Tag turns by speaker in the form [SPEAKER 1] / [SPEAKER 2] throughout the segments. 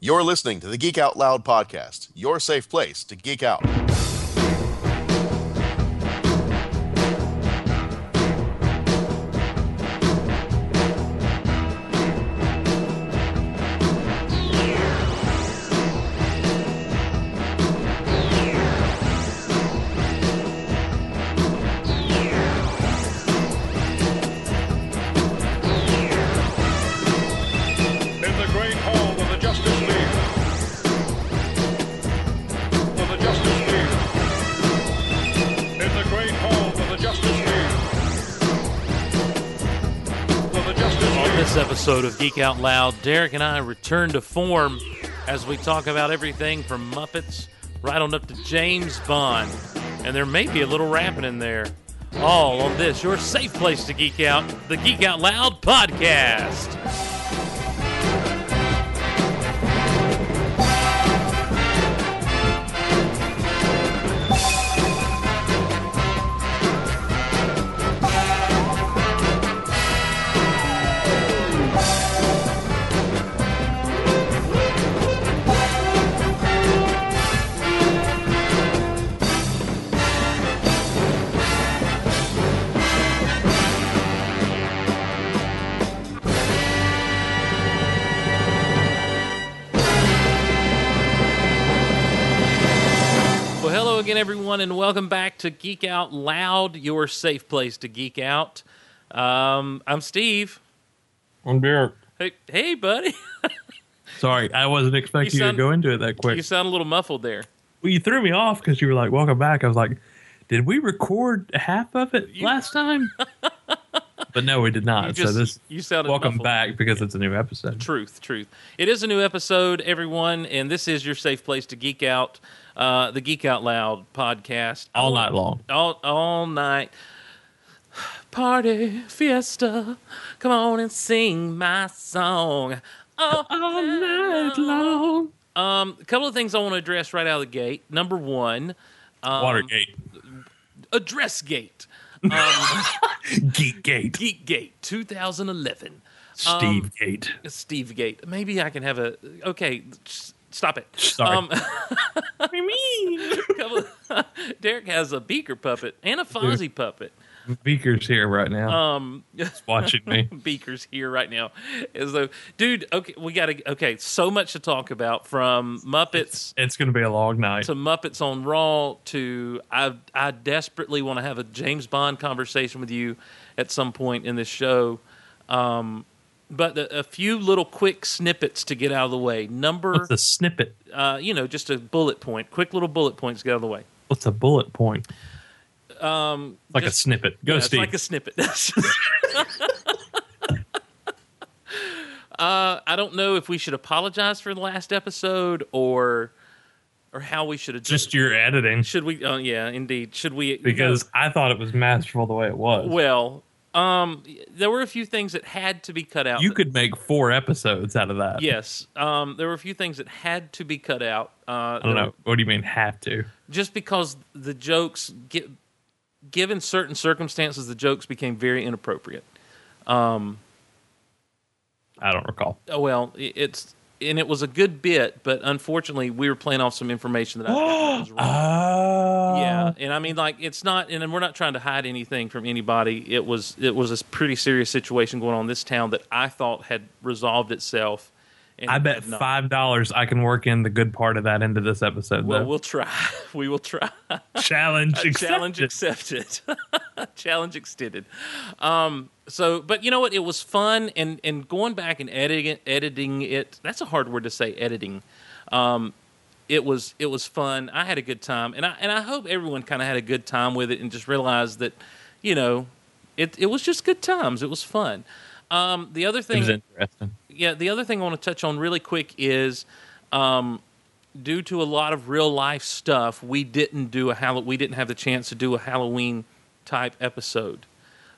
[SPEAKER 1] You're listening to the Geek Out Loud podcast, your safe place to geek out.
[SPEAKER 2] in the great hall of the Justice League. Of the Justice League. In the great hall of the Justice League. Of the Justice
[SPEAKER 3] On
[SPEAKER 2] League.
[SPEAKER 3] this episode of Geek Out Loud, Derek and I return to form as we talk about everything from Muppets right on up to James Bond. And there may be a little rapping in there. All on this, your safe place to geek out, the Geek Out Loud podcast. Well, hello again, everyone, and welcome back to Geek Out Loud, your safe place to geek out. Um, I'm Steve.
[SPEAKER 4] I'm Derek.
[SPEAKER 3] Hey, hey buddy.
[SPEAKER 4] Sorry, I wasn't expecting
[SPEAKER 3] You
[SPEAKER 4] you,
[SPEAKER 3] sound-
[SPEAKER 4] to go into it that quick.
[SPEAKER 3] you sound a little muffled there.
[SPEAKER 4] well, you threw me off because you were like, "Welcome back." I was like, "Did we record half of it last time?" but no, we did
[SPEAKER 3] You
[SPEAKER 4] not.
[SPEAKER 3] just-
[SPEAKER 4] so this
[SPEAKER 3] you sounded
[SPEAKER 4] welcome
[SPEAKER 3] muffled.
[SPEAKER 4] back because it's a new episode.
[SPEAKER 3] Truth, truth. It is a new episode, everyone, and this is your safe place to geek out. Uh, the Geek Out Loud podcast
[SPEAKER 4] All night long.
[SPEAKER 3] all all night. Party fiesta, come on and sing my song. Oh,
[SPEAKER 4] All night long.
[SPEAKER 3] um, a couple of things I want to address right out of the gate. Number one, Um,
[SPEAKER 4] Watergate,
[SPEAKER 3] address gate,
[SPEAKER 4] Geekgate,
[SPEAKER 3] geek gate, 2011. um,
[SPEAKER 4] Stevegate.
[SPEAKER 3] Steve Gate. Maybe I can have a. Okay, s- stop it. Um,
[SPEAKER 4] Sorry.
[SPEAKER 3] couple of- Derek has a beaker puppet and a Fonzie puppet.
[SPEAKER 4] Beaker's here right now.
[SPEAKER 3] Um,
[SPEAKER 4] He's watching me.
[SPEAKER 3] beakers here right now. As though, dude, okay, we got to. Okay, so much to talk about from Muppets
[SPEAKER 4] It's going to be a long night.
[SPEAKER 3] to Muppets on Raw to I. I desperately want to have a James Bond conversation with you at some point in this show. Um, but a, a few little quick snippets to get out of the way. Number,
[SPEAKER 4] What's a snippet?
[SPEAKER 3] uh, you know, just a bullet point, quick little bullet points to get out of the way.
[SPEAKER 4] What's a bullet point?
[SPEAKER 3] Um,
[SPEAKER 4] Like
[SPEAKER 3] just-
[SPEAKER 4] a snippet. Go,
[SPEAKER 3] Yeah, it's
[SPEAKER 4] Steve.
[SPEAKER 3] like a snippet. uh, I don't know if we should apologize for the last episode or or how we should adjust.
[SPEAKER 4] Just your editing.
[SPEAKER 3] should we? Oh yeah, indeed. Should we?
[SPEAKER 4] because I thought it was masterful the way it was.
[SPEAKER 3] well, um, there were a few things that had to be cut out.
[SPEAKER 4] you could make four episodes out of that.
[SPEAKER 3] Yes, um, there were a few things that had to be cut out. Uh,
[SPEAKER 4] I don't know. What do you mean have to?
[SPEAKER 3] Just because the jokes get, given certain circumstances, the jokes became very inappropriate.
[SPEAKER 4] I don't recall.
[SPEAKER 3] Oh well, i- it's and it was a good bit, but unfortunately, we were playing off some information that I thought was wrong.
[SPEAKER 4] Uh,
[SPEAKER 3] Yeah, and I mean, like, it's not, and we're not trying to hide anything from anybody. It was, it was a s- pretty serious situation going on in this town that I thought had resolved itself. And
[SPEAKER 4] I
[SPEAKER 3] it
[SPEAKER 4] bet
[SPEAKER 3] had not.
[SPEAKER 4] five dollars I can work in the good part of that into this episode.
[SPEAKER 3] Well,
[SPEAKER 4] though.
[SPEAKER 3] we'll try. We will try.
[SPEAKER 4] challenge accepted.
[SPEAKER 3] Challenge accepted. Challenge extended. Um, so, but you know what? It was fun, and and going back and editing it, editing it. That's a hard word to say. Editing. Um, it was it was fun. I had a good time, and I and I hope everyone kind of had a good time with it, and just realized that, you know, it it was just good times. It was fun. Um, the other
[SPEAKER 4] It
[SPEAKER 3] thing
[SPEAKER 4] was interesting.
[SPEAKER 3] yeah, the other thing I want to touch on really quick is um, due to a lot of real life stuff, we didn't do a Hall- we didn't have the chance to do a Halloween type episode.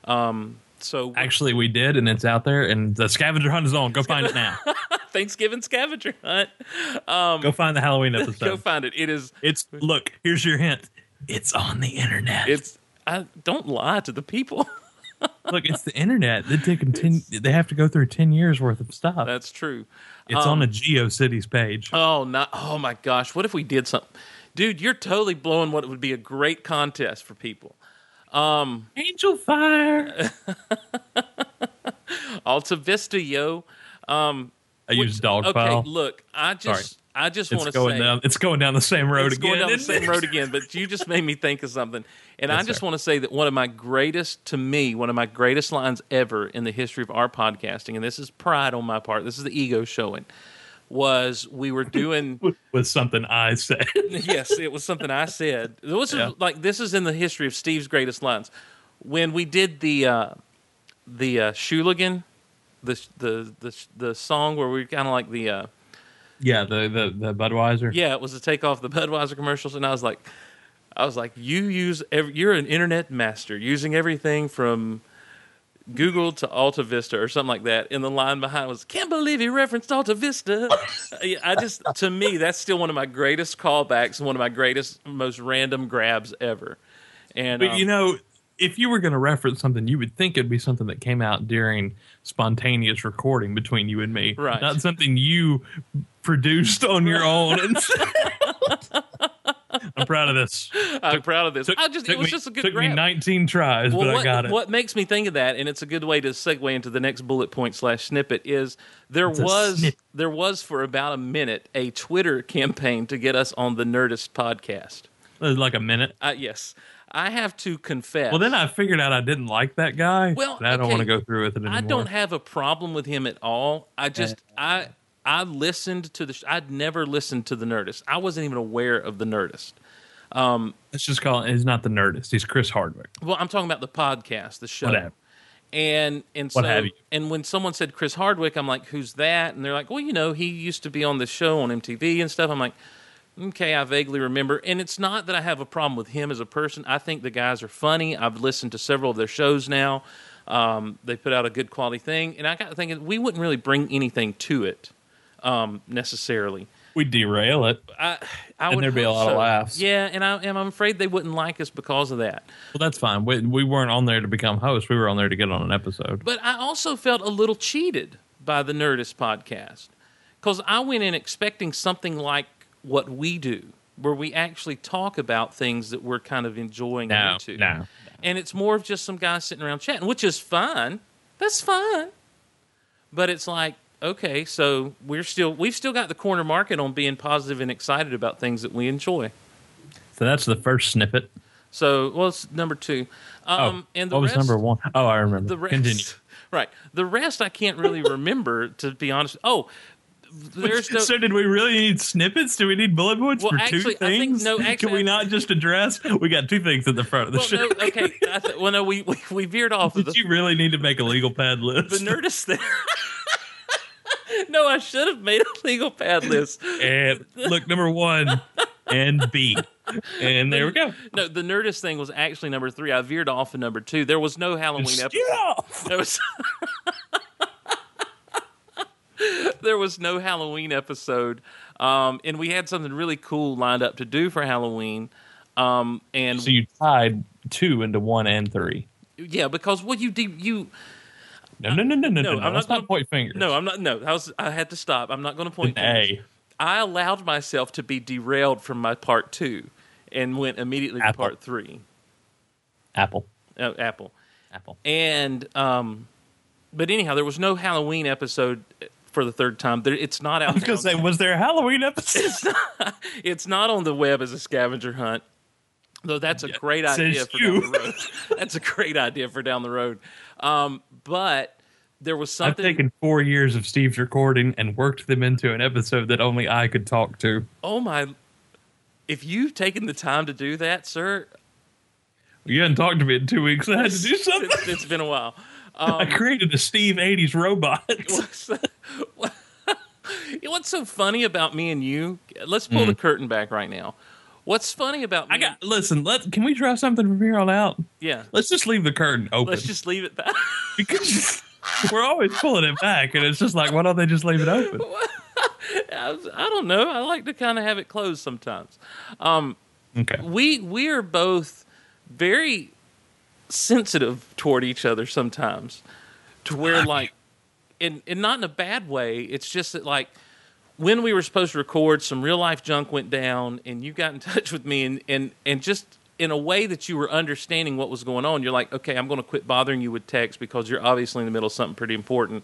[SPEAKER 3] Um, so
[SPEAKER 4] Actually, we did, and it's out there. And the scavenger hunt is on. Go find it now.
[SPEAKER 3] Thanksgiving scavenger hunt.
[SPEAKER 4] Go find the Halloween
[SPEAKER 3] Go
[SPEAKER 4] episode.
[SPEAKER 3] find it. It is
[SPEAKER 4] It's look. Here's your hint. It's on the internet.
[SPEAKER 3] it's I don't lie to the people.
[SPEAKER 4] Look, it's the internet. It took them ten. They have to go through ten years worth of stuff.
[SPEAKER 3] That's true.
[SPEAKER 4] it's on a
[SPEAKER 3] Um,
[SPEAKER 4] GeoCities page.
[SPEAKER 3] Oh no! Oh my gosh! What if we did something, dude? You're totally blowing what would be a great contest for people.
[SPEAKER 4] Angel Fire.
[SPEAKER 3] Alta Vista, yo.
[SPEAKER 4] I use dog
[SPEAKER 3] Okay,
[SPEAKER 4] pile.
[SPEAKER 3] look, I just,
[SPEAKER 4] Sorry.
[SPEAKER 3] I just want
[SPEAKER 4] It's
[SPEAKER 3] to
[SPEAKER 4] going
[SPEAKER 3] say,
[SPEAKER 4] down. It's going down the same road
[SPEAKER 3] it's
[SPEAKER 4] again.
[SPEAKER 3] going down the
[SPEAKER 4] isn't
[SPEAKER 3] same
[SPEAKER 4] it?
[SPEAKER 3] road again. But you just made me think of something, and I
[SPEAKER 4] Yes,
[SPEAKER 3] just
[SPEAKER 4] sir.
[SPEAKER 3] want to say that one of my greatest, to me, one of my greatest lines ever in the history of our podcasting, and this is pride on my part. This is the ego showing. Was we were doing
[SPEAKER 4] with something I said.
[SPEAKER 3] yes, it was something I said. This
[SPEAKER 4] Yeah.
[SPEAKER 3] is like this is in the history of Steve's greatest lines. When we did the uh, the uh, Shooligan, the the the the song where we kind of like the uh,
[SPEAKER 4] yeah, the the, the Budweiser.
[SPEAKER 3] yeah, it was to take off the Budweiser commercials, and I was like, I was like, you use every, you're an internet master, using everything from Google to Alta Vista or something like that. And the line behind was, "Can't believe he referenced Alta Vista." Yeah, I just, to me, that's still one of my greatest callbacks and one of my greatest, most random grabs ever. And
[SPEAKER 4] But
[SPEAKER 3] um,
[SPEAKER 4] you know, if you were going to reference something, you would think it'd be something that came out during spontaneous recording between you and me,
[SPEAKER 3] Right.
[SPEAKER 4] Not something you produced on your own. And I'm proud of this.
[SPEAKER 3] I'm proud of this.
[SPEAKER 4] Took,
[SPEAKER 3] I just, it
[SPEAKER 4] took
[SPEAKER 3] was
[SPEAKER 4] me,
[SPEAKER 3] just a good
[SPEAKER 4] took
[SPEAKER 3] grab.
[SPEAKER 4] me 19 tries,
[SPEAKER 3] Well,
[SPEAKER 4] but
[SPEAKER 3] what,
[SPEAKER 4] I got it.
[SPEAKER 3] what makes me think of that, and it's a good way to segue into the next bullet point slash snippet, is there
[SPEAKER 4] a
[SPEAKER 3] was
[SPEAKER 4] snippet.
[SPEAKER 3] there was for about a minute a Twitter campaign to get us on the Nerdist podcast.
[SPEAKER 4] It was like a minute.
[SPEAKER 3] Uh, yes, I have to confess.
[SPEAKER 4] Well, then I figured out I didn't like that guy.
[SPEAKER 3] Well,
[SPEAKER 4] and I don't
[SPEAKER 3] okay.
[SPEAKER 4] want to go through with it anymore. Uh,
[SPEAKER 3] I don't have a problem with him at all. I just I I listened to the sh- I'd never listened to the Nerdist. I wasn't even aware of the Nerdist.
[SPEAKER 4] Let's just call it. He's not the nerdist. He's Chris Hardwick.
[SPEAKER 3] Well, I'm talking about the podcast, the show.
[SPEAKER 4] Whatever.
[SPEAKER 3] And and
[SPEAKER 4] What
[SPEAKER 3] so
[SPEAKER 4] have you.
[SPEAKER 3] and when someone said Chris Hardwick, I'm like, who's that? And they're like, well, you know, he used to be on the show on MTV and stuff. I'm like, okay, I vaguely remember. And it's not that I have a problem with him as a person. I think the guys are funny. I've listened to several of their shows now. Um, they put out a good quality thing, and I got to thinking we wouldn't really bring anything to it um, necessarily.
[SPEAKER 4] We derail it.
[SPEAKER 3] I, I
[SPEAKER 4] And
[SPEAKER 3] would
[SPEAKER 4] there'd be a
[SPEAKER 3] hope
[SPEAKER 4] lot of
[SPEAKER 3] so.
[SPEAKER 4] laughs.
[SPEAKER 3] Yeah, and I, and I'm afraid they wouldn't like us because of that.
[SPEAKER 4] Well, that's fine. We, we weren't on there to become hosts. We were on there to get on an episode.
[SPEAKER 3] But I also felt a little cheated by the Nerdist podcast because I went in expecting something like what we do, where we actually talk about things that we're kind of enjoying
[SPEAKER 4] No,
[SPEAKER 3] into.
[SPEAKER 4] no.
[SPEAKER 3] And it's more of just some guys sitting around chatting, which is fine. That's fine. But it's like, okay, so we're still we've still got the corner market on being positive and excited about things that we enjoy.
[SPEAKER 4] So that's the first snippet.
[SPEAKER 3] So, well, it's number two. Um,
[SPEAKER 4] oh,
[SPEAKER 3] and the
[SPEAKER 4] what
[SPEAKER 3] rest,
[SPEAKER 4] was number one? Oh, I remember.
[SPEAKER 3] the rest,
[SPEAKER 4] Continue.
[SPEAKER 3] right? The rest I can't really remember, to be honest. Oh, there's no.
[SPEAKER 4] so did we really need snippets? Do we need bullet points
[SPEAKER 3] Well,
[SPEAKER 4] for two
[SPEAKER 3] actually, I think-
[SPEAKER 4] things?
[SPEAKER 3] no, actually-
[SPEAKER 4] Can we not just address? We got two things at the front of the
[SPEAKER 3] well,
[SPEAKER 4] show.
[SPEAKER 3] no, okay. I th- well, no, we, we we veered off of
[SPEAKER 4] Did
[SPEAKER 3] the,
[SPEAKER 4] you really need to make a legal pad list?
[SPEAKER 3] the nerdist there. no, I should have made a legal pad list.
[SPEAKER 4] and look, number one and B, and there we go.
[SPEAKER 3] No, the nerdist thing was actually number three. I veered off of number two. There was no Halloween episode.
[SPEAKER 4] Yeah.
[SPEAKER 3] There was there was no Halloween episode, um, and we had something really cool lined up to do for Halloween. Um, and
[SPEAKER 4] So you tied two into one and three.
[SPEAKER 3] yeah, because what you did, you
[SPEAKER 4] No, no, no, no,
[SPEAKER 3] no,
[SPEAKER 4] no, no.
[SPEAKER 3] I'm not
[SPEAKER 4] Let's
[SPEAKER 3] gonna-
[SPEAKER 4] not point fingers.
[SPEAKER 3] no, I'm not. No, I was. I had to stop. I'm not going to point.
[SPEAKER 4] An
[SPEAKER 3] fingers.
[SPEAKER 4] A.
[SPEAKER 3] I allowed myself to be derailed from my part two, and went immediately
[SPEAKER 4] Apple.
[SPEAKER 3] to part three.
[SPEAKER 4] Apple.
[SPEAKER 3] Uh, Apple.
[SPEAKER 4] Apple.
[SPEAKER 3] And um, but anyhow, there was no Halloween episode uh, for the third time. There, it's not out.
[SPEAKER 4] I was gonna
[SPEAKER 3] now.
[SPEAKER 4] say, was there a Halloween episode?
[SPEAKER 3] It's not on the web as a scavenger hunt, though. That's a great
[SPEAKER 4] says
[SPEAKER 3] idea for
[SPEAKER 4] you.
[SPEAKER 3] down the road. that's a great idea for down the road. Um, but there was
[SPEAKER 4] I've
[SPEAKER 3] something.
[SPEAKER 4] taken four years of Steve's recording and worked them into an episode that only I could talk to.
[SPEAKER 3] oh my! If you've taken the time to do that, sir,
[SPEAKER 4] You hadn't talked to me in two weeks. I had to do something.
[SPEAKER 3] it's- it's been a while.
[SPEAKER 4] I created a Steve '80s robot.
[SPEAKER 3] What's, what's so funny about me and you? Let's pull the curtain back right now. What's funny about me?
[SPEAKER 4] Hmm. I got. Listen, let can we try something from here on out?
[SPEAKER 3] yeah.
[SPEAKER 4] Let's just leave the curtain open
[SPEAKER 3] Let's just leave it back.
[SPEAKER 4] because we're always pulling it back, and it's just like, why don't they just leave it open?
[SPEAKER 3] I, was- I don't know. I like to kind of have it closed sometimes.
[SPEAKER 4] Okay.
[SPEAKER 3] we we are both very sensitive toward each other sometimes to where like and, and not in a bad way it's just that like when we were supposed to record some real life junk went down and you got in touch with me and and, and just in a way that you were understanding what was going on you're like okay i'm going to quit bothering you with text because you're obviously in the middle of something pretty important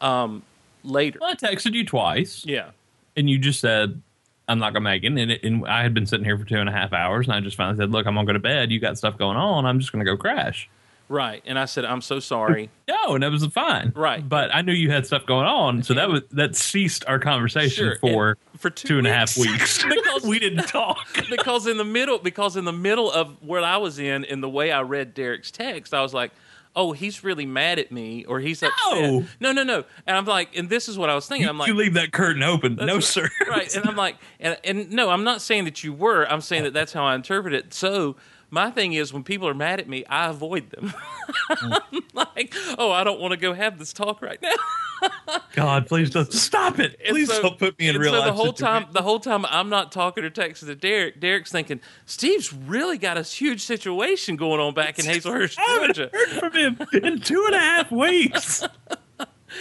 [SPEAKER 3] um, later
[SPEAKER 4] Well, I texted you twice,
[SPEAKER 3] yeah
[SPEAKER 4] and you just said, "I'm not gonna make it." And, it, and I had been sitting here for two and a half hours, and I just finally said, "Look, I'm gonna go to bed. You got stuff going on. I'm just gonna go crash."
[SPEAKER 3] right and i said i'm so sorry
[SPEAKER 4] No, and that was fine,
[SPEAKER 3] Right.
[SPEAKER 4] But I knew you had stuff going on, so that was that ceased our conversation
[SPEAKER 3] Sure,
[SPEAKER 4] for
[SPEAKER 3] and- for two
[SPEAKER 4] two and a half
[SPEAKER 3] weeks.
[SPEAKER 4] weeks.
[SPEAKER 3] Because-
[SPEAKER 4] we didn't talk.
[SPEAKER 3] because in the middle because in the middle of where I was in and the way I read Derek's text, I was like, "Oh, he's really mad at me or he's
[SPEAKER 4] No.
[SPEAKER 3] upset." No, no, no. And I'm like, and this is what I was thinking. I'm like,
[SPEAKER 4] you leave that curtain open. No,
[SPEAKER 3] right,
[SPEAKER 4] sir.
[SPEAKER 3] Right. And I'm like, and, and no, I'm not saying that you were. I'm saying that that's how I interpret it. So my thing is, when people are mad at me, I avoid them. I'm like, oh, I don't want to go have this talk right now.
[SPEAKER 4] God, please don't stop it.
[SPEAKER 3] And
[SPEAKER 4] Please
[SPEAKER 3] so-
[SPEAKER 4] don't put me in
[SPEAKER 3] and
[SPEAKER 4] real
[SPEAKER 3] so
[SPEAKER 4] life.
[SPEAKER 3] the whole
[SPEAKER 4] situation.
[SPEAKER 3] time, the whole time I'm not talking or texting to Derek. Derek's thinking Steve's really got a huge situation going on back in Hazelhurst,
[SPEAKER 4] I haven't
[SPEAKER 3] Georgia.
[SPEAKER 4] heard from him in two and a half weeks.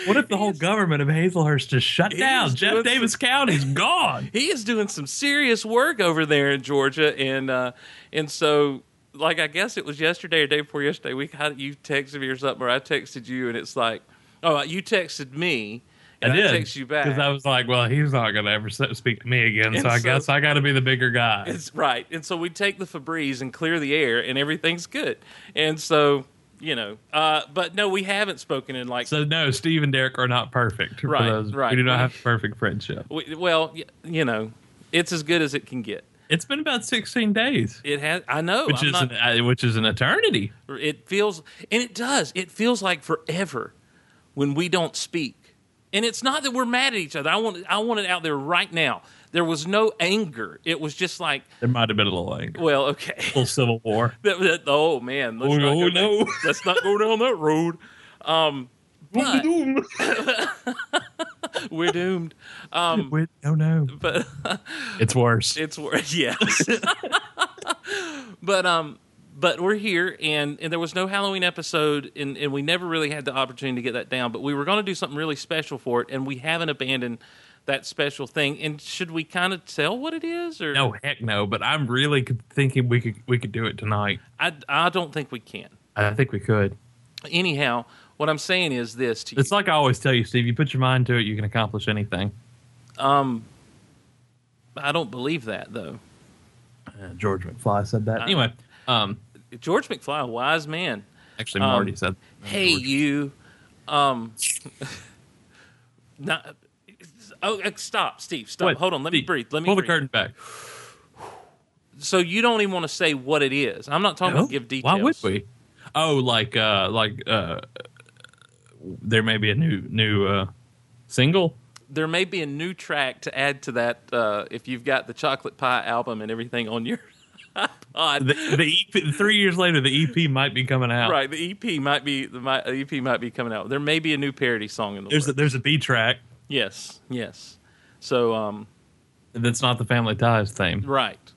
[SPEAKER 4] What if the whole government of Hazelhurst is shut down?
[SPEAKER 3] is
[SPEAKER 4] Jeff
[SPEAKER 3] doing-
[SPEAKER 4] Davis County's gone.
[SPEAKER 3] He is doing some serious work over there in Georgia, and uh, and so like I guess it was yesterday or day before yesterday. We had you texted me or something, or I texted you, and it's like, oh, you texted me, and I, texted you back.
[SPEAKER 4] because I was like, "Well, he's not going to ever s- speak to me again,
[SPEAKER 3] And
[SPEAKER 4] so I
[SPEAKER 3] so-
[SPEAKER 4] guess I got to be the bigger guy."
[SPEAKER 3] It's right. And so we take the Febreze and clear the air, and everything's good. And so, you know, uh, but no, we haven't spoken in like.
[SPEAKER 4] So no, Steve and Derek are not perfect.
[SPEAKER 3] Right,
[SPEAKER 4] for those.
[SPEAKER 3] right.
[SPEAKER 4] We do not have a perfect friendship.
[SPEAKER 3] we, well, y- you know, it's as good as it can get.
[SPEAKER 4] It's been about sixteen days,
[SPEAKER 3] It has. I know.
[SPEAKER 4] which
[SPEAKER 3] I'm
[SPEAKER 4] is
[SPEAKER 3] not-
[SPEAKER 4] an, uh, which is an eternity.
[SPEAKER 3] it feels, and it does. It feels like forever when we don't speak. And it's not that we're mad at each other. I want. I want it out there right now. There was no anger. It was just like,
[SPEAKER 4] There might have been a little anger,
[SPEAKER 3] well, okay.
[SPEAKER 4] little civil war.
[SPEAKER 3] That- that- oh man. Let's
[SPEAKER 4] Oh,
[SPEAKER 3] not
[SPEAKER 4] no,
[SPEAKER 3] go down-
[SPEAKER 4] no.
[SPEAKER 3] Let's not go down that road. Um, but- we're doomed. Um,
[SPEAKER 4] Wait, no, no,
[SPEAKER 3] but
[SPEAKER 4] it's worse.
[SPEAKER 3] it's wor- yes. but um, but we're here, and and there was no Halloween episode, and and we never really had the opportunity to get that down. But we were going to do something really special for it, and we haven't abandoned that special thing. And should we kind of tell what it is, or
[SPEAKER 4] No, heck no. But I'm really c- thinking we could we could do it tonight.
[SPEAKER 3] I I don't think we can.
[SPEAKER 4] I think we could.
[SPEAKER 3] Anyhow, what I'm saying is this to you.
[SPEAKER 4] It's like I always tell you, Steve. You put your mind to it, you can accomplish anything.
[SPEAKER 3] um, I don't believe that though.
[SPEAKER 4] Uh, George McFly said that. Anyway, um,
[SPEAKER 3] George McFly, a wise man.
[SPEAKER 4] actually
[SPEAKER 3] Um,
[SPEAKER 4] Marty said.
[SPEAKER 3] Hey
[SPEAKER 4] George.
[SPEAKER 3] you. Um not, Oh, uh, stop, Steve. Stop.
[SPEAKER 4] What?
[SPEAKER 3] Hold on. Let me
[SPEAKER 4] Steve,
[SPEAKER 3] breathe. Let me
[SPEAKER 4] pull
[SPEAKER 3] breathe.
[SPEAKER 4] the curtain back.
[SPEAKER 3] So you don't even want to say what it is. I'm not talking
[SPEAKER 4] No?
[SPEAKER 3] about give details.
[SPEAKER 4] Why would we? Oh, like uh, like uh, there may be a new new uh, single.
[SPEAKER 3] There may be a new track to add to that uh, if you've got the chocolate pie album and everything on your iPod.
[SPEAKER 4] The, the EP, three years later, the EP might be coming out.
[SPEAKER 3] right. The EP might be the my, EP might be coming out. There may be a new parody song in the
[SPEAKER 4] There's a,
[SPEAKER 3] works.
[SPEAKER 4] there's a B track
[SPEAKER 3] yes. Yes. So um
[SPEAKER 4] that's not the Family Ties theme
[SPEAKER 3] right.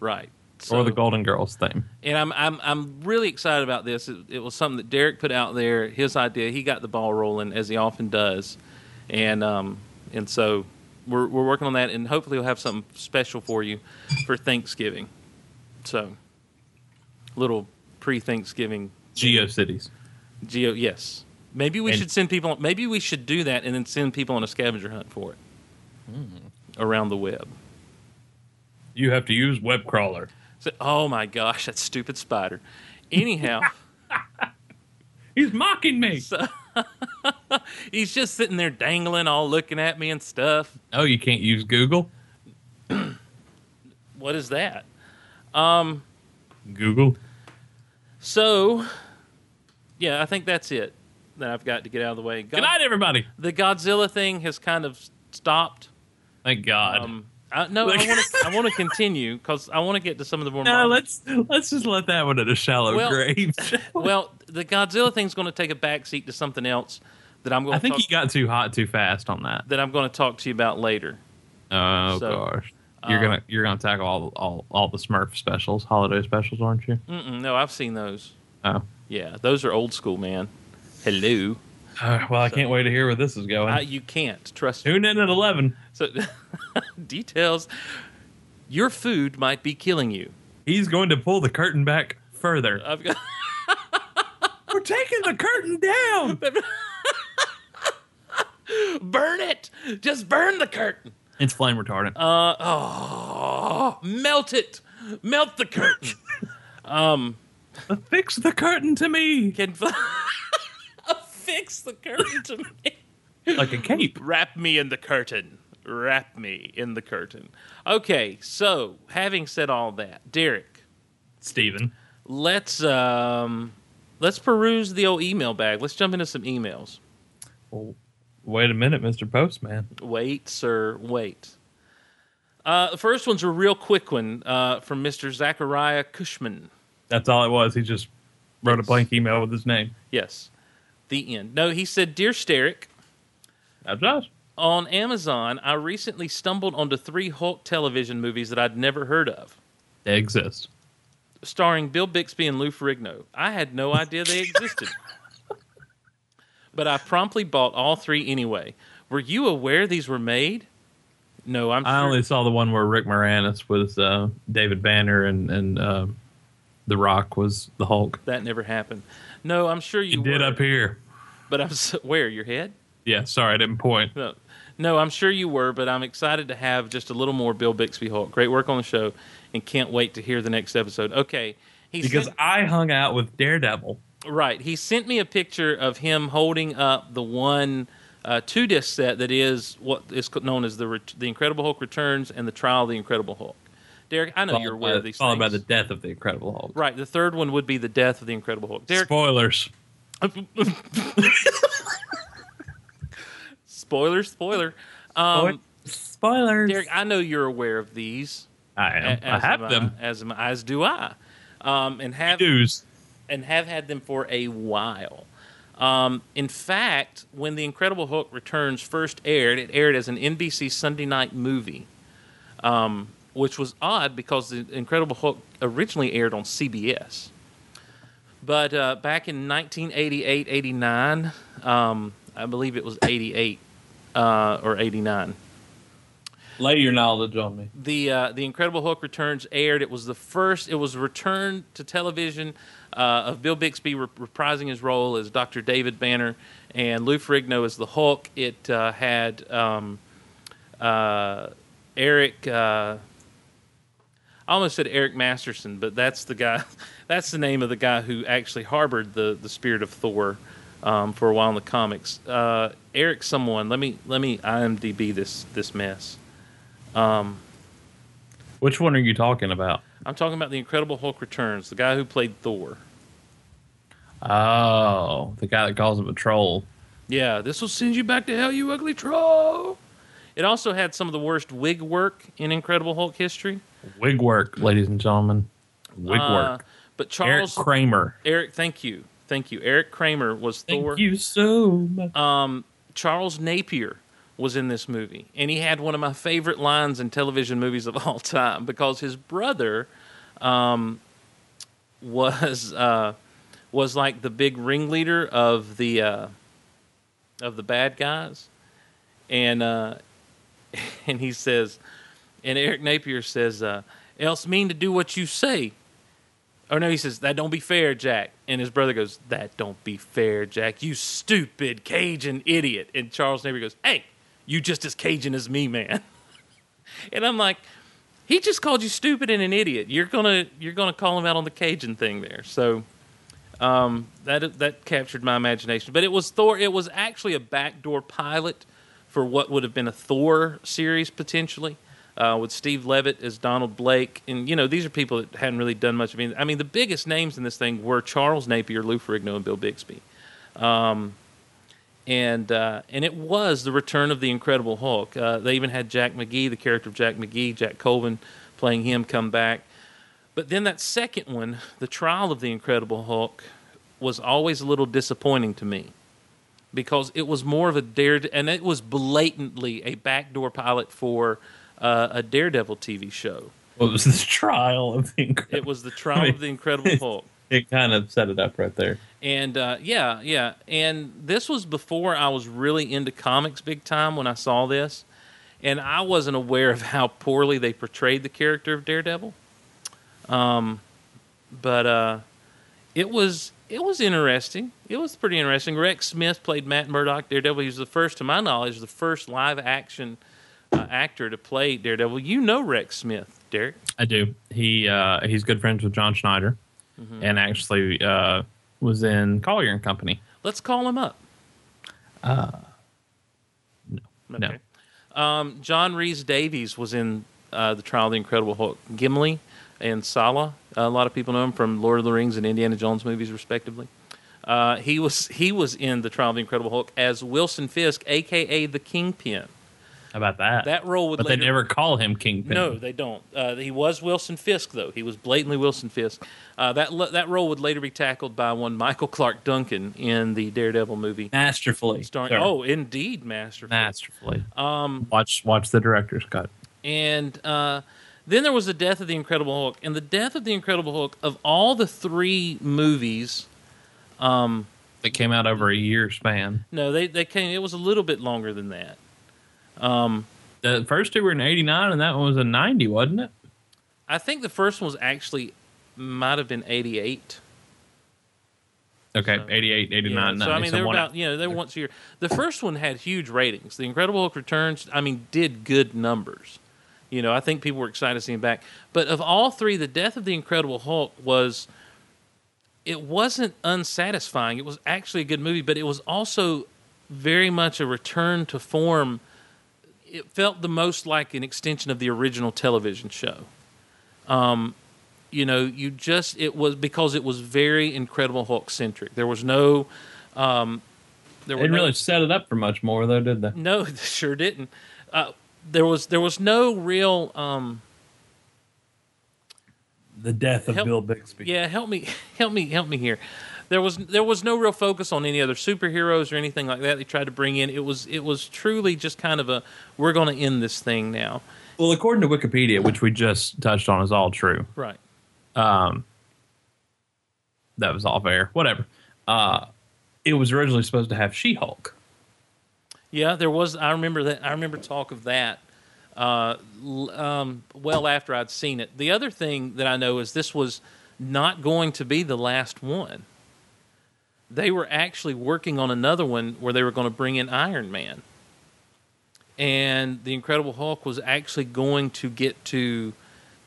[SPEAKER 3] Right.
[SPEAKER 4] or
[SPEAKER 3] So-
[SPEAKER 4] the Golden Girls theme.
[SPEAKER 3] and I'm I'm I'm really excited about this. It, it was something that Derek put out there, his idea. He got the ball rolling as he often does, and um and so we're we're working on that, and hopefully we'll have something special for you for Thanksgiving. So, little pre-Thanksgiving
[SPEAKER 4] Geo Cities.
[SPEAKER 3] geo. Yes, maybe we
[SPEAKER 4] And-
[SPEAKER 3] should send people. Maybe we should do that, and then send people on a scavenger hunt for it
[SPEAKER 4] Hmm.
[SPEAKER 3] around the web.
[SPEAKER 4] You have to use web crawler.
[SPEAKER 3] So, oh my gosh, that stupid spider. Anyhow.
[SPEAKER 4] He's mocking me.
[SPEAKER 3] He's just sitting there dangling, all looking at me and stuff.
[SPEAKER 4] Oh, you can't use Google.
[SPEAKER 3] What is that?
[SPEAKER 4] Google.
[SPEAKER 3] So, yeah, I think that's it that I've got to get out of the way. God-
[SPEAKER 4] Good night, everybody.
[SPEAKER 3] The Godzilla thing has kind of stopped.
[SPEAKER 4] Thank God.
[SPEAKER 3] Um, I, no, I
[SPEAKER 4] Like-
[SPEAKER 3] want to. I want to continue because I want to get to some of the more.
[SPEAKER 4] no,
[SPEAKER 3] modern-
[SPEAKER 4] let's let's just let that one at a shallow
[SPEAKER 3] Well-
[SPEAKER 4] grave.
[SPEAKER 3] well, the Godzilla thing's going to take a backseat to something else that I'm going.
[SPEAKER 4] I think
[SPEAKER 3] talk,
[SPEAKER 4] he got too hot too fast on that.
[SPEAKER 3] that I'm going to talk to you about later.
[SPEAKER 4] Oh
[SPEAKER 3] So,
[SPEAKER 4] gosh, you're
[SPEAKER 3] um,
[SPEAKER 4] gonna you're gonna tackle all all all the Smurf specials, holiday specials, aren't you?
[SPEAKER 3] Mm-mm, no, I've seen those.
[SPEAKER 4] Oh.
[SPEAKER 3] Yeah, those are old school, man. Hello.
[SPEAKER 4] Uh, well, I can't wait to hear where this is going.
[SPEAKER 3] I, you can't trust
[SPEAKER 4] Tune in at 11.
[SPEAKER 3] So details. Your food might be killing you.
[SPEAKER 4] He's going to pull the curtain back further.
[SPEAKER 3] I've got
[SPEAKER 4] We're taking the curtain down.
[SPEAKER 3] burn it. Just burn the curtain.
[SPEAKER 4] It's flame retardant.
[SPEAKER 3] Uh, oh, melt it. Melt the curtain. um,
[SPEAKER 4] Fix the curtain to me
[SPEAKER 3] can fix the curtain to me.
[SPEAKER 4] like a cape.
[SPEAKER 3] Wrap me in the curtain. Wrap me in the curtain. Okay, so having said all that, Derek,
[SPEAKER 4] Steven.
[SPEAKER 3] let's um, let's peruse the old email bag. Let's jump into some emails.
[SPEAKER 4] Well, wait a minute, Mr. Postman.
[SPEAKER 3] Wait, sir, wait. Uh, the first one's a real quick one uh, from Mr. Zachariah Cushman.
[SPEAKER 4] That's all it was. He just wrote a blank email with his name.
[SPEAKER 3] Yes, the end. No, he said, Dear Steric,
[SPEAKER 4] That's us.
[SPEAKER 3] on Amazon, I recently stumbled onto three Hulk television movies that I'd never heard of,
[SPEAKER 4] They exist.
[SPEAKER 3] starring Bill Bixby and Lou Ferrigno. I had no idea they existed. but I promptly bought all three anyway. Were you aware these were made? No, I'm
[SPEAKER 4] I
[SPEAKER 3] sure-
[SPEAKER 4] only saw the one where Rick Moranis was uh, David Banner and and um, The Rock was the Hulk.
[SPEAKER 3] that never happened. No, I'm sure you
[SPEAKER 4] It did
[SPEAKER 3] were,
[SPEAKER 4] up here.
[SPEAKER 3] But I'm so, where your head?
[SPEAKER 4] Yeah, sorry, I didn't point.
[SPEAKER 3] No, no, I'm sure you were, but I'm excited to have just a little more Bill Bixby Hulk. Great work on the show, and can't wait to hear the next episode. Okay, he
[SPEAKER 4] Because
[SPEAKER 3] sent,
[SPEAKER 4] I hung out with Daredevil.
[SPEAKER 3] right. He sent me a picture of him holding up the one uh, two disc set that is what is co- known as the Ret- the Incredible Hulk Returns and the Trial of the Incredible Hulk. Derek, I know you're aware
[SPEAKER 4] by,
[SPEAKER 3] of these
[SPEAKER 4] followed by
[SPEAKER 3] things.
[SPEAKER 4] the death of the Incredible Hulk.
[SPEAKER 3] right, the third one would be the death of the Incredible Hulk. Derek,
[SPEAKER 4] Spoilers.
[SPEAKER 3] spoiler, spoiler. Um,
[SPEAKER 4] Spoilers.
[SPEAKER 3] Derek, I know you're aware of these.
[SPEAKER 4] I am.
[SPEAKER 3] A-
[SPEAKER 4] I
[SPEAKER 3] as uh,
[SPEAKER 4] have
[SPEAKER 3] am
[SPEAKER 4] them.
[SPEAKER 3] as am- as do I, um, and have
[SPEAKER 4] News.
[SPEAKER 3] and have had them for a while. Um, in fact, when The Incredible Hulk Returns first aired, it aired as an NBC Sunday night movie, um, which was odd because The Incredible Hulk originally aired on CBS. But uh, back in 1988, 89, um, I believe it was 88 uh, or 89
[SPEAKER 4] Lay your knowledge on me.
[SPEAKER 3] the uh, the Incredible Hulk Returns aired. It was the first. It was a return to television uh, of Bill Bixby re- reprising his role as Dr. David Banner and Lou Ferrigno as the Hulk. It uh, had um, uh, Eric. Uh, I almost said Eric Masterson, but that's the guy. That's the name of the guy who actually harbored the the spirit of Thor um, for a while in the comics. Uh, Eric, someone. Let me let me IMDb this this mess.
[SPEAKER 4] Which one are you talking about?
[SPEAKER 3] I'm talking about the Incredible Hulk Returns, the guy who played Thor.
[SPEAKER 4] Oh, the guy that calls him a troll.
[SPEAKER 3] Yeah, this will send you back to hell, you ugly troll. It also had some of the worst wig work in Incredible Hulk history.
[SPEAKER 4] Wig work, ladies and gentlemen. Wig
[SPEAKER 3] Uh,
[SPEAKER 4] work.
[SPEAKER 3] but
[SPEAKER 4] Eric
[SPEAKER 3] Charles Eric,
[SPEAKER 4] Kramer.
[SPEAKER 3] thank you, thank you. Eric Kramer was Thor.
[SPEAKER 4] Thank you so much.
[SPEAKER 3] Um, Charles Napier was in this movie, and he had one of my favorite lines in television movies of all time because his brother um, was uh, was like the big ringleader of the uh, of the bad guys, and uh, and he says, and Eric Napier says, uh, "Else mean to do what you say." Or Oh, no, he says that don't be fair, Jack. And his brother goes, "That don't be fair, Jack. You stupid Cajun idiot." And Charles Napier goes, "Hey, you just as Cajun as me, man." and I'm like, he just called you stupid and an idiot. You're gonna you're gonna call him out on the Cajun thing there. So um, that that captured my imagination. But it was Thor. It was actually a backdoor pilot for what would have been a Thor series potentially. Uh, with Steve Levitt as Donald Blake, and you know these are people that hadn't really done much of anything. I mean, the biggest names in this thing were Charles Napier, Lou Ferrigno, and Bill Bixby, um, and uh, and it was the return of the Incredible Hulk. Uh, they even had Jack McGee, the character of Jack McGee, Jack Colvin playing him, come back. But then that second one, the trial of the Incredible Hulk, was always a little disappointing to me because it was more of a dare, and it was blatantly a backdoor pilot for uh, a Daredevil TV show.
[SPEAKER 4] What was this trial of the
[SPEAKER 3] It
[SPEAKER 4] Incredible?
[SPEAKER 3] was the trial of the Incredible Hulk.
[SPEAKER 4] it kind of set it up right there.
[SPEAKER 3] And uh, yeah, yeah. And this was before I was really into comics big time when I saw this. And I wasn't aware of how poorly they portrayed the character of Daredevil. Um, but uh, it was it was interesting. It was pretty interesting. Rex Smith played Matt Murdock, Daredevil. He was the first, to my knowledge, the first live action uh, actor to play Daredevil. You know Rex Smith, Derek.
[SPEAKER 4] I do. He uh, he's good friends with John Schneider, and actually uh, was in Collier and Company.
[SPEAKER 3] Let's call him up. Uh,
[SPEAKER 4] no.
[SPEAKER 3] Um, John Reese Davies was in uh, the Trial of the Incredible Hulk, Gimli, and Sala. A lot of people know him from Lord of the Rings and Indiana Jones movies, respectively. Uh, he was he was in the Trial of the Incredible Hulk as Wilson Fisk, aka the Kingpin.
[SPEAKER 4] How about that?
[SPEAKER 3] That role would
[SPEAKER 4] but
[SPEAKER 3] later
[SPEAKER 4] they never call him Kingpin.
[SPEAKER 3] No, they don't. Uh, he was Wilson Fisk, though. He was blatantly Wilson Fisk. Uh, that le- that role would later be tackled by one Michael Clark Duncan in the Daredevil movie.
[SPEAKER 4] masterfully.
[SPEAKER 3] Starring,
[SPEAKER 4] Sorry.
[SPEAKER 3] Oh, indeed, masterful.
[SPEAKER 4] masterfully.
[SPEAKER 3] Um,
[SPEAKER 4] Watch watch the director's cut.
[SPEAKER 3] and uh, then there was the death of the Incredible Hulk. And the death of the Incredible Hulk, of all the three movies,
[SPEAKER 4] It came out over a year span.
[SPEAKER 3] no, they, they came. It was a little bit longer than that.
[SPEAKER 4] The first two were in '89, and that one was in '90, wasn't it?
[SPEAKER 3] I think the first one was actually might have been eighty eight.
[SPEAKER 4] Okay, '88, '89,
[SPEAKER 3] Yeah, so I mean, they were about you know they were
[SPEAKER 4] there.
[SPEAKER 3] once a year. The first one had huge ratings. The Incredible Hulk Returns, I mean, did good numbers. You know, I think people were excited to see him back. But of all three, the death of the Incredible Hulk was it wasn't unsatisfying. It was actually a good movie, but it was also very much a return to form. It felt the most like an extension of the original television show Um, you know you just it was because it was very incredible hulk centric there was no um there were
[SPEAKER 4] They didn't
[SPEAKER 3] no,
[SPEAKER 4] really set it up for much more, though, did they?
[SPEAKER 3] no they sure didn't uh there was there was no real um
[SPEAKER 4] The death of
[SPEAKER 3] Help-
[SPEAKER 4] Bill Bixby.
[SPEAKER 3] yeah help me help me help me here there was there was no real focus on any other superheroes or anything like that they tried to bring in it was it was truly just kind of a we're going to end this thing now
[SPEAKER 4] Well, according to Wikipedia, which we just touched on, is all true.
[SPEAKER 3] right
[SPEAKER 4] Um, that was all fair. Whatever. Uh, it was originally supposed to have She-Hulk.
[SPEAKER 3] Yeah, there was. I remember that. I remember talk of that. Uh, l- um, well, after I'd seen it, the other thing that I know is this was not going to be the last one. They were actually working on another one where they were going to bring in Iron Man, and the Incredible Hulk was actually going to get to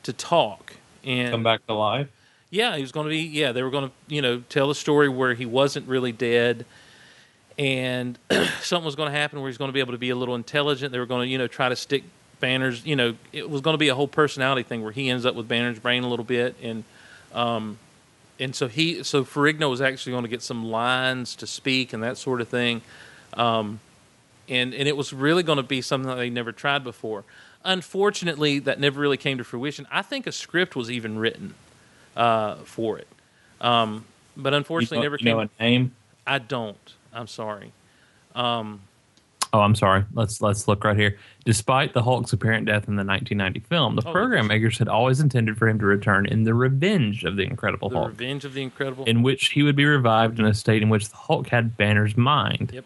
[SPEAKER 3] to talk and
[SPEAKER 4] Come back to life.
[SPEAKER 3] yeah, he was going to be. Yeah, they were going to, you know, tell the story where he wasn't really dead, and something was going to happen where he's going to be able to be a little intelligent. They were going to, you know, try to stick Banner's. You know, it was going to be a whole personality thing where he ends up with Banner's brain a little bit, and um, and so he, so Ferrigno was actually going to get some lines to speak and that sort of thing, um, and and it was really going to be something that they never tried before. Unfortunately, that never really came to fruition. I think a script was even written uh, for it. Um, but unfortunately,
[SPEAKER 4] you know,
[SPEAKER 3] never
[SPEAKER 4] you
[SPEAKER 3] came.
[SPEAKER 4] know a name.
[SPEAKER 3] I don't. I'm sorry.
[SPEAKER 4] Oh, I'm sorry. Let's let's look right here. Despite the Hulk's apparent death in the 1990 film, the
[SPEAKER 3] Oh,
[SPEAKER 4] program
[SPEAKER 3] yes.
[SPEAKER 4] makers had always intended for him to return in the Revenge of the Incredible
[SPEAKER 3] The
[SPEAKER 4] Hulk,
[SPEAKER 3] Revenge of the Incredible.
[SPEAKER 4] in which he would be revived in a state in which the Hulk had Banner's mind.
[SPEAKER 3] Yep.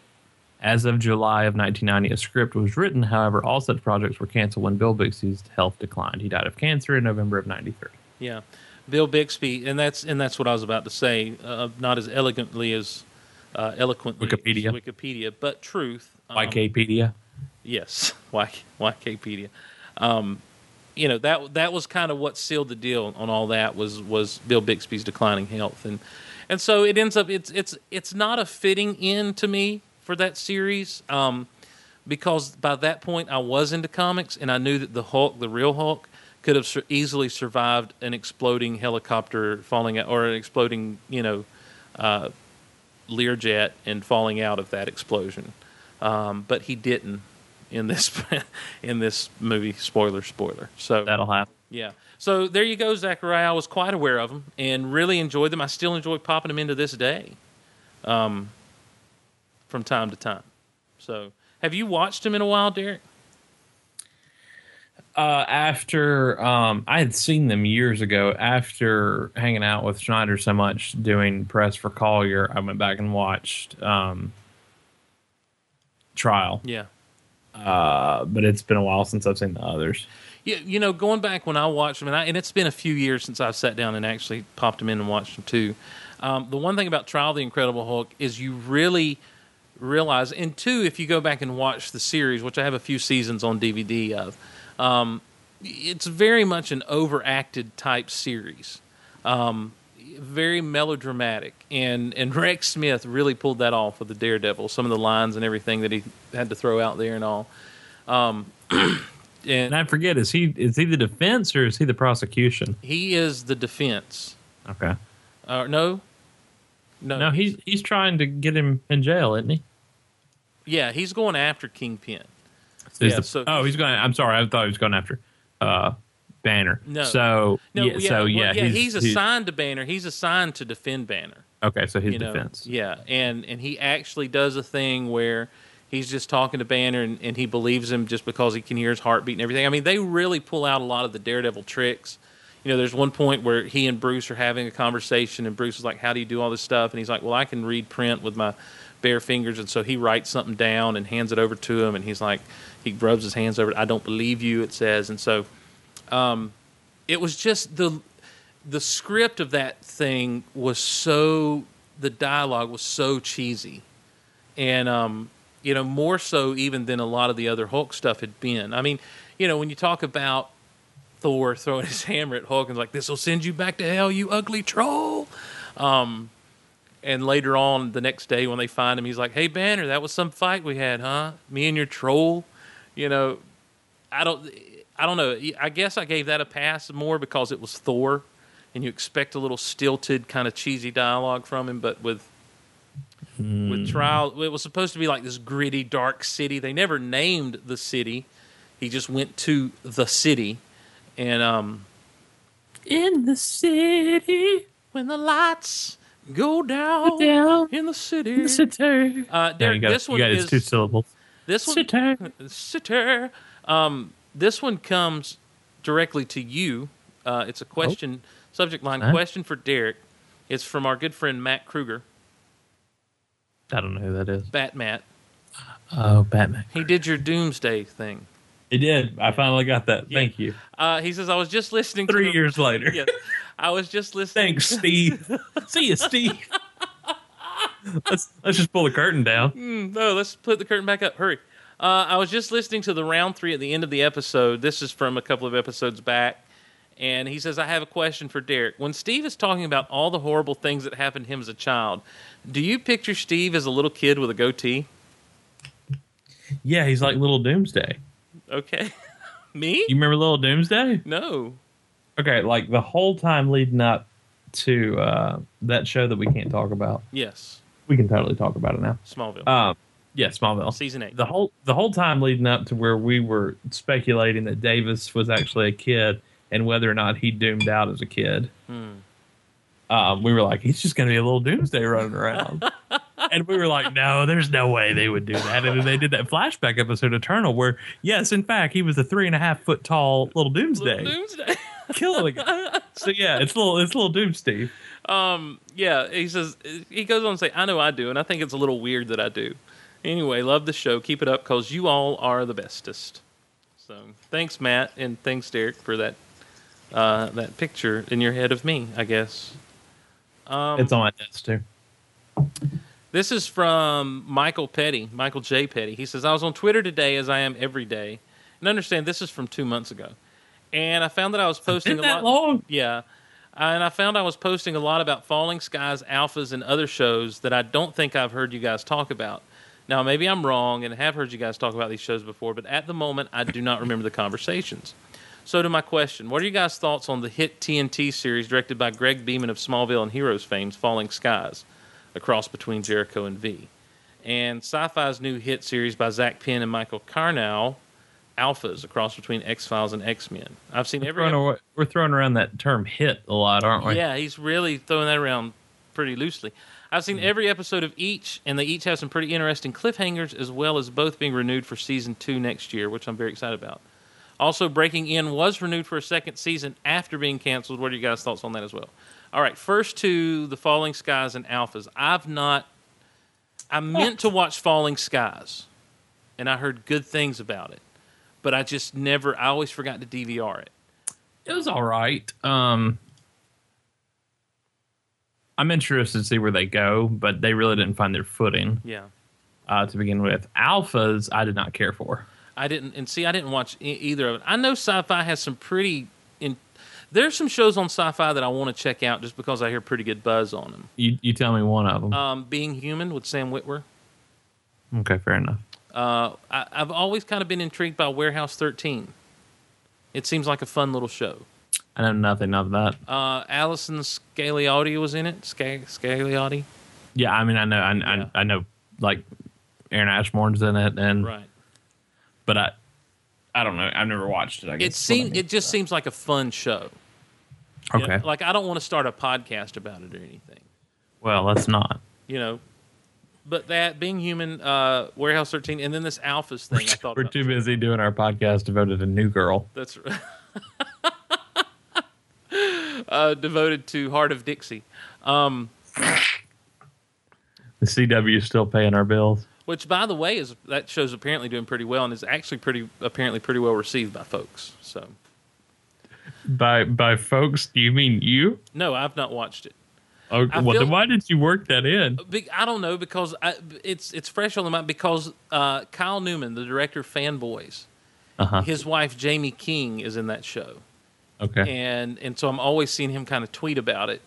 [SPEAKER 4] As of July of 1990, a script was written. However, all such projects were canceled when Bill Bixby's health declined. He died of cancer in November of '93.
[SPEAKER 3] yeah, Bill Bixby, and that's and that's what I was about to say. Uh, not as elegantly as uh, eloquently as
[SPEAKER 4] Wikipedia.
[SPEAKER 3] Wikipedia, but truth. Um,
[SPEAKER 4] Wikipedia.
[SPEAKER 3] Yes, Y YKpedia. Um, you know that that was kind of what sealed the deal on all that was was Bill Bixby's declining health, and and so it ends up it's it's it's not a fitting end to me for that series. Um, because by that point I was into comics and I knew that the Hulk, the real Hulk, could have sur- easily survived an exploding helicopter falling out or an exploding, you know, uh, Learjet and falling out of that explosion. Um, but he didn't in this in this movie. Spoiler, spoiler. So
[SPEAKER 4] That'll happen.
[SPEAKER 3] yeah. So there you go, Zachariah. I was quite aware of them and really enjoyed them. I still enjoy popping them into this day, um, from time to time. So, have you watched them in a while, Derek?
[SPEAKER 4] uh, after um, I had seen them years ago. After hanging out with Schneider so much doing press for Collier, I went back and watched um, Trial.
[SPEAKER 3] Yeah.
[SPEAKER 4] Uh, but it's been a while since I've seen the others.
[SPEAKER 3] You, you know, going back when I watched them, and, I, and it's been a few years since I've sat down and actually popped them in and watched them too. Um, the one thing about Trial of the Incredible Hulk is you really realize, and two, if you go back and watch the series, which I have a few seasons on DVD of, um, it's very much an overacted type series. Um, very melodramatic, and and Rex Smith really pulled that off with the Daredevil. Some of the lines and everything that he had to throw out there and all. Um,
[SPEAKER 4] And
[SPEAKER 3] and
[SPEAKER 4] I forget is he is he the defense or is he the prosecution?
[SPEAKER 3] he is the defense.
[SPEAKER 4] Okay.
[SPEAKER 3] Uh, no, no,
[SPEAKER 4] No, he's he's trying to get him in jail, isn't he?
[SPEAKER 3] yeah, he's going after Kingpin.
[SPEAKER 4] So he's
[SPEAKER 3] Yeah,
[SPEAKER 4] the-
[SPEAKER 3] so-
[SPEAKER 4] oh, he's going. I'm sorry, I thought he was going after uh, Banner.
[SPEAKER 3] No.
[SPEAKER 4] So
[SPEAKER 3] No,
[SPEAKER 4] yeah, so
[SPEAKER 3] well,
[SPEAKER 4] yeah,
[SPEAKER 3] he's, assigned to Banner. He's assigned to defend Banner.
[SPEAKER 4] Okay, so his
[SPEAKER 3] you know?
[SPEAKER 4] defense.
[SPEAKER 3] Yeah, and and he actually does a thing where he's just talking to Banner and, and he believes him just because he can hear his heartbeat and everything. I mean, they really pull out a lot of the Daredevil tricks. You know, there's one point where he and Bruce are having a conversation, and Bruce is like, "How do you do all this stuff?" And he's like, "Well, I can read print with my bare fingers." And so he writes something down and hands it over to him, and he's like, he rubs his hands over it. I don't believe you, it says, and so um, it was just the the script of that thing was so the dialogue was so cheesy and um you know more so even than a lot of the other hulk stuff had been i mean you know when you talk about thor throwing his hammer at hulk and like this will send you back to hell you ugly troll um and later on the next day when they find him he's like hey banner that was some fight we had huh me and your troll you know I don't I don't know. I guess I gave that a pass more because it was Thor and you expect a little stilted kind of cheesy dialogue from him but with
[SPEAKER 4] Hmm.
[SPEAKER 3] with trial it was supposed to be like this gritty dark city. They never named the city. He just went to the city and um in the city when the lights go down, in the city. Uh,
[SPEAKER 4] There
[SPEAKER 3] Derek,
[SPEAKER 4] you go.
[SPEAKER 3] this
[SPEAKER 4] you
[SPEAKER 3] one
[SPEAKER 4] got
[SPEAKER 3] is
[SPEAKER 4] his two syllables.
[SPEAKER 3] this one
[SPEAKER 4] Sitter.
[SPEAKER 3] sitter. Um, this one comes directly to you. Uh,
[SPEAKER 4] Oh.
[SPEAKER 3] it's a question, subject line
[SPEAKER 4] Huh?
[SPEAKER 3] question for Derek. It's from our good friend Matt Kruger,
[SPEAKER 4] I don't know who that is.
[SPEAKER 3] Bat Matt.
[SPEAKER 4] Oh, Batman.
[SPEAKER 3] He did your Doomsday thing.
[SPEAKER 4] It did. I finally got that.
[SPEAKER 3] Yeah.
[SPEAKER 4] Thank you.
[SPEAKER 3] Uh, he says, I was just listening to
[SPEAKER 4] Three
[SPEAKER 3] the-
[SPEAKER 4] years later.
[SPEAKER 3] Yeah, I was just listening.
[SPEAKER 4] Thanks, Steve. See you, Steve. let's let's just pull the curtain down.
[SPEAKER 3] Mm, no, let's put the curtain back up. Hurry. Uh, I was just listening to the round three at the end of the episode. This is from a couple of episodes back. And he says, I have a question for Derek. When Steve is talking about all the horrible things that happened to him as a child, do you picture Steve as a little kid with a goatee?
[SPEAKER 4] Yeah, he's like Little Doomsday.
[SPEAKER 3] Okay. Me?
[SPEAKER 4] You remember Little Doomsday?
[SPEAKER 3] No.
[SPEAKER 4] Okay, like the whole time leading up to uh, that show that we can't talk about.
[SPEAKER 3] Yes.
[SPEAKER 4] We can totally talk about it now.
[SPEAKER 3] Smallville.
[SPEAKER 4] Um, yeah, Smallville.
[SPEAKER 3] Season eight.
[SPEAKER 4] The whole the whole time leading up to where we were speculating that Davis was actually a kid and whether or not he doomed out as a kid. Um, we were like, he's just going to be a little doomsday running around. and we were like, no, there's no way they would do that. And then they did that flashback episode, Eternal, where, yes, in fact, he was a three and a half foot tall little doomsday.
[SPEAKER 3] Doomsday.
[SPEAKER 4] killing it. So, yeah, it's little, it's little doomsday.
[SPEAKER 3] yeah, he says he goes on to say, "I know I do, and I think it's a little weird that I do." Anyway, love the show. Keep it up, cause you all are the bestest. So thanks, Matt, and thanks, Derek, for that uh, that picture in your head of me. I guess
[SPEAKER 4] it's on my desk, too.
[SPEAKER 3] this is from Michael Petty, Michael J. Petty. He says, "I was on Twitter today, as I am every day, and understand this is from two months ago, and I found that I was posting
[SPEAKER 4] Isn't
[SPEAKER 3] a lot."
[SPEAKER 4] that long?
[SPEAKER 3] Yeah. And I found I was posting a lot about Falling Skies, Alphas, and other shows that I don't think I've heard you guys talk about. Now, maybe I'm wrong and have heard you guys talk about these shows before, but at the moment, I do not remember the conversations. So, to my question, what are you guys' thoughts on the hit TNT series directed by Greg Beeman of Smallville and Heroes fame, Falling Skies, a cross between Jericho and V? And sci fi's new hit series by Zach Penn and Michael Carnow, Alphas, a cross between X Files and X Men? I've seen every
[SPEAKER 4] Throwing away- We're throwing around that term hit a lot, aren't we?
[SPEAKER 3] yeah, he's really throwing that around pretty loosely. I've seen every episode of each, and they each have some pretty interesting cliffhangers, as well as both being renewed for season two next year, which I'm very excited about. Also, Breaking In was renewed for a second season after being canceled. What are you guys' thoughts on that as well? All right, first to The Falling Skies and Alphas. I've not. I meant to watch Falling Skies, and I heard good things about it, but I just never. I always forgot to DVR it.
[SPEAKER 4] It was all right. Um, I'm interested to see where they go, but they really didn't find their footing
[SPEAKER 3] Yeah.
[SPEAKER 4] uh, to begin with. Alphas, I did not care for.
[SPEAKER 3] I didn't, and see, I didn't watch e- either of it. I know sci-fi has some pretty. In, there's some shows on sci-fi that I want to check out just because I hear pretty good buzz on them.
[SPEAKER 4] You, you tell me one of them.
[SPEAKER 3] Um, Being Human with Sam Witwer.
[SPEAKER 4] Uh, okay, fair enough.
[SPEAKER 3] Uh, I, I've always kind of been intrigued by Warehouse 13. It seems like a fun little show.
[SPEAKER 4] I know nothing of that.
[SPEAKER 3] Uh, Allison Scagliotti was in it. Sca- Scagliotti,
[SPEAKER 4] Yeah, I mean, I know, I,
[SPEAKER 3] Yeah.
[SPEAKER 4] I, I know, like Aaron Ashmore's in it, and
[SPEAKER 3] right?
[SPEAKER 4] but I, I don't know. I've never watched it. I guess
[SPEAKER 3] It
[SPEAKER 4] is what I
[SPEAKER 3] seems.
[SPEAKER 4] mean.
[SPEAKER 3] It just seems like a fun show. You
[SPEAKER 4] okay.
[SPEAKER 3] know, like I don't want to start a podcast about it or anything.
[SPEAKER 4] well, let's not.
[SPEAKER 3] you know. But that being human, uh, Warehouse 13, and then this Alphas thing, I thought
[SPEAKER 4] We're
[SPEAKER 3] about.
[SPEAKER 4] too busy doing our podcast devoted to New Girl.
[SPEAKER 3] That's r- uh, devoted to Heart of Dixie, um,
[SPEAKER 4] The CW is still paying our bills.
[SPEAKER 3] which, by the way, is that show's apparently doing pretty well and is actually pretty apparently pretty well received by folks. So,
[SPEAKER 4] By by, folks, do you mean you?
[SPEAKER 3] no, I've not watched it.
[SPEAKER 4] Okay,
[SPEAKER 3] I
[SPEAKER 4] well,
[SPEAKER 3] feel- Oh,
[SPEAKER 4] then why did you work that in?
[SPEAKER 3] Be- I don't know because I, it's it's fresh on the mind because uh, Kyle Newman, the director of Fanboys,
[SPEAKER 4] Uh-huh.
[SPEAKER 3] his wife Jamie King is in that show.
[SPEAKER 4] Okay,
[SPEAKER 3] and and so I'm always seeing him kind of tweet about it.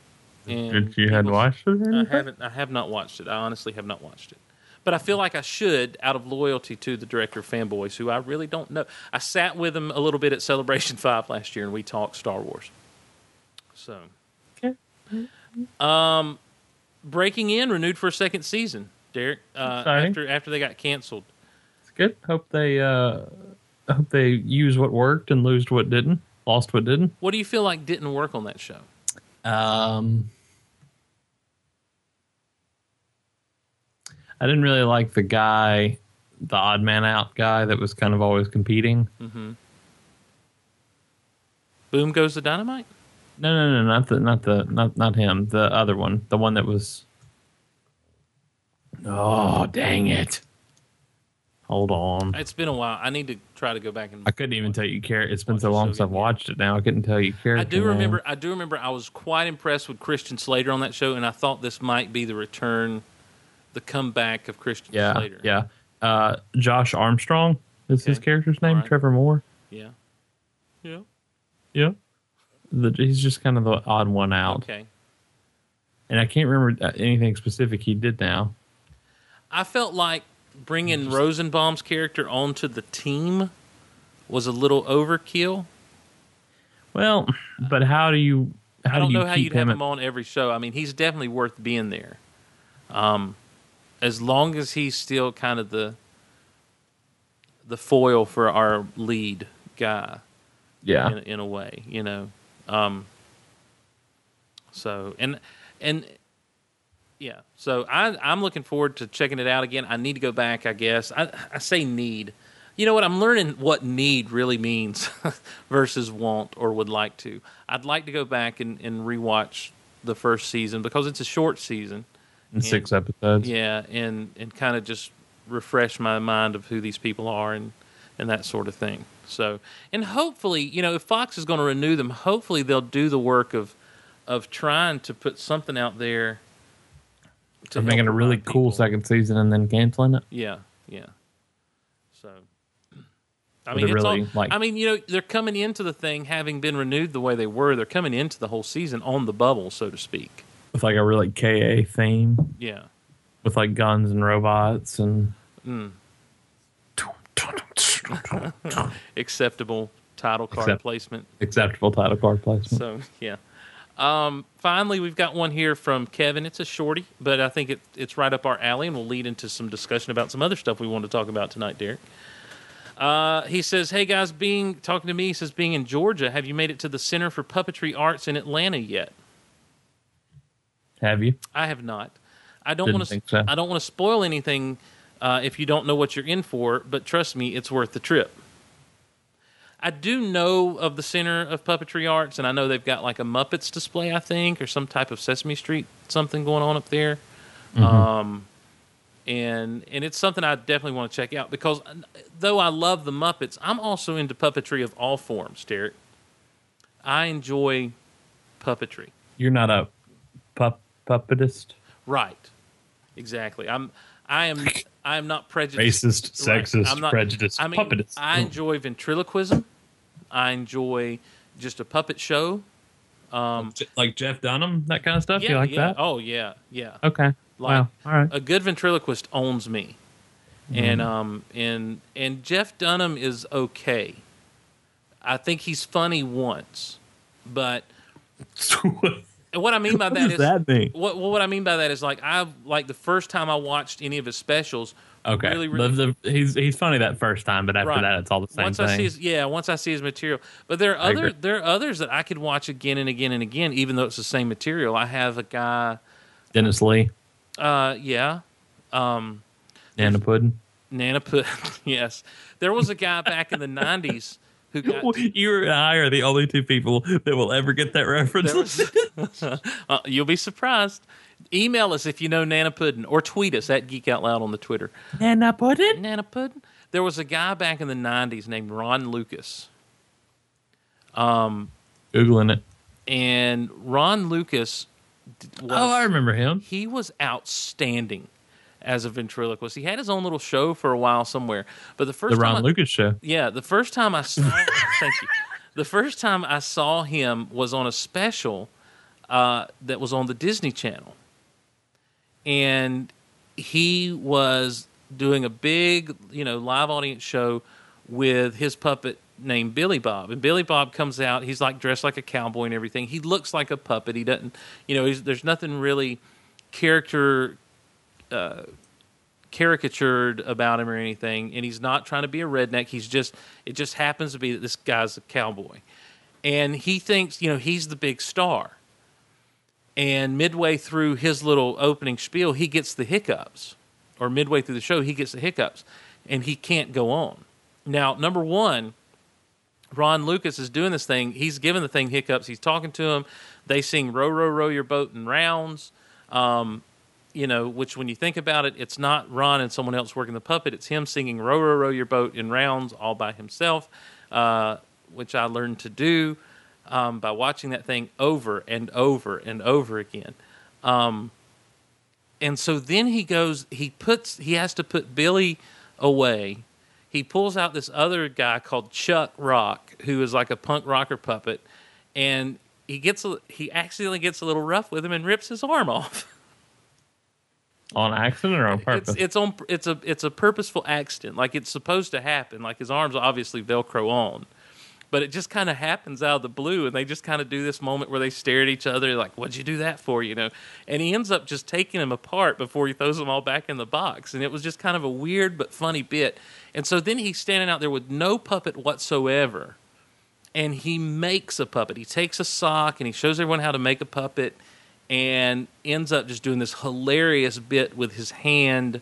[SPEAKER 3] And
[SPEAKER 4] did you had
[SPEAKER 3] people- Uh-huh.
[SPEAKER 4] watched it? Or
[SPEAKER 3] I
[SPEAKER 4] anything?
[SPEAKER 3] haven't. I have not watched it. I honestly have not watched it, but I feel like I should, out of loyalty to the director of Fanboys, who I really don't know. I sat with him a little bit at Celebration Five last year, and we talked Star Wars. So,
[SPEAKER 4] Okay.
[SPEAKER 3] um, Breaking In renewed for a second season, Derek. Uh,
[SPEAKER 4] Exciting.
[SPEAKER 3] after after they got canceled.
[SPEAKER 4] It's good. Hope they uh, hope they use what worked and lose what didn't. Lost what didn't.
[SPEAKER 3] What do you feel like didn't work on that show?
[SPEAKER 4] Um, I didn't really like the guy, the odd man out guy that was kind of always competing.
[SPEAKER 3] Boom goes the dynamite.
[SPEAKER 4] No, no, no, not the, not the, not not him. The other one, the one that was. Oh dang it! Hold on,
[SPEAKER 3] It's been a while. I need to try to go back and
[SPEAKER 4] I couldn't even tell you. Care. It's been
[SPEAKER 3] Watch
[SPEAKER 4] so
[SPEAKER 3] the
[SPEAKER 4] long
[SPEAKER 3] show
[SPEAKER 4] since I've
[SPEAKER 3] again.
[SPEAKER 4] watched it. Now I couldn't tell you. Care.
[SPEAKER 3] I do remember. I do remember. I was quite impressed with Christian Slater on that show, and I thought this might be the return, the comeback of Christian
[SPEAKER 4] Yeah,
[SPEAKER 3] Slater.
[SPEAKER 4] yeah. Uh, Josh Armstrong is his
[SPEAKER 3] Okay.
[SPEAKER 4] character's name.
[SPEAKER 3] Alright.
[SPEAKER 4] Trevor Moore.
[SPEAKER 3] yeah, yeah.
[SPEAKER 4] Yeah. The, he's just kind of the odd one out.
[SPEAKER 3] Okay.
[SPEAKER 4] And I can't remember uh, anything specific he did now.
[SPEAKER 3] I felt like bringing Rosenbaum's character onto the team was a little overkill.
[SPEAKER 4] Well, but how do you how
[SPEAKER 3] I don't
[SPEAKER 4] do you
[SPEAKER 3] know how
[SPEAKER 4] keep
[SPEAKER 3] you'd have
[SPEAKER 4] him
[SPEAKER 3] him on every show. I mean, he's definitely worth being there. Um, as long as he's still kind of the the foil for our lead guy.
[SPEAKER 4] yeah.
[SPEAKER 3] in, in a way, you know. Um, so and and yeah, so I I'm looking forward to checking it out again. I need to go back, I guess. I I say need. You know what? I'm learning what need really means versus want or would like to. I'd like to go back and, and rewatch the first season because it's a short season.
[SPEAKER 4] in six episodes?
[SPEAKER 3] Yeah, and and kind of just refresh my mind of who these people are and and that sort of thing. So, and hopefully, you know, if Fox is going to renew them, hopefully they'll do the work of of trying to put something out there.
[SPEAKER 4] So making
[SPEAKER 3] help
[SPEAKER 4] a really
[SPEAKER 3] remind
[SPEAKER 4] cool
[SPEAKER 3] people.
[SPEAKER 4] second season and then canceling it.
[SPEAKER 3] Yeah, yeah. So, I
[SPEAKER 4] Or
[SPEAKER 3] mean,
[SPEAKER 4] they
[SPEAKER 3] it's
[SPEAKER 4] really,
[SPEAKER 3] all,
[SPEAKER 4] like-
[SPEAKER 3] I mean, you know, they're coming into the thing having been renewed the way they were. They're coming into the whole season on the bubble, so to speak.
[SPEAKER 4] With like a really KA theme
[SPEAKER 3] Yeah.
[SPEAKER 4] with like guns and robots and Hmm.
[SPEAKER 3] Acceptable title card
[SPEAKER 4] Accept-
[SPEAKER 3] placement.
[SPEAKER 4] acceptable title card placement.
[SPEAKER 3] So yeah. Um, finally, we've got one here from Kevin. It's a shorty, but I think it, it's right up our alley, and will lead into some discussion about some other stuff we want to talk about tonight, Derek. Uh, he says, "Hey guys, being talking to me he says being in Georgia, have you made it to the Center for Puppetry Arts in Atlanta yet?
[SPEAKER 4] Have you?
[SPEAKER 3] I have not. I don't
[SPEAKER 4] Didn't
[SPEAKER 3] want to.
[SPEAKER 4] think so.
[SPEAKER 3] I don't want to spoil anything uh, if you don't know what you're in for. But trust me, it's worth the trip. I do know of the Center of Puppetry Arts, and I know they've got like a Muppets display, I think, or some type of Sesame Street something going on up there.
[SPEAKER 4] Mm-hmm.
[SPEAKER 3] Um, and and it's something I definitely want to check out because uh, though I love the Muppets, I'm also into puppetry of all forms, Derek. I enjoy puppetry.
[SPEAKER 4] You're not a pup- puppetist,
[SPEAKER 3] Right. Exactly. I'm. I am. I am not prejudiced.
[SPEAKER 5] Racist,
[SPEAKER 3] Right.
[SPEAKER 5] sexist,
[SPEAKER 3] I'm not-
[SPEAKER 5] prejudiced,
[SPEAKER 3] I mean,
[SPEAKER 5] puppetist.
[SPEAKER 4] Oh.
[SPEAKER 3] I enjoy ventriloquism. I enjoy just a puppet show.
[SPEAKER 4] Je- like Jeff Dunham, that kind of stuff.
[SPEAKER 3] yeah,
[SPEAKER 4] you like
[SPEAKER 3] yeah.
[SPEAKER 4] that?
[SPEAKER 3] Oh yeah, yeah.
[SPEAKER 4] Okay.
[SPEAKER 3] Like-
[SPEAKER 4] wow. All right.
[SPEAKER 3] A good ventriloquist owns me, and
[SPEAKER 4] Mm-hmm.
[SPEAKER 3] um and and Jeff Dunham is okay. I think he's funny once, but and what I mean by
[SPEAKER 4] uh, What
[SPEAKER 3] that
[SPEAKER 4] does
[SPEAKER 3] is
[SPEAKER 4] that mean?
[SPEAKER 3] what what I mean by that is like I like the first time I watched any of his specials.
[SPEAKER 4] okay.
[SPEAKER 3] really, really
[SPEAKER 4] The- the- he's he's funny that first time, but after
[SPEAKER 3] Right.
[SPEAKER 4] that, it's all the same
[SPEAKER 3] once
[SPEAKER 4] thing.
[SPEAKER 3] I see his yeah, once I see his material. But there are
[SPEAKER 4] I
[SPEAKER 3] other
[SPEAKER 4] agree.
[SPEAKER 3] there are others that I could watch again and again and again, even though it's the same material. I have a guy,
[SPEAKER 4] Dennis Lee,
[SPEAKER 3] uh, yeah, um,
[SPEAKER 4] Nana Puddin.
[SPEAKER 3] Nana put yes. There was a guy back in the '90s who got.
[SPEAKER 4] You and I are the only two people that will ever get that reference.
[SPEAKER 3] There was, uh, you'll be surprised. Email us if you know Nana Puddin, or tweet us at Geek Out Loud on the Twitter.
[SPEAKER 4] Nana Puddin.
[SPEAKER 3] Nana Puddin. There was a guy back in the '90s named Ron Lucas. Um,
[SPEAKER 4] Googling it.
[SPEAKER 3] and Ron Lucas. d- Was,
[SPEAKER 4] Oh, I remember him.
[SPEAKER 3] he was outstanding as a ventriloquist. He had his own little show for a while somewhere, but the first
[SPEAKER 4] The
[SPEAKER 3] time
[SPEAKER 4] Ron
[SPEAKER 3] I-
[SPEAKER 4] Lucas show.
[SPEAKER 3] yeah, the first time I saw thank you, the first time I saw him was on a special uh, that was on the Disney Channel, and he was doing a big you know live audience show with his puppet named Billy Bob, and Billy Bob comes out. He's like dressed like a cowboy and everything. He looks like a puppet. He doesn't you know he's, there's nothing really character caricatured about him or anything, and he's not trying to be a redneck. He's just it just happens to be that this guy's a cowboy, and he thinks you know he's the big star. And midway through his little opening spiel, he gets the hiccups, or midway through the show, he gets the hiccups, and he can't go on. Now, number one, Ron Lucas is doing this thing. He's giving the thing hiccups. He's talking to him. They sing "Row, row, row your boat in rounds." Um, you know, which when you think about it, it's not Ron and someone else working the puppet. It's him singing "Row, row, row your boat in rounds" all by himself, uh, which I learned to do um, by watching that thing over and over and over again. Um, and so then he goes, he puts, he has to put Billy away. He pulls out this other guy called Chuck Rock, who is like a punk rocker puppet, and he gets, a, he accidentally gets a little rough with him and rips his arm off.
[SPEAKER 4] On accident or on purpose?
[SPEAKER 3] It's, it's on. It's a. It's a purposeful accident. Like it's supposed to happen. Like his arms are obviously Velcro on, but it just kind of happens out of the blue, and they just kind of do this moment where they stare at each other, like, "What'd you do that for?" You know. And he ends up just taking him apart before he throws them all back in the box, and it was just kind of a weird but funny bit. And so then he's standing out there with no puppet whatsoever and he makes a puppet. He takes a sock and he shows everyone how to make a puppet and ends up just doing this hilarious bit with his hand.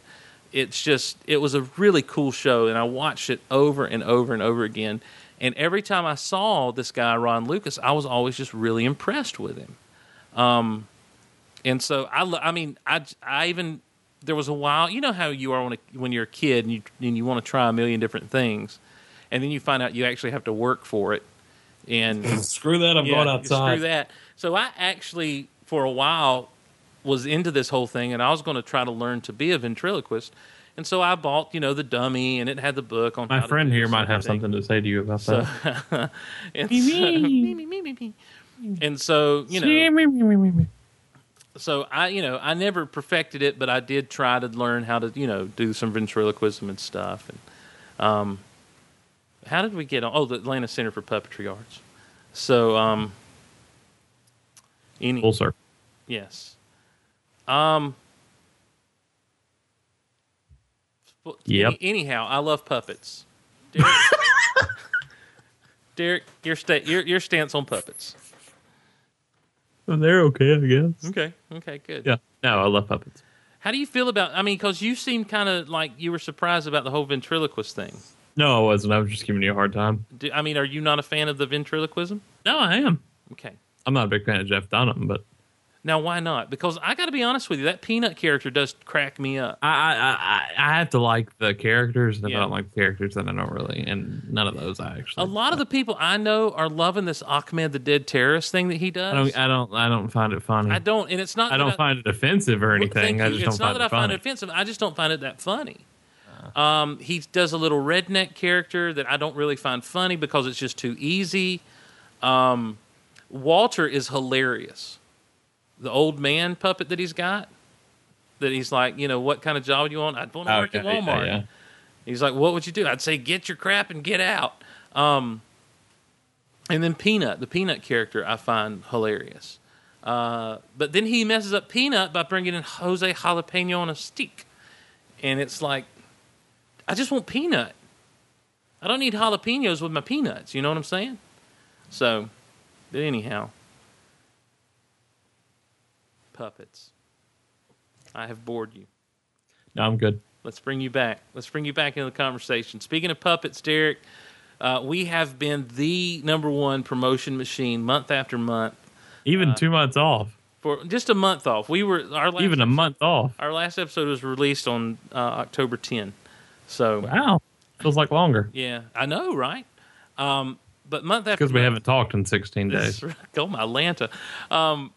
[SPEAKER 3] It's just, it was a really cool show, and I watched it over and over and over again. And every time I saw this guy, Ron Lucas, I was always just really impressed with him. Um, and so I, lo- I mean, I, j- I even there was a while. You know how you are when, a, when you're a kid and you and you want to try a million different things, and then you find out you actually have to work for it. And
[SPEAKER 4] Screw that! I'm
[SPEAKER 3] yeah,
[SPEAKER 4] going
[SPEAKER 3] you
[SPEAKER 4] outside.
[SPEAKER 3] Screw that. So I actually, for a while, was into this whole thing, and I was going to try to learn to be a ventriloquist. And so I bought, you know, the dummy, and it had the book on. how
[SPEAKER 4] My
[SPEAKER 3] to
[SPEAKER 4] friend
[SPEAKER 3] do
[SPEAKER 4] here
[SPEAKER 3] this
[SPEAKER 4] might
[SPEAKER 3] and
[SPEAKER 4] have
[SPEAKER 3] everything.
[SPEAKER 4] something to say to you about
[SPEAKER 3] So,
[SPEAKER 4] that.
[SPEAKER 3] and so, me, me, me, me, me. And so, you know, so I, you know, I never perfected it, but I did try to learn how to, you know, do some ventriloquism and stuff. And um, how did we get on? Oh, the Atlanta Center for Puppetry Arts. So, um, any
[SPEAKER 4] Full circle.
[SPEAKER 3] yes, um, well,
[SPEAKER 4] Yep.
[SPEAKER 3] any- anyhow, I love puppets. Derek, Derek your sta- your your stance on puppets?
[SPEAKER 4] Oh, They're okay, I guess.
[SPEAKER 3] Okay, okay, good.
[SPEAKER 4] Yeah. No, I love puppets.
[SPEAKER 3] How do you feel about? I mean, because you seem kind of like you were surprised about the whole ventriloquist thing.
[SPEAKER 4] No, I wasn't. I was just giving you a hard time.
[SPEAKER 3] Do, I mean, are you not a fan of the ventriloquism?
[SPEAKER 4] No, I am.
[SPEAKER 3] Okay.
[SPEAKER 4] I'm not a big fan of Jeff Dunham, but
[SPEAKER 3] Now, why not? Because I got to be honest with you, that peanut character does crack me up.
[SPEAKER 4] I I, I, I have to like the characters, and if
[SPEAKER 3] Yeah.
[SPEAKER 4] I don't like the characters, then I don't really. And none of those I actually.
[SPEAKER 3] A lot of the people I know are loving this Ahmed the Dead Terrorist thing that he does.
[SPEAKER 4] I don't. I don't. I don't find it funny.
[SPEAKER 3] I don't- and it's not.
[SPEAKER 4] I
[SPEAKER 3] that
[SPEAKER 4] don't find it offensive
[SPEAKER 3] Well,
[SPEAKER 4] or
[SPEAKER 3] thank
[SPEAKER 4] anything. I
[SPEAKER 3] you.
[SPEAKER 4] just
[SPEAKER 3] it's
[SPEAKER 4] don't
[SPEAKER 3] not
[SPEAKER 4] find
[SPEAKER 3] that
[SPEAKER 4] it
[SPEAKER 3] I find
[SPEAKER 4] funny.
[SPEAKER 3] it offensive. I just don't find it that funny. Um, he does a little redneck character that I don't really find funny because it's just too easy. Um, Walter is hilarious. The old man puppet that he's got, that he's like, you know, what kind of job do you want? I'd want to
[SPEAKER 4] Oh,
[SPEAKER 3] work at
[SPEAKER 4] yeah, yeah,
[SPEAKER 3] Walmart.
[SPEAKER 4] yeah.
[SPEAKER 3] He's like, "What would you do?" I'd say, "Get your crap and get out." Um, and then Peanut, the Peanut character, I find hilarious. Uh, but then he messes up Peanut by bringing in Jose Jalapeno on a stick, and it's like, I just want Peanut. I don't need jalapenos with my peanuts. You know what I'm saying? So, but anyhow, puppets. I have bored you.
[SPEAKER 4] No, I'm good.
[SPEAKER 3] Let's bring you back. Let's bring you back into the conversation. Speaking of puppets, Derek, uh, we have been the number one promotion machine month after month
[SPEAKER 4] Even two months off.
[SPEAKER 3] for just a month off. We were our last
[SPEAKER 4] Even a month off.
[SPEAKER 3] our last episode was released on uh, October 10. So
[SPEAKER 4] Wow, feels like longer
[SPEAKER 3] yeah, I know, right? Um, but month after
[SPEAKER 4] because we
[SPEAKER 3] month-
[SPEAKER 4] haven't talked in 16 days.
[SPEAKER 3] oh my Lanta, um,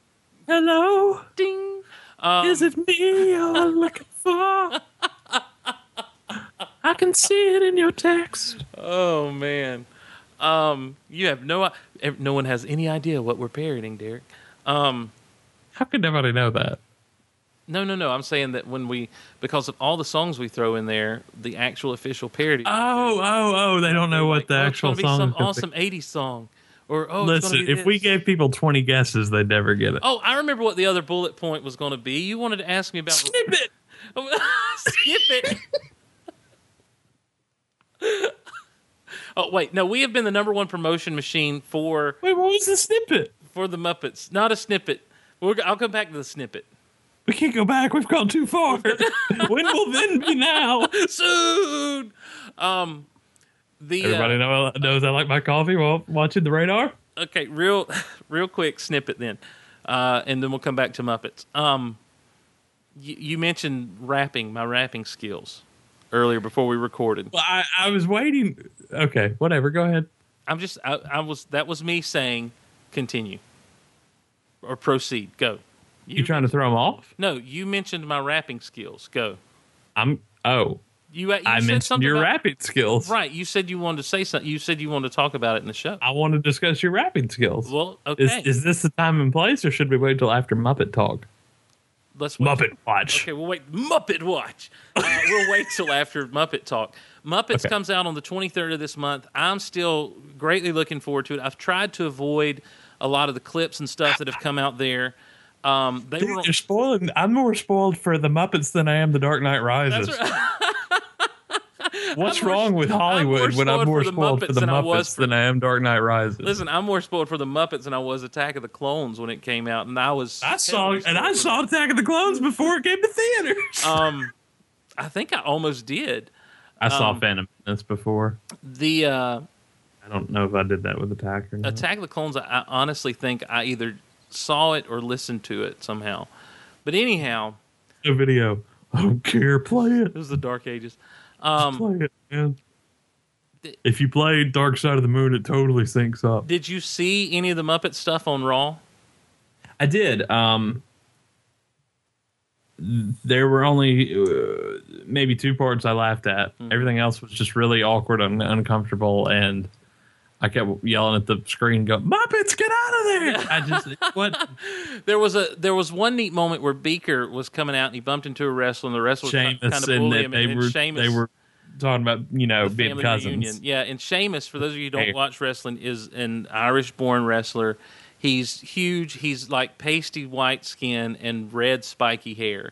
[SPEAKER 4] Hello,
[SPEAKER 3] ding.
[SPEAKER 4] is it me you're looking for? I can see it in your text.
[SPEAKER 3] Oh man, um, you have no i- no one has any idea what we're parodying, Derek. Um,
[SPEAKER 4] How could nobody know that?
[SPEAKER 3] No, no, no. I'm saying that when we, because of all the songs we throw in there, the actual official parody.
[SPEAKER 4] Oh, oh, oh! They don't know
[SPEAKER 3] like,
[SPEAKER 4] what the
[SPEAKER 3] oh,
[SPEAKER 4] actual
[SPEAKER 3] it's
[SPEAKER 4] song.
[SPEAKER 3] gonna
[SPEAKER 4] is
[SPEAKER 3] be
[SPEAKER 4] gonna be.
[SPEAKER 3] Some awesome '80s song, or oh, it's gonna
[SPEAKER 4] Listen,
[SPEAKER 3] be
[SPEAKER 4] if we
[SPEAKER 3] this.
[SPEAKER 4] gave people 20 guesses, they'd never get it.
[SPEAKER 3] Oh, I remember what the other bullet point was going to be. You wanted to ask me about
[SPEAKER 4] Snippet.
[SPEAKER 3] skip it. oh wait, no. We have been the number one promotion machine for
[SPEAKER 4] Wait, what was the snippet?
[SPEAKER 3] for the Muppets. Not a snippet. We're, I'll come back to the snippet
[SPEAKER 4] We can't go back. We've gone too far. when will then be now?
[SPEAKER 3] soon. Um, the uh,
[SPEAKER 4] Everybody know, knows I like my coffee while watching the radar.
[SPEAKER 3] okay, real, real quick snippet then, uh, and then we'll come back to Muppets. Um, you, you mentioned rapping, my rapping skills earlier before we recorded.
[SPEAKER 4] Well, I, I was waiting. Okay, whatever. Go ahead.
[SPEAKER 3] I'm just, I, I was, that was me saying, continue or proceed, go.
[SPEAKER 4] You, trying to throw them off?
[SPEAKER 3] No, you mentioned my rapping skills. Go.
[SPEAKER 4] I'm. Oh,
[SPEAKER 3] You, uh, you
[SPEAKER 4] I
[SPEAKER 3] said
[SPEAKER 4] mentioned
[SPEAKER 3] something
[SPEAKER 4] your
[SPEAKER 3] about,
[SPEAKER 4] rapping skills.
[SPEAKER 3] Right, you said you wanted to say something. You said you wanted to talk about it in the show.
[SPEAKER 4] I want to discuss your rapping skills.
[SPEAKER 3] Well,
[SPEAKER 4] is,
[SPEAKER 3] okay.
[SPEAKER 4] is this the time and place, or should we wait till after Muppet Talk?
[SPEAKER 3] Let's wait-
[SPEAKER 4] Muppet Watch.
[SPEAKER 3] Okay, we'll wait. Muppet Watch. Uh, we'll wait till after Muppet Talk. Muppets
[SPEAKER 4] Okay.
[SPEAKER 3] comes out on the 23rd of this month. I'm still greatly looking forward to it. I've tried to avoid a lot of the clips and stuff that have come out there. Um, they were
[SPEAKER 4] Dude, you're spoiling. I'm more spoiled for the Muppets than I am the Dark Knight Rises. What's
[SPEAKER 3] I'm more-
[SPEAKER 4] wrong with
[SPEAKER 3] I'm more
[SPEAKER 4] Hollywood when I'm
[SPEAKER 3] spoiled
[SPEAKER 4] more
[SPEAKER 3] for the
[SPEAKER 4] spoiled for
[SPEAKER 3] Muppets
[SPEAKER 4] the
[SPEAKER 3] than I was
[SPEAKER 4] Muppets
[SPEAKER 3] for-
[SPEAKER 4] than I am Dark Knight Rises?
[SPEAKER 3] listen. I'm more spoiled for the Muppets than I was Attack of the Clones when it came out, and I was
[SPEAKER 4] I saw
[SPEAKER 3] heavily
[SPEAKER 4] and I
[SPEAKER 3] spoiled for
[SPEAKER 4] saw Attack of the Clones before it came to theaters.
[SPEAKER 3] that. Um, I think I almost did
[SPEAKER 4] I saw
[SPEAKER 3] um,
[SPEAKER 4] Phantom Menace before.
[SPEAKER 3] the. Uh,
[SPEAKER 4] I don't know if I did that with Attack or not.
[SPEAKER 3] Attack of the Clones, I, I honestly think I either saw it or listened to it somehow. But anyhow,
[SPEAKER 4] The video. I don't care. Play it.
[SPEAKER 3] it was the Dark Ages. Um,
[SPEAKER 4] play it, man.
[SPEAKER 3] the-
[SPEAKER 4] If you play Dark Side of the Moon, it totally syncs up.
[SPEAKER 3] did you see any of the Muppet stuff on Raw?
[SPEAKER 4] I did. Um, there were only uh, maybe two parts I laughed at.
[SPEAKER 3] Hmm.
[SPEAKER 4] Everything else was just really awkward and uncomfortable, and I kept yelling at the screen, "Go Muppets, get out of there!" I just what
[SPEAKER 3] There was a there was one neat moment where Beaker was coming out and he bumped into a wrestler and the wrestler was kind
[SPEAKER 4] Seamus
[SPEAKER 3] of
[SPEAKER 4] and
[SPEAKER 3] bully
[SPEAKER 4] that
[SPEAKER 3] him
[SPEAKER 4] they
[SPEAKER 3] and then
[SPEAKER 4] were
[SPEAKER 3] Seamus,
[SPEAKER 4] they were talking about you know
[SPEAKER 3] the
[SPEAKER 4] being
[SPEAKER 3] family
[SPEAKER 4] cousins.
[SPEAKER 3] reunion. Yeah, and Seamus, for those of you who don't
[SPEAKER 4] Hey.
[SPEAKER 3] watch wrestling, is an Irish born wrestler. He's huge. He's like pasty white skin and red spiky hair.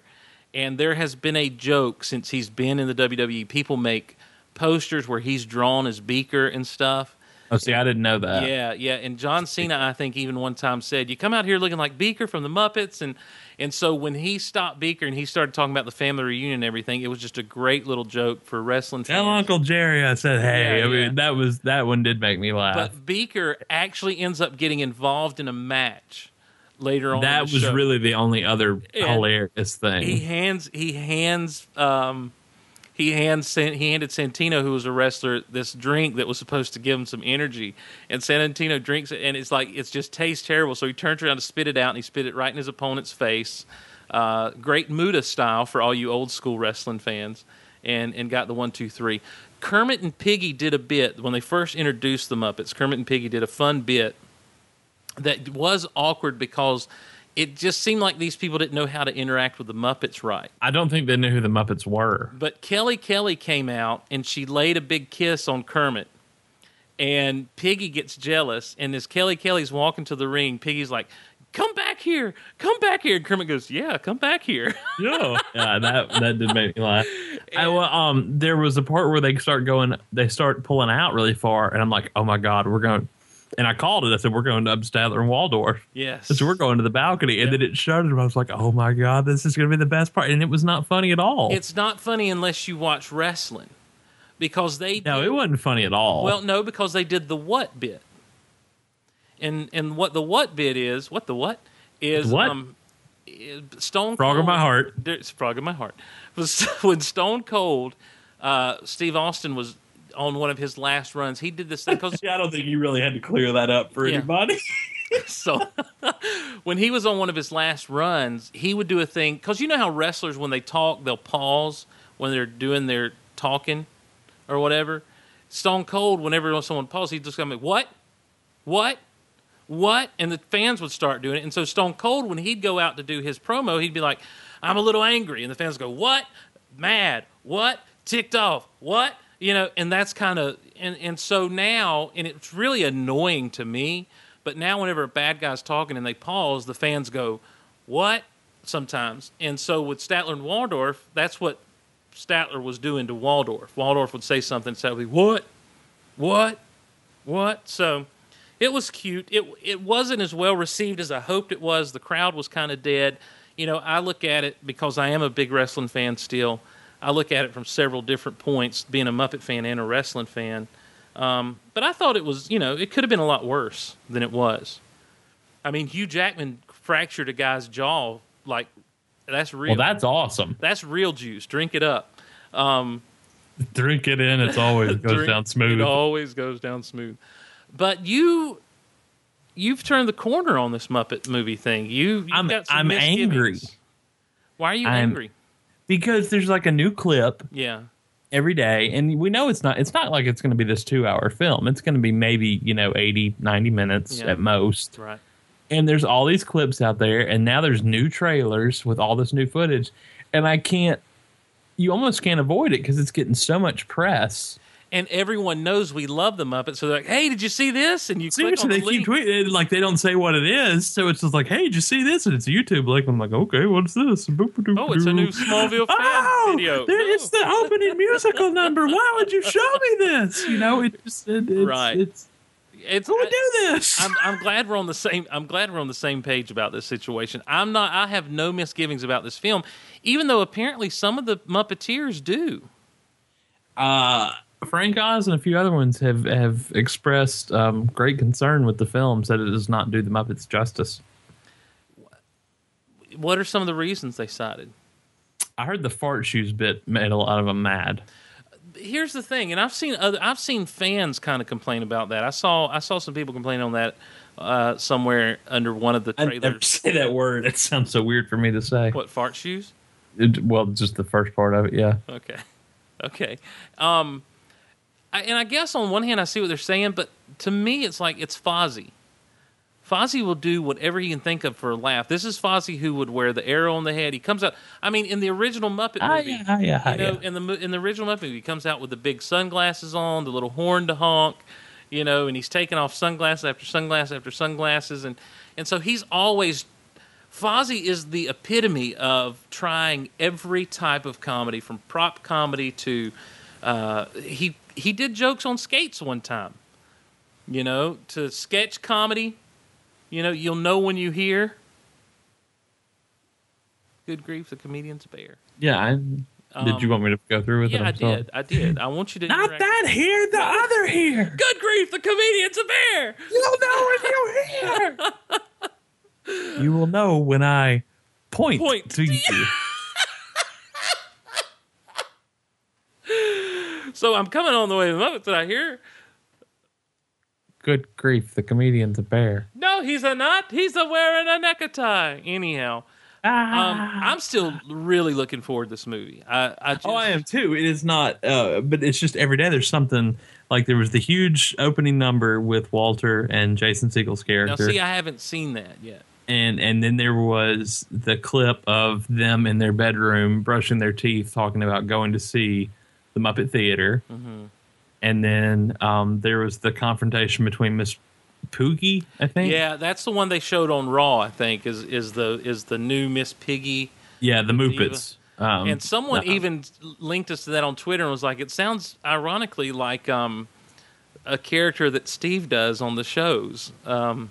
[SPEAKER 3] And there has been a joke since E. he's been in the WWE. People make posters where he's drawn as Beaker and stuff.
[SPEAKER 4] Oh, see, I didn't know that.
[SPEAKER 3] yeah, yeah. And John Cena, I think, even one time said, "You come out here looking like Beaker from the Muppets," and and so when he stopped Beaker and he started talking about the family reunion and everything, it was just a great little joke for wrestling fans.
[SPEAKER 4] Tell Uncle Jerry I said, hey,
[SPEAKER 3] Yeah,
[SPEAKER 4] I mean,
[SPEAKER 3] yeah.
[SPEAKER 4] that was that one did make me laugh.
[SPEAKER 3] But Beaker actually ends up getting involved in a match later on. in
[SPEAKER 4] that
[SPEAKER 3] the
[SPEAKER 4] was
[SPEAKER 3] show.
[SPEAKER 4] really the only other
[SPEAKER 3] And
[SPEAKER 4] hilarious thing.
[SPEAKER 3] he hands he hands um he hands San- he handed Santino, who was a wrestler, this drink that was supposed to give him some energy, and Santino drinks it, and it's like it's just tastes terrible. So he turns around to spit it out, and he spit it right in his opponent's face. Uh, great Muda style for all you old school wrestling fans, and and got the one two three. Kermit and Piggy did a bit when they first introduced the Muppets. Kermit and Piggy did a fun bit that was awkward because it just seemed like these people didn't know how to interact with the Muppets right.
[SPEAKER 4] I don't think they knew who the Muppets were.
[SPEAKER 3] But Kelly Kelly came out and she laid a big kiss on Kermit. And Piggy gets jealous. And as Kelly Kelly's walking to the ring, Piggy's like, Come back here. Come back here. And Kermit goes, Yeah, come back here.
[SPEAKER 4] yeah, yeah, that that did make me laugh. I, well, um, there was a part where they start going, they start pulling out really far, and I'm like, oh my god, we're going. And I called it. I said, we're going to Upstadler and Waldorf.
[SPEAKER 3] yes.
[SPEAKER 4] So we're going to the balcony, and then it shuttered. And I was like, oh my god, this is going to be the best part, and it was not funny at all.
[SPEAKER 3] It's not funny unless you watch wrestling because they
[SPEAKER 4] no,
[SPEAKER 3] do-
[SPEAKER 4] it wasn't funny at all.
[SPEAKER 3] Well, no, because they did the what bit. And and what the what bit is, what the what is
[SPEAKER 4] What?
[SPEAKER 3] um i- Stone
[SPEAKER 4] Frog in
[SPEAKER 3] Cold-
[SPEAKER 4] my heart.
[SPEAKER 3] There- It's frog in my heart. Was when Stone Cold uh Steve Austin was on one of his last runs, he did this thing cuz
[SPEAKER 4] I don't think you really had to clear that up for
[SPEAKER 3] Yeah.
[SPEAKER 4] anybody.
[SPEAKER 3] so when he was on one of his last runs, he would do a thing because you know how wrestlers when they talk they'll pause when they're doing their talking or whatever. Stone Cold, whenever someone pauses, he'd just come like what, what, what, and the fans would start doing it. And so Stone Cold, when he'd go out to do his promo, he'd be like, "I'm a little angry," and the fans go, "What? Mad? What? Ticked off? What?" You know, and that's kind of and and so now, and it's really annoying to me. But now, whenever a bad guy's talking and they pause, the fans go, "What?" Sometimes, and so with Statler and Waldorf, that's what Statler was doing to Waldorf. Waldorf would say something, so be what, what, what. So it was cute. It it wasn't as well received as I hoped it was. The crowd was kind of dead. You know, I look at it because I am a big wrestling fan still. I look at it from several different points, being a Muppet fan and a wrestling fan. Um, but I thought it was, you know, it could have been a lot worse than it was. I mean, Hugh Jackman fractured a guy's jaw. Like, that's real.
[SPEAKER 4] Well, that's awesome.
[SPEAKER 3] That's real juice. Drink it up.
[SPEAKER 4] Drink it in; it's always goes
[SPEAKER 3] Drink-
[SPEAKER 4] down smooth.
[SPEAKER 3] It always goes down smooth. But you, you've turned the corner on this Muppet movie thing. You, you've
[SPEAKER 4] I'm-
[SPEAKER 3] got some
[SPEAKER 4] I'm angry.
[SPEAKER 3] misgivings. Why are you
[SPEAKER 4] I'm-
[SPEAKER 3] angry?
[SPEAKER 4] because there's like a new clip
[SPEAKER 3] Yeah,
[SPEAKER 4] every day and we know it's not it's not like it's going to be this two hour film it's going to be maybe you know 80 90 minutes
[SPEAKER 3] Yeah.
[SPEAKER 4] at most
[SPEAKER 3] right.
[SPEAKER 4] and there's all these clips out there and now there's new trailers with all this new footage and i can't you almost can't avoid it because it's getting so much press
[SPEAKER 3] And everyone knows we love the Muppets, so they're like, "Hey, did you see this?" And you click
[SPEAKER 4] seriously they
[SPEAKER 3] on the link.
[SPEAKER 4] keep tweeting like they don't say what it is so it's just like hey did you see this and it's a youtube link i'm like okay what's this
[SPEAKER 3] Oh, it's a new Smallville fan
[SPEAKER 4] Oh,
[SPEAKER 3] video.
[SPEAKER 4] there-
[SPEAKER 3] No.
[SPEAKER 4] It's the opening musical number. Why would you show me this? You know, it just it, it's,
[SPEAKER 3] Right.
[SPEAKER 4] It's
[SPEAKER 3] It's-
[SPEAKER 4] who would do this?
[SPEAKER 3] I'm, I'm glad we're on the same. I'm glad we're on the same page about this situation. I'm not. I have no misgivings about this film, even though apparently some of the Muppeteers do.
[SPEAKER 4] uh, Frank Oz and a few other ones have have expressed um, great concern with the film, said it does not do the Muppets justice.
[SPEAKER 3] What are some of the reasons they cited?
[SPEAKER 4] I heard the fart shoes bit made a lot of them mad.
[SPEAKER 3] here's the thing, and I've seen other, I've seen fans kind of complain about that. I saw I saw some people complain on that uh, somewhere under one of the trailers.
[SPEAKER 4] say that word. It sounds so weird for me to say.
[SPEAKER 3] What fart shoes?
[SPEAKER 4] It- well, just the first part of it, yeah.
[SPEAKER 3] Okay, okay. Um, I, and I guess on one hand I see what they're saying, but to me it's like it's Fozzie. Fozzie will do whatever he can think of for a laugh. This is Fozzie who would wear the arrow on the head. He comes out. I mean, in the original Muppet
[SPEAKER 4] Ah,
[SPEAKER 3] movie,
[SPEAKER 4] yeah, ah, yeah, ah,
[SPEAKER 3] you know,
[SPEAKER 4] yeah.
[SPEAKER 3] in the mo- in the original Muppet movie, he comes out with the big sunglasses on, the little horn to honk, you know, and he's taking off sunglasses after sunglasses after sunglasses, and and so he's always Fozzie is the epitome of trying every type of comedy, from prop comedy to uh, he he did jokes on skates one time you know, to sketch comedy. You know, you'll know when you hear. Good grief, the comedian's a bear.
[SPEAKER 4] Yeah, I, did you
[SPEAKER 3] Um,
[SPEAKER 4] want me to go through with it?
[SPEAKER 3] Yeah,
[SPEAKER 4] I'm
[SPEAKER 3] I
[SPEAKER 4] sorry.
[SPEAKER 3] did. I did. I want you to
[SPEAKER 4] Not
[SPEAKER 3] interact-
[SPEAKER 4] that here, the other here.
[SPEAKER 3] Good grief, the comedian's a bear.
[SPEAKER 4] You'll know if you're here. you will know when I point,
[SPEAKER 3] Point.
[SPEAKER 4] to you.
[SPEAKER 3] So I'm coming on the way to the moment that I hear.
[SPEAKER 4] Good grief, the comedian's a bear.
[SPEAKER 3] No, he's a not. He's a wearing a necktie. Anyhow, um,
[SPEAKER 4] Ah.
[SPEAKER 3] I'm still really looking forward to this movie. I, I just,
[SPEAKER 4] Oh, I am too. It is not, uh, but it's just every day there's something like there was the huge opening number with Walter and Jason Siegel's
[SPEAKER 3] Now,
[SPEAKER 4] character,
[SPEAKER 3] see, I haven't seen that yet.
[SPEAKER 4] and and then there was the clip of them in their bedroom brushing their teeth, talking about going to see the Muppet Theater,
[SPEAKER 3] Mm-hmm.
[SPEAKER 4] and then um, there was the confrontation between Miss Poogie, I think,
[SPEAKER 3] Yeah, that's the one they showed on Raw. I think is is the is the new Miss Piggy.
[SPEAKER 4] yeah, the Muppets, um,
[SPEAKER 3] and someone
[SPEAKER 4] no.
[SPEAKER 3] even linked us to that on Twitter and was like, "It sounds ironically like um, a character that Steve does on the shows," um,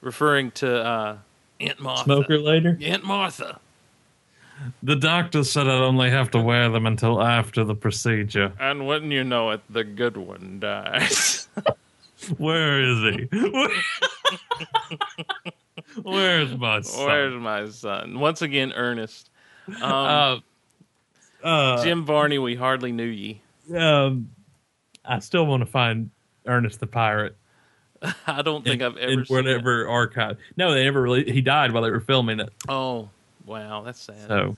[SPEAKER 3] referring to uh, Aunt Martha.
[SPEAKER 4] smoker later.
[SPEAKER 3] Aunt Martha.
[SPEAKER 4] The doctor said I'd only have to wear them until after the procedure.
[SPEAKER 3] And wouldn't you know it, the good one dies.
[SPEAKER 4] Where is he? Where's my son?
[SPEAKER 3] Where's my son? Once again, Ernest. Um,
[SPEAKER 4] uh, uh,
[SPEAKER 3] Jim Varney, we hardly knew ye.
[SPEAKER 4] um, I still want to find Ernest the pirate.
[SPEAKER 3] I don't think
[SPEAKER 4] in-
[SPEAKER 3] I've ever
[SPEAKER 4] in
[SPEAKER 3] seen that.
[SPEAKER 4] whatever archive. No, they never really. He died while they were filming it,
[SPEAKER 3] Oh, wow, that's sad. So,
[SPEAKER 4] so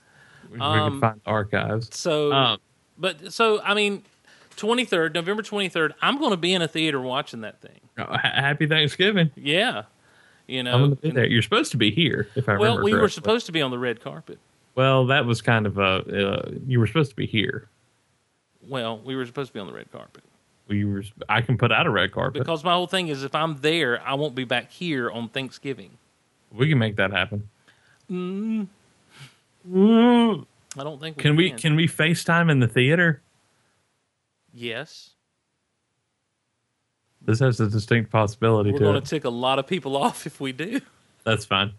[SPEAKER 4] we
[SPEAKER 3] Um,
[SPEAKER 4] can find archives. Um,
[SPEAKER 3] but so I mean, twenty third, November twenty third. I'm going to be in a theater watching that thing.
[SPEAKER 4] ha- happy Thanksgiving.
[SPEAKER 3] Yeah, you know.
[SPEAKER 4] I'm gonna be
[SPEAKER 3] and-
[SPEAKER 4] there. You're supposed to be here, if I
[SPEAKER 3] well,
[SPEAKER 4] remember.
[SPEAKER 3] we were
[SPEAKER 4] correctly.
[SPEAKER 3] supposed to be on the red carpet.
[SPEAKER 4] Well, that was kind of a. Uh, you were supposed to be here.
[SPEAKER 3] Well, we were supposed to be on the red carpet
[SPEAKER 4] We were. I can put out a red carpet.
[SPEAKER 3] because my whole thing is if I'm there, I won't be back here on Thanksgiving.
[SPEAKER 4] we can make that happen.
[SPEAKER 3] Mm, I don't think we
[SPEAKER 4] Can we can we FaceTime in the theater?
[SPEAKER 3] yes.
[SPEAKER 4] This has a distinct possibility
[SPEAKER 3] We're
[SPEAKER 4] to
[SPEAKER 3] going
[SPEAKER 4] it.
[SPEAKER 3] to tick a lot of people off if we do.
[SPEAKER 4] That's fine.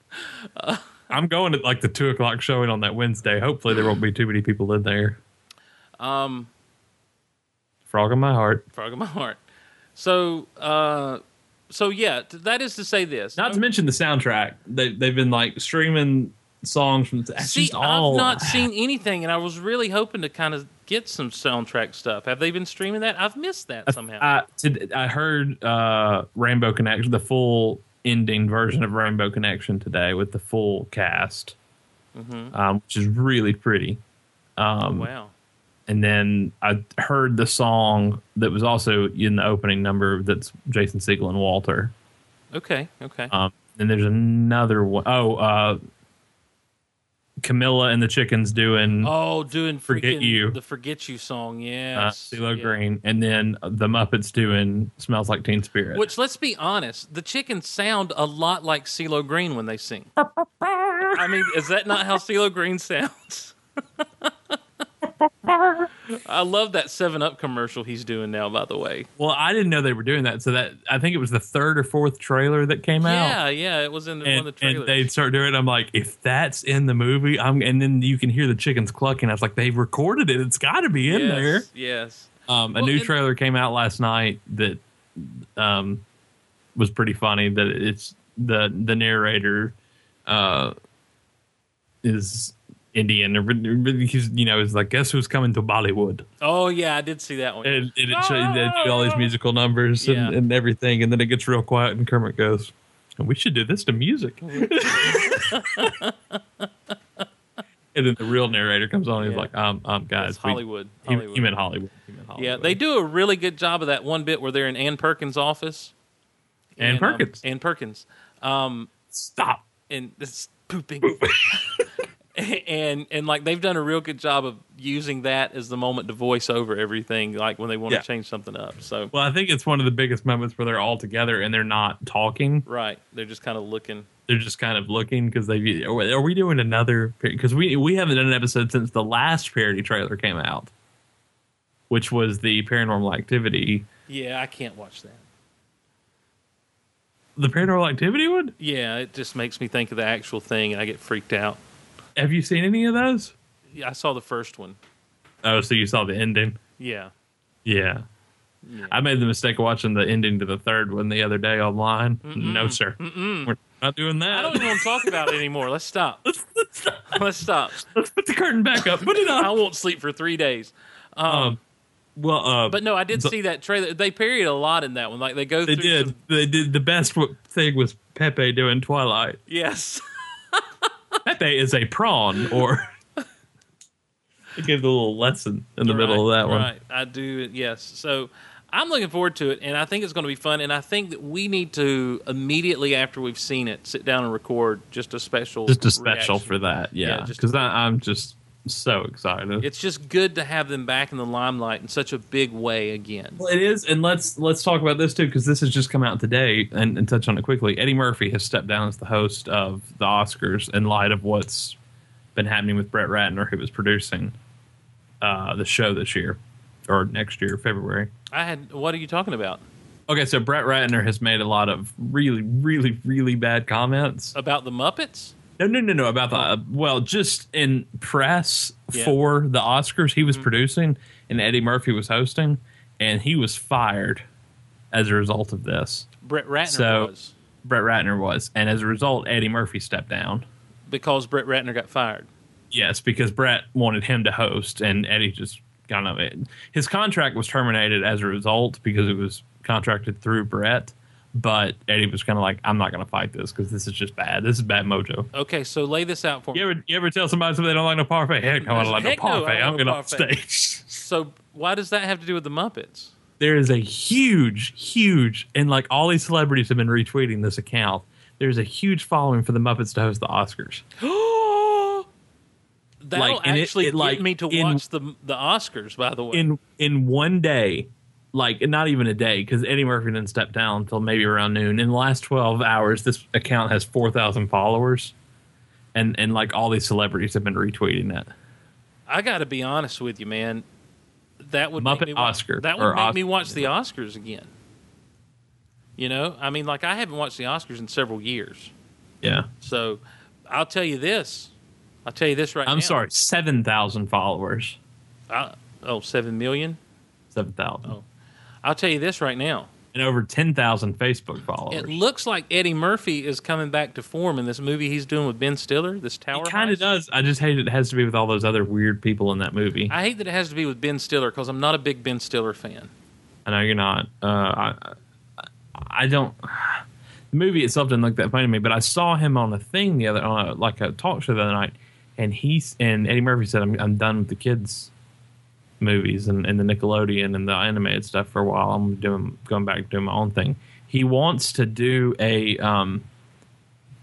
[SPEAKER 4] I'm going at like the two o'clock showing on that Wednesday. Hopefully there won't be too many people in there.
[SPEAKER 3] Um,
[SPEAKER 4] Frog in my heart.
[SPEAKER 3] frog in my heart. So, uh, so yeah, t- that is to say this.
[SPEAKER 4] Not to mention the soundtrack. They they've been like streaming songs from. That's
[SPEAKER 3] See,
[SPEAKER 4] just all.
[SPEAKER 3] I've not seen anything, and I was really hoping to kind of get some soundtrack stuff. Have they been streaming that? I've missed that somehow.
[SPEAKER 4] I, to, I heard uh, Rainbow Connection, the full ending version of Rainbow Connection today with the full cast,
[SPEAKER 3] Mm-hmm.
[SPEAKER 4] um, which is really pretty. Um,
[SPEAKER 3] Oh, wow.
[SPEAKER 4] and then I heard the song that was also in the opening number that's Jason Siegel and Walter.
[SPEAKER 3] Okay. Okay.
[SPEAKER 4] Um, then there's another one. Oh, uh, Camilla and the Chickens doing uh,
[SPEAKER 3] oh, doing
[SPEAKER 4] Forget
[SPEAKER 3] freaking
[SPEAKER 4] You. Uh,
[SPEAKER 3] the "Forget You" song. Yes.
[SPEAKER 4] CeeLo
[SPEAKER 3] yeah.
[SPEAKER 4] Green, and then the Muppets doing Smells Like Teen Spirit.
[SPEAKER 3] Which, let's be honest, the chickens sound a lot like CeeLo Green when they sing. I mean, is that not how CeeLo Green sounds? I love that Seven Up commercial he's doing now. By the way,
[SPEAKER 4] well, I didn't know they were doing that. So that I think it was the third or fourth trailer that came out.
[SPEAKER 3] yeah, yeah, it was in the, one of
[SPEAKER 4] And,
[SPEAKER 3] the
[SPEAKER 4] and
[SPEAKER 3] trailers.
[SPEAKER 4] they'd start doing it. I'm like, if that's in the movie, I'm, and then you can hear the chickens clucking. I was like, they've recorded it. It's got to be in
[SPEAKER 3] yes,
[SPEAKER 4] there.
[SPEAKER 3] yes.
[SPEAKER 4] Um, a
[SPEAKER 3] Well,
[SPEAKER 4] new
[SPEAKER 3] and-
[SPEAKER 4] trailer came out last night that um, was pretty funny. That it's the the narrator uh, is Indian, or he's you know is like guess who's coming to Bollywood,
[SPEAKER 3] Oh yeah, I did see that one.
[SPEAKER 4] and, and it shows they do all these musical numbers and,
[SPEAKER 3] Ah! Yeah.
[SPEAKER 4] and everything, and then it gets real quiet, and Kermit goes, "We should do this to music." and then the real narrator comes on. And he's
[SPEAKER 3] Yeah.
[SPEAKER 4] like, "Um, um, guys,
[SPEAKER 3] It's
[SPEAKER 4] we-
[SPEAKER 3] Hollywood.
[SPEAKER 4] he-
[SPEAKER 3] Hollywood.
[SPEAKER 4] He, meant Hollywood. He meant Hollywood.
[SPEAKER 3] yeah, they do a really good job of that one bit where they're in Ann Perkins' office.
[SPEAKER 4] Ann
[SPEAKER 3] And, um,
[SPEAKER 4] Perkins.
[SPEAKER 3] Ann Perkins. Um,
[SPEAKER 4] stop."
[SPEAKER 3] and it's pooping. and and like they've done a real good job of using that as the moment to voice over everything, like when they want
[SPEAKER 4] Yeah.
[SPEAKER 3] to change something up. So
[SPEAKER 4] Well, I think it's one of the biggest moments where they're all together and they're not talking.
[SPEAKER 3] right, they're just kind of looking.
[SPEAKER 4] They're just kind of looking because they are we- are we doing another because we we haven't done an episode since the last parody trailer came out, which was the Paranormal Activity
[SPEAKER 3] Yeah, I can't watch that.
[SPEAKER 4] the Paranormal Activity one?
[SPEAKER 3] Yeah, it just makes me think of the actual thing, and I get freaked out.
[SPEAKER 4] Have you seen any of those?
[SPEAKER 3] Yeah, I saw the first one.
[SPEAKER 4] Oh, so you saw the ending?
[SPEAKER 3] Yeah.
[SPEAKER 4] Yeah.
[SPEAKER 3] Yeah.
[SPEAKER 4] I made the mistake of watching the ending to the third one the other day online. No, sir. We're not doing that.
[SPEAKER 3] I don't even want to talk about it anymore. Let's stop. Let's stop.
[SPEAKER 4] Let's put the curtain back up. Put it
[SPEAKER 3] I
[SPEAKER 4] up.
[SPEAKER 3] won't sleep for three days.
[SPEAKER 4] Um, well, uh,
[SPEAKER 3] But no, I did
[SPEAKER 4] The-
[SPEAKER 3] see that trailer. They parried a lot in that one. Like they go
[SPEAKER 4] they
[SPEAKER 3] through.
[SPEAKER 4] did.
[SPEAKER 3] some-
[SPEAKER 4] They did. The best w- thing was Pepe doing Twilight.
[SPEAKER 3] yes.
[SPEAKER 4] Pepe is a prawn, or it gave the little lesson in the middle of
[SPEAKER 3] Right,
[SPEAKER 4] that one.
[SPEAKER 3] Right. I do. Yes. So I'm looking forward to it, and I think it's going to be fun. And I think that we need to immediately after we've seen it, sit down and record just a special,
[SPEAKER 4] Just a special
[SPEAKER 3] reaction.
[SPEAKER 4] for that, yeah.
[SPEAKER 3] Yeah, just-
[SPEAKER 4] Because I'm just so excited.
[SPEAKER 3] It's just good to have them back in the limelight in such a big way again.
[SPEAKER 4] Well, it is, and let's let's talk about this too because this has just come out today, and, and touch on it quickly. Eddie Murphy has stepped down as the host of the Oscars in light of what's been happening with Brett Ratner, who was producing uh, the show this year or next year, February.
[SPEAKER 3] I had. What are you talking about?
[SPEAKER 4] Okay, so Brett Ratner has made a lot of really, really, really bad comments.
[SPEAKER 3] About the Muppets?
[SPEAKER 4] No, no, no, no. About the uh, well, just in press
[SPEAKER 3] Yeah.
[SPEAKER 4] for the Oscars, he was producing and Eddie Murphy was hosting, and he was fired as a result of this.
[SPEAKER 3] Brett Ratner
[SPEAKER 4] So-
[SPEAKER 3] was
[SPEAKER 4] Brett Ratner was, and as a result, Eddie Murphy stepped down.
[SPEAKER 3] because Brett Ratner got fired.
[SPEAKER 4] Yes, because Brett wanted him to host, and Eddie just kind of his contract was terminated as a result because it was contracted through Brett. But Eddie was kind of like, "I'm not going to fight this because this is just bad. This is bad mojo."
[SPEAKER 3] Okay, so lay this out for me.
[SPEAKER 4] You ever you ever tell somebody something they don't like no parfait? Heck, no, I don't like
[SPEAKER 3] Heck no, I
[SPEAKER 4] no
[SPEAKER 3] don't
[SPEAKER 4] parfait.
[SPEAKER 3] like
[SPEAKER 4] I'm
[SPEAKER 3] no
[SPEAKER 4] going off
[SPEAKER 3] parfait.
[SPEAKER 4] stage.
[SPEAKER 3] So why does that have to do with the Muppets?
[SPEAKER 4] there is a huge, huge, and like all these celebrities have been retweeting this account. There's a huge following for the Muppets to host the Oscars.
[SPEAKER 3] That'll
[SPEAKER 4] Like, and it-
[SPEAKER 3] actually
[SPEAKER 4] it, like,
[SPEAKER 3] get me to
[SPEAKER 4] in-
[SPEAKER 3] watch the the Oscars. By the way,
[SPEAKER 4] in in one day, like not even a day, because Eddie Murphy didn't step down until maybe around noon. In the last twelve hours, this account has four thousand followers, and and like all these celebrities have been retweeting that.
[SPEAKER 3] I got to be honest with you, man. That would
[SPEAKER 4] Muppet
[SPEAKER 3] make me wa-
[SPEAKER 4] Oscar,
[SPEAKER 3] That
[SPEAKER 4] or
[SPEAKER 3] would make me
[SPEAKER 4] Oscar,
[SPEAKER 3] watch the Oscars again. You know, I mean, like I haven't watched the Oscars in several years.
[SPEAKER 4] Yeah,
[SPEAKER 3] So I'll tell you this. I'll tell you this right now.
[SPEAKER 4] I'm sorry, seven thousand followers,
[SPEAKER 3] I, oh, seven million.
[SPEAKER 4] seven thousand,
[SPEAKER 3] Oh. I'll tell you this right now.
[SPEAKER 4] and over ten thousand Facebook followers.
[SPEAKER 3] It looks like Eddie Murphy is coming back to form in this movie he's doing with Ben Stiller. This tower.
[SPEAKER 4] It kind
[SPEAKER 3] heist.
[SPEAKER 4] of does. I just hate it has to be with all those other weird people in that movie. I,
[SPEAKER 3] I hate that it has to be with Ben Stiller because I'm not a big Ben Stiller fan.
[SPEAKER 4] know you're not. Uh, I, I- I don't. The movie itself didn't look that funny to me, but I saw him on a thing the other, on a, like a talk show the other night, and he's and Eddie Murphy said, "I'm I'm done with the kids." Movies and, and the Nickelodeon and the animated stuff for a while. I'm doing going back to doing my own thing. He wants to do a um,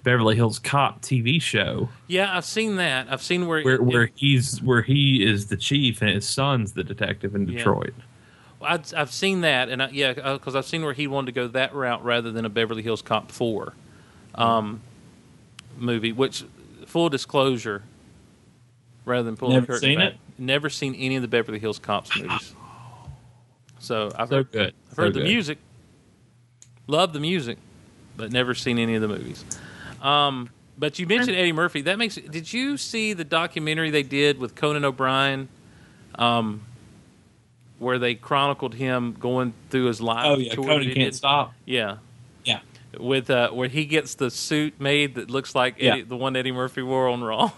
[SPEAKER 4] Beverly Hills Cop TV show
[SPEAKER 3] Yeah, I've seen that. I've seen where,
[SPEAKER 4] where
[SPEAKER 3] it-
[SPEAKER 4] where he's where he is the chief and his son's the detective in
[SPEAKER 3] Yeah.
[SPEAKER 4] Detroit.
[SPEAKER 3] I'd, I've seen that, and I, yeah, because I've seen where he wanted to go that route rather than a Beverly Hills Cop four um, movie. Which, full disclosure, rather than pulling
[SPEAKER 4] Never
[SPEAKER 3] the curtain
[SPEAKER 4] seen
[SPEAKER 3] back,
[SPEAKER 4] it?
[SPEAKER 3] never seen any of the Beverly Hills Cops movies. So I've
[SPEAKER 4] So
[SPEAKER 3] heard,
[SPEAKER 4] good,
[SPEAKER 3] I've heard
[SPEAKER 4] So
[SPEAKER 3] the
[SPEAKER 4] good.
[SPEAKER 3] music, love the music, but never seen any of the movies. Um, but you mentioned Eddie Murphy. That makes. Did you see the documentary they did with Conan O'Brien? um, where they chronicled him going through his life.
[SPEAKER 4] Oh,
[SPEAKER 3] tour that he did.
[SPEAKER 4] stop.
[SPEAKER 3] Yeah,
[SPEAKER 4] Yeah,
[SPEAKER 3] with uh, where he gets the suit made that looks like
[SPEAKER 4] Yeah.
[SPEAKER 3] Eddie, the one Eddie Murphy wore on Raw.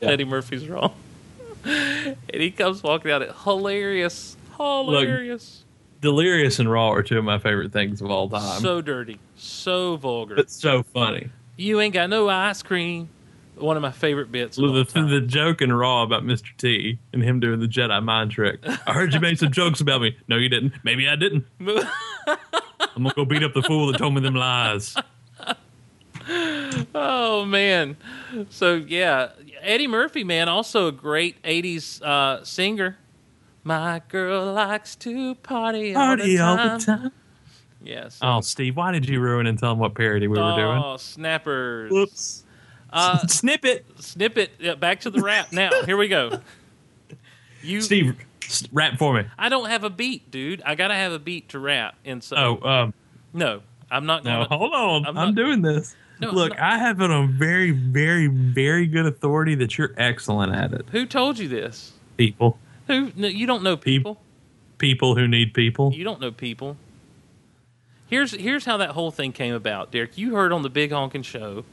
[SPEAKER 4] Yeah.
[SPEAKER 3] Eddie Murphy's Raw, and he comes walking out. It hilarious, hilarious,
[SPEAKER 4] Delirious and Raw are two of my favorite things of all time.
[SPEAKER 3] so dirty, so vulgar.
[SPEAKER 4] it's so funny.
[SPEAKER 3] you ain't got no ice cream. One of my favorite bits. of all
[SPEAKER 4] The,
[SPEAKER 3] time.
[SPEAKER 4] the joke in Raw about Mr. T and him doing the Jedi mind trick. I heard you made some jokes about me. No, you didn't. Maybe I didn't. I'm gonna go beat up the fool that told me them lies.
[SPEAKER 3] Oh man, so yeah, Eddie Murphy, man, also a great '80s uh, singer. My girl likes to party,
[SPEAKER 4] Party
[SPEAKER 3] all,
[SPEAKER 4] all
[SPEAKER 3] the time.
[SPEAKER 4] the time.
[SPEAKER 3] Yes.
[SPEAKER 4] Oh, Steve, why did you ruin and tell him what parody we were doing?
[SPEAKER 3] Oh, snappers.
[SPEAKER 4] Whoops.
[SPEAKER 3] Uh,
[SPEAKER 4] Snippet.
[SPEAKER 3] snippet. Yeah, back to the rap now. Here we go. You,
[SPEAKER 4] Steve, s- rap for me.
[SPEAKER 3] I don't have a beat, dude. I gotta have a beat to rap, and so
[SPEAKER 4] Oh, um,
[SPEAKER 3] no, I'm not
[SPEAKER 4] Oh, No,
[SPEAKER 3] going. to
[SPEAKER 4] hold on.
[SPEAKER 3] I'm
[SPEAKER 4] I'm,
[SPEAKER 3] not-
[SPEAKER 4] doing this.
[SPEAKER 3] No, I'm
[SPEAKER 4] Look,
[SPEAKER 3] not-
[SPEAKER 4] I have it on very, very, very good authority that you're excellent at it.
[SPEAKER 3] Who told you this?
[SPEAKER 4] People,
[SPEAKER 3] Who? No, you don't know people.
[SPEAKER 4] people who need people.
[SPEAKER 3] You don't know people. Here's here's how that whole thing came about, Derek. You heard on the Big Honkin' Show.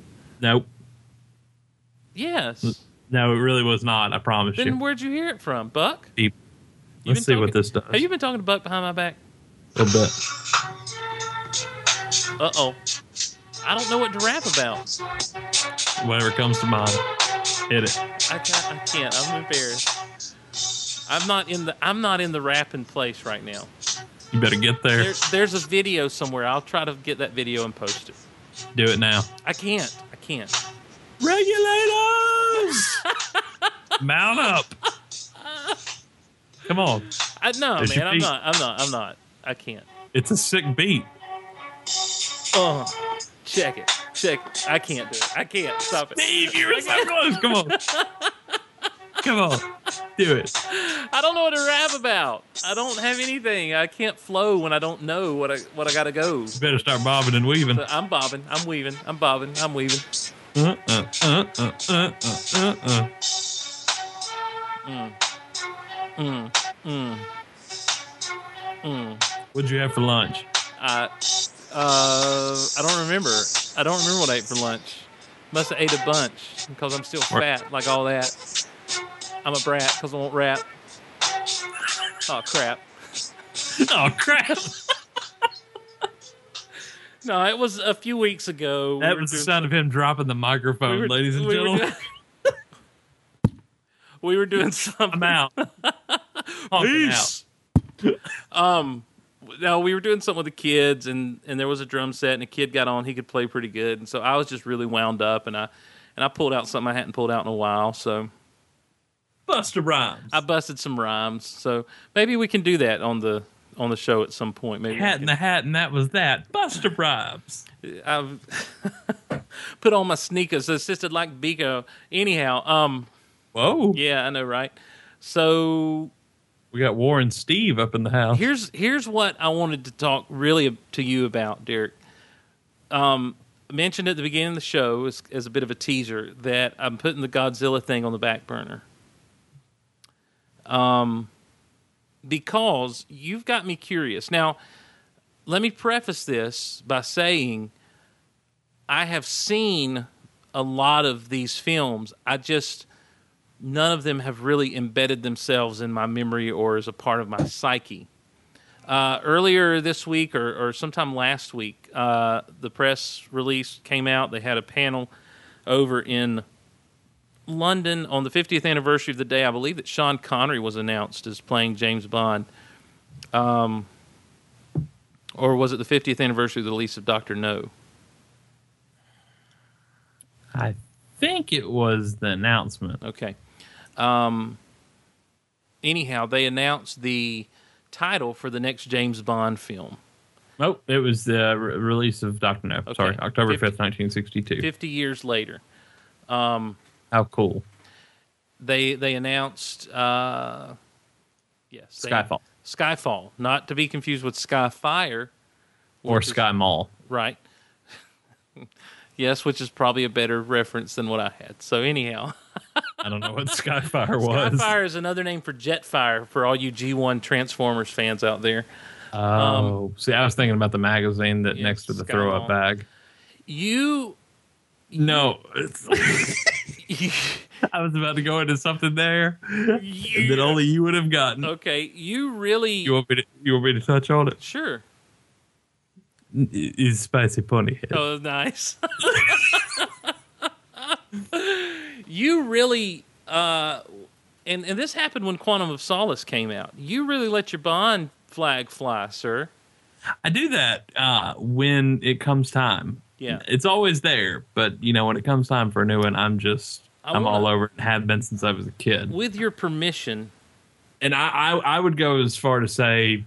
[SPEAKER 4] Nope.
[SPEAKER 3] Yes.
[SPEAKER 4] No, it really was not. I promise
[SPEAKER 3] Then
[SPEAKER 4] you.
[SPEAKER 3] where'd you hear it from, Buck?
[SPEAKER 4] People.
[SPEAKER 3] You've
[SPEAKER 4] Let's see
[SPEAKER 3] been
[SPEAKER 4] what
[SPEAKER 3] talking-
[SPEAKER 4] this does.
[SPEAKER 3] Have you been talking to Buck behind my back?
[SPEAKER 4] a little bit.
[SPEAKER 3] Uh oh. I don't know what to rap about.
[SPEAKER 4] Whatever comes to mind, hit it.
[SPEAKER 3] I can't. I can't. I'm embarrassed. I'm not in the. I'm not in the rapping place right now.
[SPEAKER 4] You better get there.
[SPEAKER 3] There, there's a video somewhere. I'll try to get that video and post it.
[SPEAKER 4] Do it now.
[SPEAKER 3] I can't. I can't.
[SPEAKER 4] Regulators, mount up. Come on,
[SPEAKER 3] I, no,
[SPEAKER 4] There's your
[SPEAKER 3] man. I'm
[SPEAKER 4] feet.
[SPEAKER 3] not. I'm not. I'm not. I can't.
[SPEAKER 4] it's a sick beat.
[SPEAKER 3] Uh, check it. Check it. I can't do it. I can't. Stop it.
[SPEAKER 4] Dave, you were so close. Come on, come on, do it.
[SPEAKER 3] I don't know what to rap about. I don't have anything. I can't flow when I don't know what I what I gotta go.
[SPEAKER 4] You better start bobbing and weaving.
[SPEAKER 3] So I'm bobbing. I'm weaving. I'm bobbing. I'm weaving.
[SPEAKER 4] Uh, uh, uh, uh, uh, uh, uh. Mm. Mm. What'd you have for lunch?
[SPEAKER 3] I uh I don't remember. I don't remember what I ate for lunch. Must have ate a bunch because I'm still fat like all that. I'm a brat because I won't rap. Oh crap.
[SPEAKER 4] Oh crap!
[SPEAKER 3] No, it was a few weeks ago. We
[SPEAKER 4] That
[SPEAKER 3] were
[SPEAKER 4] was the
[SPEAKER 3] doing-
[SPEAKER 4] sound of him dropping the microphone,
[SPEAKER 3] we were-
[SPEAKER 4] ladies and
[SPEAKER 3] we were
[SPEAKER 4] gentlemen.
[SPEAKER 3] doing- we were doing something.
[SPEAKER 4] I'm out. Honking out.
[SPEAKER 3] no, we were doing something with the kids, and and there was a drum set, and a kid got on. He could play pretty good, and so I was just really wound up, and I and I pulled out something I hadn't pulled out in a while. So
[SPEAKER 4] Buster Rhymes.
[SPEAKER 3] I busted some rhymes. So maybe we can do that on the on the show at some point. Maybe we
[SPEAKER 4] hat in the hat, and that was that. Buster Rhymes.
[SPEAKER 3] can- I've put on my sneakers, assisted like Biko. Anyhow, um,
[SPEAKER 4] Whoa.
[SPEAKER 3] yeah, I know, right? So
[SPEAKER 4] We got Warren Steve up in the house.
[SPEAKER 3] here's here's what I wanted to talk really to you about, Derek. Um, mentioned at the beginning of the show as, as a bit of a teaser that I'm putting the Godzilla thing on the back burner. Um, because you've got me curious. Now, let me preface this by saying I have seen a lot of these films. I just none of them have really embedded themselves in my memory or as a part of my psyche uh, earlier this week or, or sometime last week, uh, the press release came out. They had a panel over in London on the 50th anniversary of the day. I believe that Sean Connery was announced as playing James Bond. Um, or was it the 50th anniversary of the release of Dr. No?
[SPEAKER 4] I think it was the announcement.
[SPEAKER 3] Okay. Um, anyhow, they announced the title for the next James Bond film.
[SPEAKER 4] Nope, Oh, it was the re- release of Doctor No. Sorry, October
[SPEAKER 3] Fifty-
[SPEAKER 4] fifth, nineteen sixty-two.
[SPEAKER 3] 50 years later.
[SPEAKER 4] How cool!
[SPEAKER 3] they they announced uh yes they-
[SPEAKER 4] Skyfall.
[SPEAKER 3] skyfall not to be confused with skyfire
[SPEAKER 4] Or Sky Mall.
[SPEAKER 3] right yes which is probably a better reference than what i had so anyhow
[SPEAKER 4] I don't know what Skyfire was.
[SPEAKER 3] skyfire is another name for jetfire for all you g1 transformers fans out there
[SPEAKER 4] Oh, see, I was thinking about the magazine that
[SPEAKER 3] Um, Yeah,
[SPEAKER 4] next to the
[SPEAKER 3] Sky Mall.
[SPEAKER 4] throw-up bag.
[SPEAKER 3] you
[SPEAKER 4] No, I was about to go into something there that only you would have gotten.
[SPEAKER 3] okay you really
[SPEAKER 4] You want me to? You want me to touch on it?
[SPEAKER 3] sure
[SPEAKER 4] Is spicy pony head?
[SPEAKER 3] Oh, nice. you really, uh, and, and this happened when Quantum of Solace came out. You really let your Bond flag fly, sir.
[SPEAKER 4] I do that uh, when it comes time.
[SPEAKER 3] Yeah.
[SPEAKER 4] it's always there, but you know when it comes time for a new one, I'm just
[SPEAKER 3] I
[SPEAKER 4] I'm
[SPEAKER 3] wanna-
[SPEAKER 4] all over it. and Have been since I was a kid,
[SPEAKER 3] With your permission,
[SPEAKER 4] and I, I I would go as far to say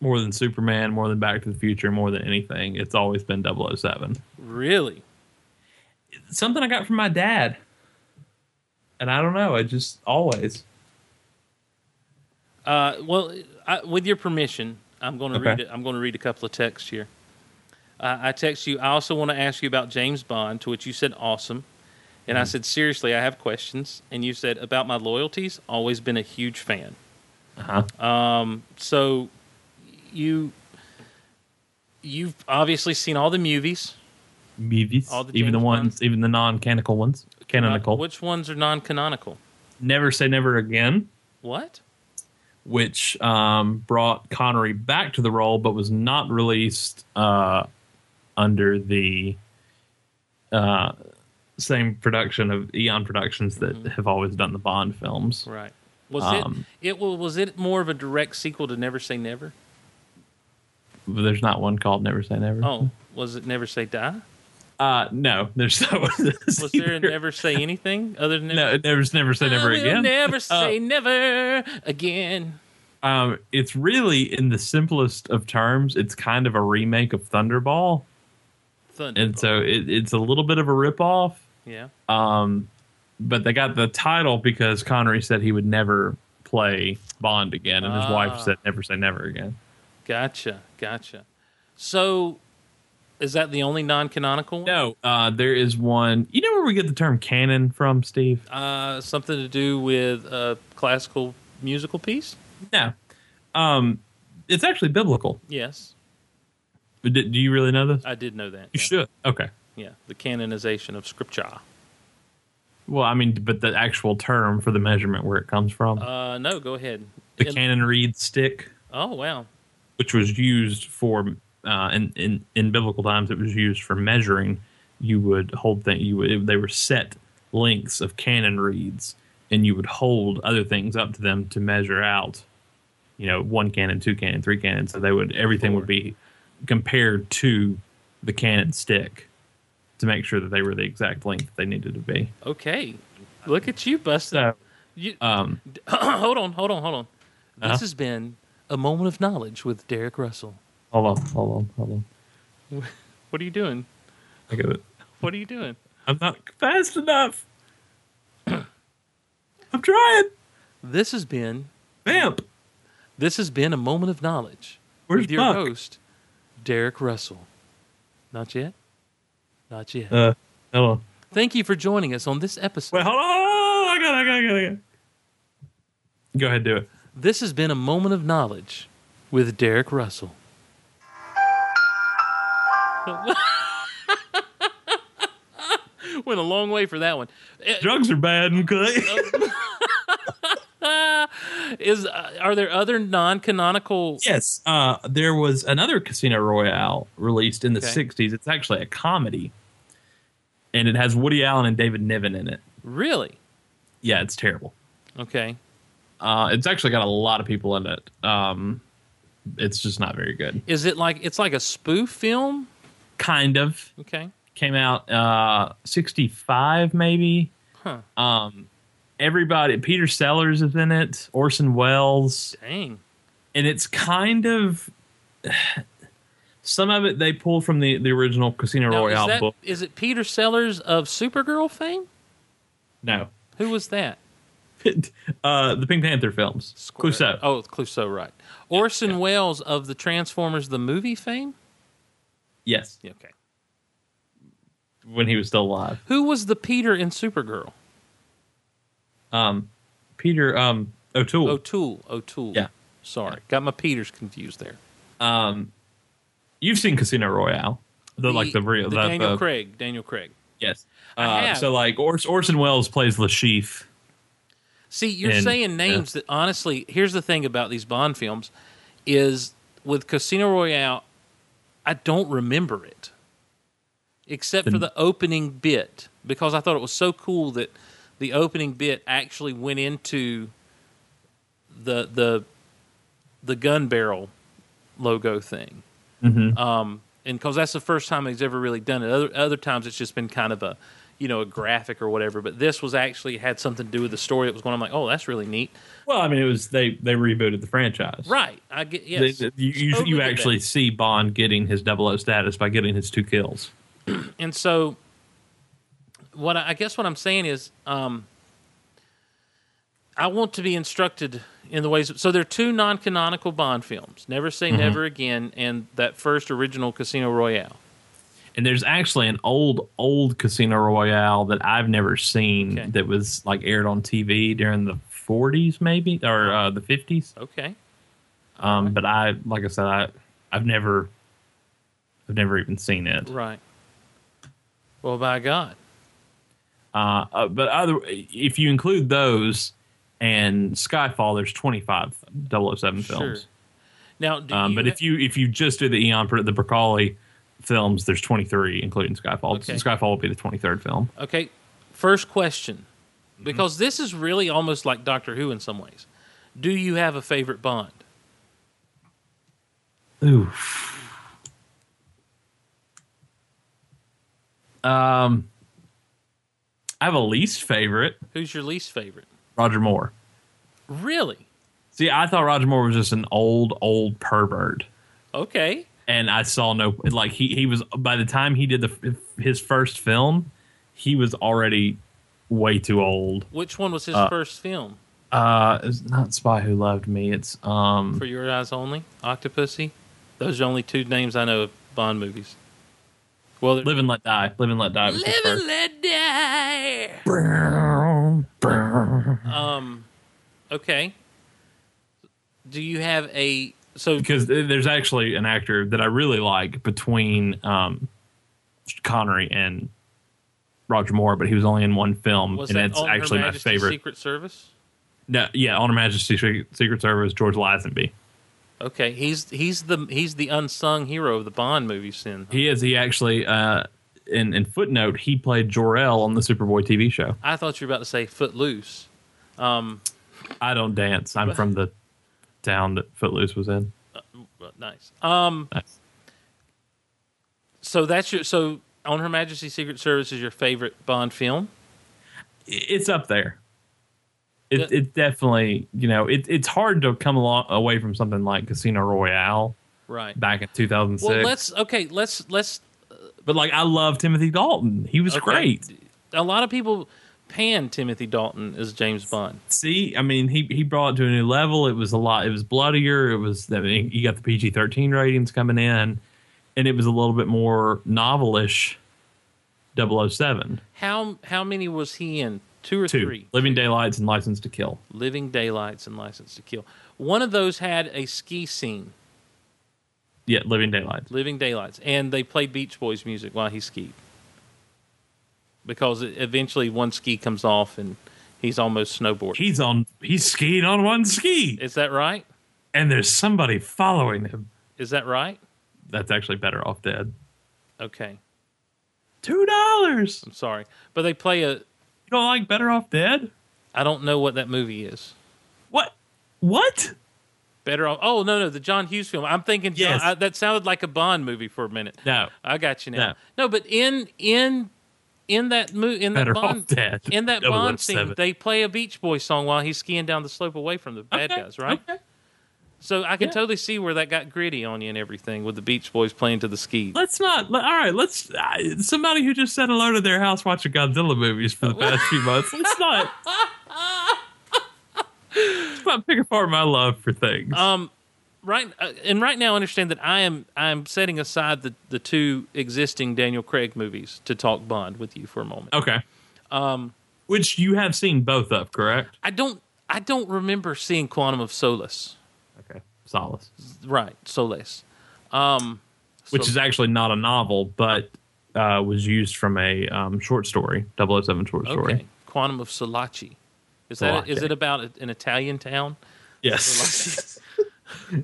[SPEAKER 4] more than Superman, more than Back to the Future, more than anything. It's always been 007.
[SPEAKER 3] really.
[SPEAKER 4] Something I got from my dad, and I don't know. I just always.
[SPEAKER 3] Uh, well, I, with your permission, I'm going to
[SPEAKER 4] Okay.
[SPEAKER 3] read it. I'm going to read a couple of texts here. Uh, I text you. I also want to ask you about James Bond, to which you said awesome, and I said seriously, I have questions, and you said about my loyalties. Always been a huge fan.
[SPEAKER 4] Uh-huh.
[SPEAKER 3] Um, so you you've obviously seen all the movies.
[SPEAKER 4] Movies,
[SPEAKER 3] All the
[SPEAKER 4] even the
[SPEAKER 3] James
[SPEAKER 4] ones,
[SPEAKER 3] Bonds.
[SPEAKER 4] even the non-canonical ones. Canonical.
[SPEAKER 3] Uh, Which ones are non-canonical?
[SPEAKER 4] Never say never again,
[SPEAKER 3] What?
[SPEAKER 4] which um, brought Connery back to the role, but was not released uh, under the uh, same production of Eon Productions that
[SPEAKER 3] Mm-hmm.
[SPEAKER 4] have always done the Bond films.
[SPEAKER 3] Right. Was
[SPEAKER 4] Um,
[SPEAKER 3] it it wa- was it more of a direct sequel to Never Say Never?
[SPEAKER 4] There's not one called Never Say Never.
[SPEAKER 3] Oh, was it Never Say Die?
[SPEAKER 4] Uh, no, there's not one.
[SPEAKER 3] Was there a Never Say Anything other than
[SPEAKER 4] No, never, never say never
[SPEAKER 3] I will
[SPEAKER 4] again.
[SPEAKER 3] Never say
[SPEAKER 4] Oh.
[SPEAKER 3] never again.
[SPEAKER 4] Um, it's really, in the simplest of terms, it's kind of a remake of Thunderball,
[SPEAKER 3] Thunder.
[SPEAKER 4] and so it, it's a little bit of a ripoff.
[SPEAKER 3] yeah,
[SPEAKER 4] Um, but they got the title because Connery said he would never play Bond again, and his
[SPEAKER 3] Ah.
[SPEAKER 4] wife said never say never again.
[SPEAKER 3] gotcha, gotcha. So, is that the only non-canonical one?
[SPEAKER 4] No, uh, there is one. You know where we get the term canon from, Steve?
[SPEAKER 3] Uh, something to do with a classical musical piece?
[SPEAKER 4] No, um, it's actually biblical.
[SPEAKER 3] Yes,
[SPEAKER 4] Do, do you really know this?
[SPEAKER 3] I did know that. yeah.
[SPEAKER 4] you should. Okay.
[SPEAKER 3] Yeah, the canonization of scripture.
[SPEAKER 4] Well, I mean, but the actual term for the measurement where it comes from,
[SPEAKER 3] Uh, no, go ahead.
[SPEAKER 4] the
[SPEAKER 3] In-
[SPEAKER 4] cannon reed stick,
[SPEAKER 3] Oh wow.
[SPEAKER 4] which was used for uh, in, in in biblical times, it was used for measuring. You would hold things. You would, they were set lengths of cannon reeds, and you would hold other things up to them to measure out. You know, one cannon, two cannon, three cannon. So they would everything would be compared to the cannon stick to make sure that they were the exact length that they needed to be.
[SPEAKER 3] Okay, look at you busting.
[SPEAKER 4] So,
[SPEAKER 3] You,
[SPEAKER 4] um,
[SPEAKER 3] hold on, hold on, hold on. This
[SPEAKER 4] Uh-huh.
[SPEAKER 3] has been a moment of knowledge with Derek Russell.
[SPEAKER 4] hold on, hold on, hold on.
[SPEAKER 3] What are you doing?
[SPEAKER 4] I got it.
[SPEAKER 3] What are you doing?
[SPEAKER 4] I'm not fast enough. I'm trying.
[SPEAKER 3] This has been
[SPEAKER 4] Vamp.
[SPEAKER 3] This has been a moment of knowledge
[SPEAKER 4] Where's
[SPEAKER 3] with your
[SPEAKER 4] Buck?
[SPEAKER 3] host, Derek Russell. Not yet. Not yet.
[SPEAKER 4] Uh, hold on.
[SPEAKER 3] Thank you for joining us on this episode.
[SPEAKER 4] Wait, hold on. I got it, I got it, I got it, I got it. Go ahead, do it.
[SPEAKER 3] this has been a moment of knowledge with Derek Russell. Went a long way for that one. Eh,
[SPEAKER 4] Drugs are bad and good.
[SPEAKER 3] Is uh, are there other non-canonical?
[SPEAKER 4] yes. Uh, there was another Casino Royale released in the
[SPEAKER 3] Okay.
[SPEAKER 4] 60s. It's actually a comedy, and it has Woody Allen and David Niven in it.
[SPEAKER 3] Really?
[SPEAKER 4] Yeah, it's terrible.
[SPEAKER 3] Okay.
[SPEAKER 4] Uh, it's actually got a lot of people in it. Um, it's just not very good.
[SPEAKER 3] Is it like it's like a spoof film?
[SPEAKER 4] Kind of.
[SPEAKER 3] Okay.
[SPEAKER 4] came out uh 65 maybe
[SPEAKER 3] Huh.
[SPEAKER 4] um everybody peter sellers is in it orson welles
[SPEAKER 3] Dang.
[SPEAKER 4] and it's kind of some of it they pulled from the the original casino
[SPEAKER 3] Now,
[SPEAKER 4] royale
[SPEAKER 3] is, that,
[SPEAKER 4] book
[SPEAKER 3] is it Peter Sellers of Supergirl fame?
[SPEAKER 4] no
[SPEAKER 3] Who was that?
[SPEAKER 4] uh the pink panther films Clouseau.
[SPEAKER 3] Oh, Clouseau, right. Orson Welles of the Transformers the movie fame?
[SPEAKER 4] yes
[SPEAKER 3] Yeah, okay.
[SPEAKER 4] when he was still alive
[SPEAKER 3] Who was the Peter in Supergirl?
[SPEAKER 4] um peter um o'toole
[SPEAKER 3] O'Toole. O'Toole.
[SPEAKER 4] Yeah.
[SPEAKER 3] Sorry. Got my Peters confused there.
[SPEAKER 4] um you've seen casino royale the, like the real uh,
[SPEAKER 3] the
[SPEAKER 4] the-
[SPEAKER 3] Daniel
[SPEAKER 4] the-
[SPEAKER 3] Craig. Daniel Craig.
[SPEAKER 4] yes
[SPEAKER 3] I
[SPEAKER 4] uh,
[SPEAKER 3] have.
[SPEAKER 4] so like Ors- orson welles plays lashif
[SPEAKER 3] See, you're
[SPEAKER 4] And-
[SPEAKER 3] saying names that honestly, here's the thing about these Bond films is with Casino Royale, I don't remember it except for the opening bit because I thought it was so cool that the opening bit actually went into the the the gun barrel logo thing. Um, and because that's the first time he's ever really done it. Other other times it's just been kind of a, you know, a graphic or whatever. But this was actually had something to do with the story that was going. on. I'm like, oh, that's really neat.
[SPEAKER 4] Well, I mean, it was they they rebooted the franchise,
[SPEAKER 3] Right. I get
[SPEAKER 4] They-
[SPEAKER 3] yes.
[SPEAKER 4] they- you you,
[SPEAKER 3] Totally
[SPEAKER 4] you
[SPEAKER 3] get that.
[SPEAKER 4] actually see Bond getting his 00 status by getting his two kills.
[SPEAKER 3] and so what I, I guess what I'm saying is um, I want to be instructed in the ways. So there are two
[SPEAKER 4] Mm-hmm.
[SPEAKER 3] non-canonical Bond films: Never Say Never Again and that first original Casino Royale.
[SPEAKER 4] And there's actually an old, old Casino Royale that I've never seen
[SPEAKER 3] Okay.
[SPEAKER 4] that was like aired on TV during the 40s, maybe, or uh, the 50s.
[SPEAKER 3] Okay.
[SPEAKER 4] Um, but I, like I said, I, I've never, I've never even seen it.
[SPEAKER 3] Right. Well, by God.
[SPEAKER 4] Uh, uh, but other, if you include those and Skyfall, there's 25 007 films.
[SPEAKER 3] Sure. Now, do
[SPEAKER 4] Um,
[SPEAKER 3] you
[SPEAKER 4] but
[SPEAKER 3] ha-
[SPEAKER 4] if you if you just do the Eon the Broccoli films, there's 23, including Skyfall.
[SPEAKER 3] Okay.
[SPEAKER 4] Skyfall will be the 23rd film.
[SPEAKER 3] Okay, first question, because
[SPEAKER 4] Mm-hmm.
[SPEAKER 3] this is really almost like Doctor Who in some ways. Do you have a favorite Bond?
[SPEAKER 4] Oof. Um, I have a least favorite,
[SPEAKER 3] Who's your least favorite?
[SPEAKER 4] Roger Moore.
[SPEAKER 3] Really?
[SPEAKER 4] See, I thought Roger Moore was just an old, old pervert.
[SPEAKER 3] Okay.
[SPEAKER 4] and I saw no like he he was by the time he did the his first film, he was already way too old.
[SPEAKER 3] Which one was his
[SPEAKER 4] Uh,
[SPEAKER 3] first film?
[SPEAKER 4] Uh, it's not Spy Who Loved Me. It's um
[SPEAKER 3] For Your Eyes Only, Octopussy. Those are the only two names I know of Bond movies. Well, there-
[SPEAKER 4] Live and Let Die. Live and Let Die. Was his
[SPEAKER 3] Live and
[SPEAKER 4] first.
[SPEAKER 3] Let Die. Um, okay. Do you have a so?
[SPEAKER 4] Because th- there's actually an actor that I really like between um Connery and Roger Moore, but he was only in one film,
[SPEAKER 3] Was
[SPEAKER 4] and
[SPEAKER 3] that
[SPEAKER 4] that's
[SPEAKER 3] on
[SPEAKER 4] actually
[SPEAKER 3] Her
[SPEAKER 4] my
[SPEAKER 3] Majesty's
[SPEAKER 4] favorite.
[SPEAKER 3] Secret Service?
[SPEAKER 4] No, yeah, on Her Majesty's Secret, Secret Service, George Lazenby.
[SPEAKER 3] Okay, he's he's the he's the unsung hero of the Bond movies. Then
[SPEAKER 4] He is. He actually, uh, in, in footnote, he played Jor El on the Superboy TV show.
[SPEAKER 3] I thought you were about to say Footloose. Um,
[SPEAKER 4] I don't dance. I'm from the town that Footloose was in.
[SPEAKER 3] well, nice. Um,
[SPEAKER 4] Nice.
[SPEAKER 3] so that's your so on Her Majesty's Secret Service is your favorite Bond film.
[SPEAKER 4] I- It's up there. It, it definitely, you know, it, it's hard to come along, away from something like Casino Royale
[SPEAKER 3] Right.
[SPEAKER 4] back in
[SPEAKER 3] Well,
[SPEAKER 4] 2006.
[SPEAKER 3] let's okay. Let's let's.
[SPEAKER 4] but like, I love Timothy Dalton. He was
[SPEAKER 3] okay.
[SPEAKER 4] great.
[SPEAKER 3] A lot of people pan Timothy Dalton as James Bond.
[SPEAKER 4] See, I mean, he he brought it to a new level. It was a lot. It was bloodier. It was. I mean, you got the PG thirteen ratings coming in, and it was a little bit more novelish. 007.
[SPEAKER 3] How how many was he in? Two or
[SPEAKER 4] Two.
[SPEAKER 3] three?
[SPEAKER 4] Living Daylights and License to Kill.
[SPEAKER 3] Living Daylights and License to Kill. One of those had a ski scene.
[SPEAKER 4] Yeah, Living Daylights.
[SPEAKER 3] Living Daylights, and they play Beach Boys music while he skied. Because it- eventually one ski comes off and he's almost snowboarding.
[SPEAKER 4] He's on. He's skiing on one ski,
[SPEAKER 3] Is that right?
[SPEAKER 4] and there's somebody following him.
[SPEAKER 3] Is that right?
[SPEAKER 4] That's actually better off dead.
[SPEAKER 3] Okay,
[SPEAKER 4] Two dollars.
[SPEAKER 3] I'm sorry, but they play a.
[SPEAKER 4] You don't like Better Off Dead?
[SPEAKER 3] I don't know what that movie is.
[SPEAKER 4] What? What?
[SPEAKER 3] Better off. Oh no, no, the John Hughes film. I'm thinking. John-
[SPEAKER 4] Yes.
[SPEAKER 3] I, that sounded like a Bond movie for a minute.
[SPEAKER 4] No.
[SPEAKER 3] I got you now.
[SPEAKER 4] No.
[SPEAKER 3] No, but in in in that movie in that
[SPEAKER 4] Better
[SPEAKER 3] Bond
[SPEAKER 4] Off Dead.
[SPEAKER 3] in that Bond scene,
[SPEAKER 4] 007.
[SPEAKER 3] they play a Beach Boy song while he's skiing down the slope away from the bad
[SPEAKER 4] Okay,
[SPEAKER 3] guys, right?
[SPEAKER 4] okay.
[SPEAKER 3] So I can
[SPEAKER 4] Yeah.
[SPEAKER 3] totally see where that got gritty on you and everything with the Beach Boys playing to the ski.
[SPEAKER 4] Let's not. Let, all right, let's. I somebody who just said hello to their house watching Godzilla movies for the past few months. Let's not. Let's not pick apart my love for things.
[SPEAKER 3] Um, right uh, and right now, understand that I am I am setting aside the the two existing Daniel Craig movies to talk Bond with you for a moment.
[SPEAKER 4] okay. Um, which you have seen both of, correct?
[SPEAKER 3] I don't I don't remember seeing Quantum of Solace.
[SPEAKER 4] Okay. Solace,
[SPEAKER 3] Right, Solace. Um,
[SPEAKER 4] which
[SPEAKER 3] Sol-
[SPEAKER 4] is actually not a novel, but uh, was used from a um, short story, 007 short story.
[SPEAKER 3] Okay. Quantum of Solace. Is that is
[SPEAKER 4] Solace.
[SPEAKER 3] it about a- an Italian town?
[SPEAKER 4] Yes.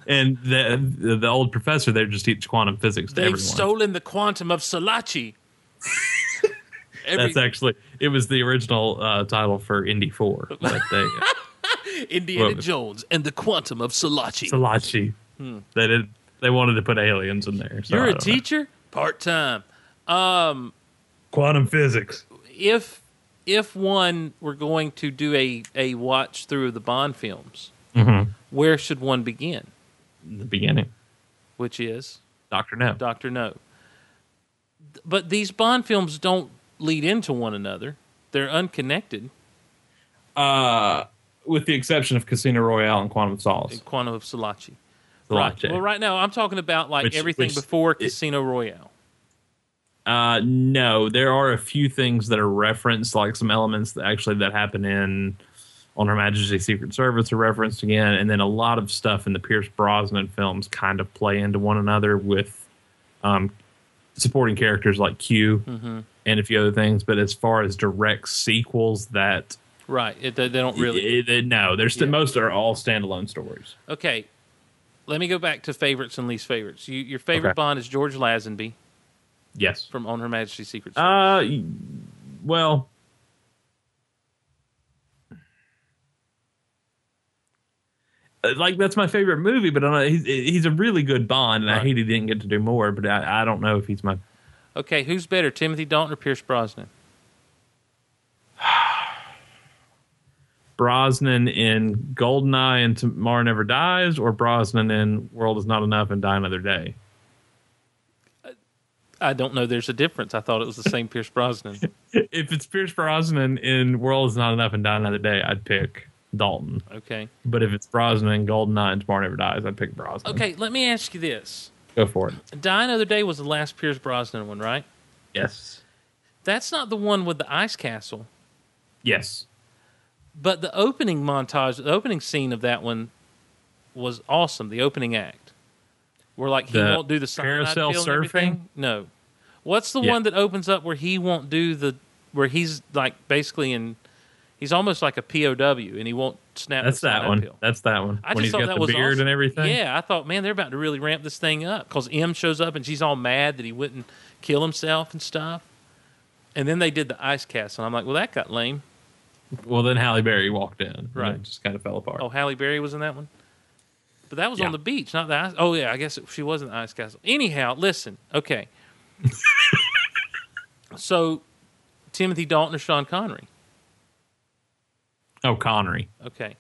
[SPEAKER 4] and the, the the old professor there just teaches quantum physics to
[SPEAKER 3] They've
[SPEAKER 4] everyone.
[SPEAKER 3] stolen the Quantum of Solace. Every,
[SPEAKER 4] That's actually it was the original uh, title for Indy Four, but they
[SPEAKER 3] Indiana
[SPEAKER 4] Whoa.
[SPEAKER 3] Jones and the Quantum of Solace.
[SPEAKER 4] Salachi. They did. They wanted to put aliens in there.
[SPEAKER 3] Hmm.
[SPEAKER 4] So
[SPEAKER 3] You're
[SPEAKER 4] I
[SPEAKER 3] a
[SPEAKER 4] don't know.
[SPEAKER 3] teacher, part time.
[SPEAKER 4] Quantum physics.
[SPEAKER 3] If if one were going to do a a watch through of the Bond films,
[SPEAKER 4] Mm-hmm.
[SPEAKER 3] where should one begin?
[SPEAKER 4] In the beginning,
[SPEAKER 3] Which is
[SPEAKER 4] Doctor No.
[SPEAKER 3] Doctor No. But these Bond films don't lead into one another; they're unconnected.
[SPEAKER 4] Uh, with the exception of Casino Royale and Quantum of Solace,
[SPEAKER 3] Quantum of Solace. Right.
[SPEAKER 4] Solace.
[SPEAKER 3] Well, right now I'm talking about like
[SPEAKER 4] Which-
[SPEAKER 3] everything
[SPEAKER 4] which-
[SPEAKER 3] before
[SPEAKER 4] it-
[SPEAKER 3] Casino Royale.
[SPEAKER 4] Uh, no, there are a few things that are referenced, like some elements that actually that happen in on Her Majesty's Secret Service are referenced again, and then a lot of stuff in the Pierce Brosnan films kind of play into one another with um, supporting characters like Q
[SPEAKER 3] Mm-hmm.
[SPEAKER 4] and a few other things. But as far as direct sequels, that
[SPEAKER 3] Right. It, they, they don't really.
[SPEAKER 4] Eh, eh, no, there's
[SPEAKER 3] Yeah.
[SPEAKER 4] most are all standalone stories.
[SPEAKER 3] Okay. Let me go back to favorites and least favorites. You, your favorite
[SPEAKER 4] Okay.
[SPEAKER 3] Bond is George Lazenby
[SPEAKER 4] Yes.
[SPEAKER 3] from On Her Majesty's Secret Service.
[SPEAKER 4] Uh, y- well, uh, like that's my favorite movie, but I don't know, he's he's a really good Bond, and I
[SPEAKER 3] Right.
[SPEAKER 4] hate he didn't get to do more. But I, I don't know if he's my.
[SPEAKER 3] okay, who's better, Timothy Dalton or Pierce Brosnan?
[SPEAKER 4] Brosnan in Goldeneye and Tomorrow Never Dies, or Brosnan in World Is Not Enough and Die Another Day.
[SPEAKER 3] I don't know. There's a difference. I thought it was the same Pierce Brosnan.
[SPEAKER 4] If it's Pierce Brosnan in World Is Not Enough and Die Another Day, I'd pick Dalton.
[SPEAKER 3] Okay.
[SPEAKER 4] But if it's Brosnan in Goldeneye and Tomorrow Never Dies, I'd pick Brosnan.
[SPEAKER 3] Okay, let me ask you this.
[SPEAKER 4] go for it.
[SPEAKER 3] Die Another Day was the last Pierce Brosnan one, right?
[SPEAKER 4] Yes,
[SPEAKER 3] That's not the one with the ice castle,
[SPEAKER 4] yes.
[SPEAKER 3] but the opening montage, the opening scene of that one was awesome. The opening act, where like he
[SPEAKER 4] The
[SPEAKER 3] won't do the cyanide
[SPEAKER 4] carousel
[SPEAKER 3] pill and everything. No, what's the
[SPEAKER 4] Yeah.
[SPEAKER 3] one that opens up where he won't do the where he's like basically in he's almost like a POW and he won't snap.
[SPEAKER 4] That's
[SPEAKER 3] the
[SPEAKER 4] that
[SPEAKER 3] cyanide
[SPEAKER 4] one.
[SPEAKER 3] Pill.
[SPEAKER 4] That's that one.
[SPEAKER 3] I
[SPEAKER 4] when
[SPEAKER 3] just
[SPEAKER 4] he's
[SPEAKER 3] thought
[SPEAKER 4] got
[SPEAKER 3] that
[SPEAKER 4] the
[SPEAKER 3] was
[SPEAKER 4] beard
[SPEAKER 3] awesome.
[SPEAKER 4] and everything.
[SPEAKER 3] Yeah, I thought, man, they're about to really ramp this thing up because M shows up and she's all mad that he wouldn't kill himself and stuff. And then they did the ice cast, and I'm like, well, that got lame.
[SPEAKER 4] Well, then Halle Berry walked in.
[SPEAKER 3] Right.
[SPEAKER 4] And it just kind of fell apart.
[SPEAKER 3] Oh, Halle Berry was in that one, but that was
[SPEAKER 4] Yeah.
[SPEAKER 3] on the beach, not the ice. Oh yeah, I guess it, she was in the ice castle. Anyhow, listen, okay. so, Timothy Dalton or Sean Connery?
[SPEAKER 4] Oh, Connery.
[SPEAKER 3] Okay,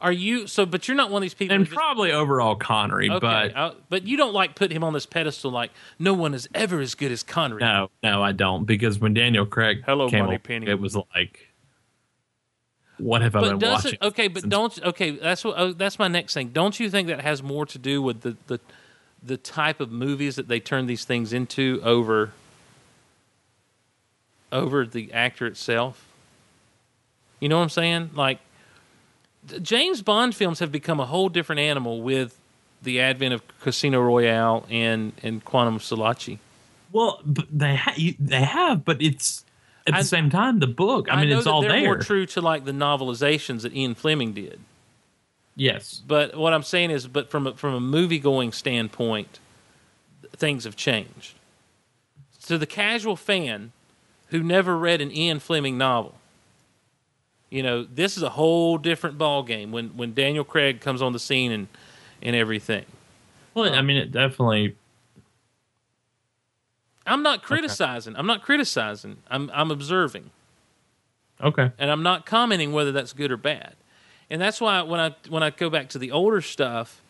[SPEAKER 3] are you so? But you're not one of these people.
[SPEAKER 4] And
[SPEAKER 3] who just-
[SPEAKER 4] probably overall Connery,
[SPEAKER 3] okay,
[SPEAKER 4] but
[SPEAKER 3] I- but you don't like put him on this pedestal. Like no one is ever as good as Connery.
[SPEAKER 4] no, no, I don't. Because when Daniel Craig
[SPEAKER 3] Hello,
[SPEAKER 4] came
[SPEAKER 3] Money
[SPEAKER 4] up,
[SPEAKER 3] Penny.
[SPEAKER 4] it was like, what have I
[SPEAKER 3] but
[SPEAKER 4] been
[SPEAKER 3] doesn't
[SPEAKER 4] watching?
[SPEAKER 3] okay but don't okay that's what oh, that's my next thing don't you think that has more to do with the the the type of movies that they turn these things into over over the actor itself you know what i'm saying like the james bond films have become a whole different animal with the advent of casino royale and and quantum of Solace.
[SPEAKER 4] Well, but they ha- you, they have, but it's at
[SPEAKER 3] I-
[SPEAKER 4] the same time the book. I, mean,
[SPEAKER 3] know
[SPEAKER 4] it's
[SPEAKER 3] that
[SPEAKER 4] all
[SPEAKER 3] they're
[SPEAKER 4] there.
[SPEAKER 3] more true to like the novelizations that ian fleming did
[SPEAKER 4] Yes,
[SPEAKER 3] But what I'm saying is, but from a, from a movie going standpoint, things have changed. To the casual fan who never read an Ian Fleming novel, you know, this is a whole different ball game when when Daniel Craig comes on the scene and and everything.
[SPEAKER 4] well,
[SPEAKER 3] Oh.
[SPEAKER 4] I mean, it definitely.
[SPEAKER 3] I'm not criticizing. I'm not criticizing. I'm I'm observing.
[SPEAKER 4] Okay,
[SPEAKER 3] and I'm not commenting whether that's good or bad. And that's why when I when I go back to the older stuff,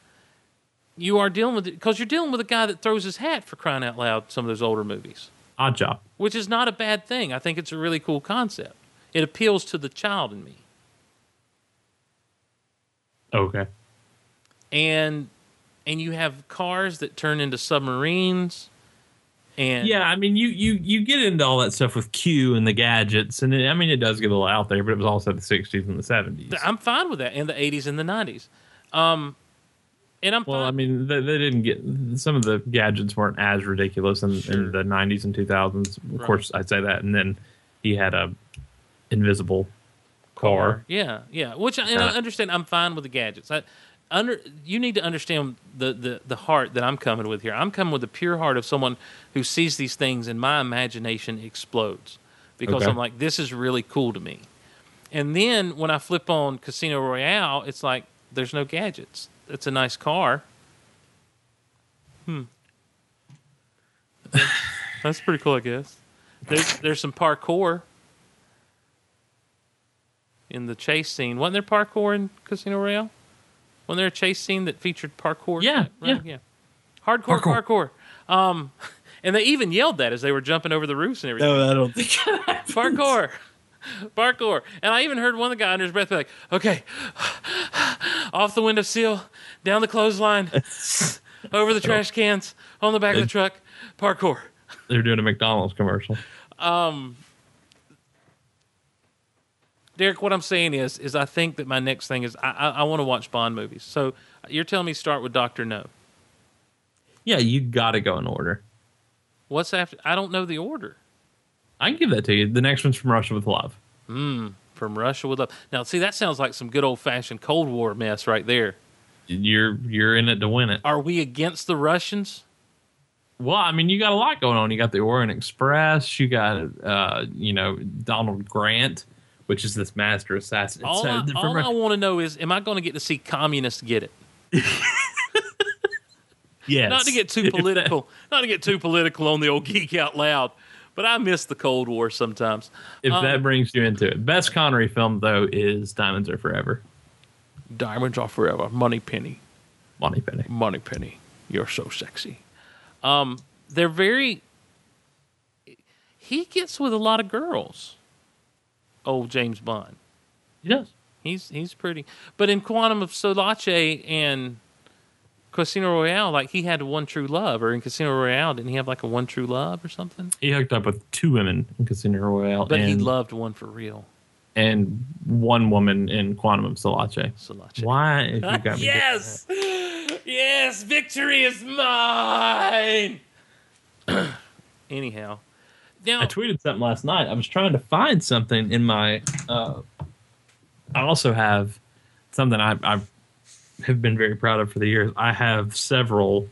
[SPEAKER 3] you are dealing with because you're dealing with a guy that throws his hat for crying out loud. Some of those older movies,
[SPEAKER 4] odd job.
[SPEAKER 3] which is not a bad thing. I think it's a really cool concept. It appeals to the child in me,
[SPEAKER 4] Okay,
[SPEAKER 3] and and you have cars that turn into submarines, and
[SPEAKER 4] yeah, I mean, you you you get into all that stuff with Q and the gadgets, and it, I mean, it does get a little out there, but it was also the '60s and the '70s.
[SPEAKER 3] th- I'm fine with that. In the '80s and the '90s, um, and I'm
[SPEAKER 4] well,
[SPEAKER 3] fine.
[SPEAKER 4] I mean, they, they didn't get some of the gadgets weren't as ridiculous in, in the '90s and 2000s. Of
[SPEAKER 3] Right.
[SPEAKER 4] course, I'd say that, and then he had a invisible car.
[SPEAKER 3] Yeah, yeah. Which I, and I
[SPEAKER 4] Uh,
[SPEAKER 3] understand. I'm fine with the gadgets. I, under you need to understand the, the the heart that I'm coming with here. I'm coming with the pure heart of someone who sees these things, and my imagination explodes because
[SPEAKER 4] Okay.
[SPEAKER 3] I'm like, this is really cool to me. And then when I flip on Casino Royale, it's like there's no gadgets. It's a nice car. Hmm. That's pretty cool, I guess. There's there's some parkour in the chase scene. Wasn't there parkour in Casino Royale? Wasn't there a chase scene that featured parkour?
[SPEAKER 4] Yeah,
[SPEAKER 3] Right, yeah. Hardcore parkour.
[SPEAKER 4] Parkour.
[SPEAKER 3] Um, and they even yelled that as they were jumping over the roofs and everything
[SPEAKER 4] No, I don't think.
[SPEAKER 3] parkour. Parkour. And I even heard one of the guy under his breath be like, okay, off the window sill, down the clothesline, over the trash cans, on the back of the truck, parkour.
[SPEAKER 4] They're doing a McDonald's commercial.
[SPEAKER 3] Derek, what I'm saying is, is I think that my next thing is I, I, I want to watch Bond movies. So you're telling me start with Doctor No.
[SPEAKER 4] Yeah, you got to go in order.
[SPEAKER 3] What's after? I don't know the order.
[SPEAKER 4] I can give that to you. The next one's from Russia with Love.
[SPEAKER 3] From Russia with Love. Now, see, that sounds like some good old fashioned Cold War mess right there.
[SPEAKER 4] You're you're in it to win it.
[SPEAKER 3] Are we against the Russians?
[SPEAKER 4] Well, I mean, you got a lot going on. You got the Orient Express. You got uh, you know Donald Grant, which is this master assassin.
[SPEAKER 3] All,
[SPEAKER 4] So,
[SPEAKER 3] I,
[SPEAKER 4] uh, from
[SPEAKER 3] all
[SPEAKER 4] Ru-
[SPEAKER 3] I want to know is, am I going to get to see communists get it?
[SPEAKER 4] yes.
[SPEAKER 3] Not to get too political. not to get too political on the old geek out loud. But I miss the Cold War sometimes.
[SPEAKER 4] If
[SPEAKER 3] Um,
[SPEAKER 4] that brings you into it, best Connery film though is Diamonds Are Forever.
[SPEAKER 3] Diamonds are forever. Money penny.
[SPEAKER 4] Monty Penny.
[SPEAKER 3] Money penny. You're so sexy. Um, they're very. He gets with a lot of girls. Old James Bond.
[SPEAKER 4] Yes.
[SPEAKER 3] He's he's pretty. But in Quantum of Solace and Casino Royale, like he had one true love, or in Casino Royale, didn't he have like a one true love or something?
[SPEAKER 4] He hooked up with two women in Casino Royale,
[SPEAKER 3] But
[SPEAKER 4] and,
[SPEAKER 3] he loved one for real.
[SPEAKER 4] and one woman in Quantum of Solace.
[SPEAKER 3] Solace.
[SPEAKER 4] Why? If you got me doing
[SPEAKER 3] yes, yes, victory is mine. Anyhow, now
[SPEAKER 4] I tweeted something last night. I was trying to find something in my. Uh, I also have something I, I have been very proud of for the years. I have several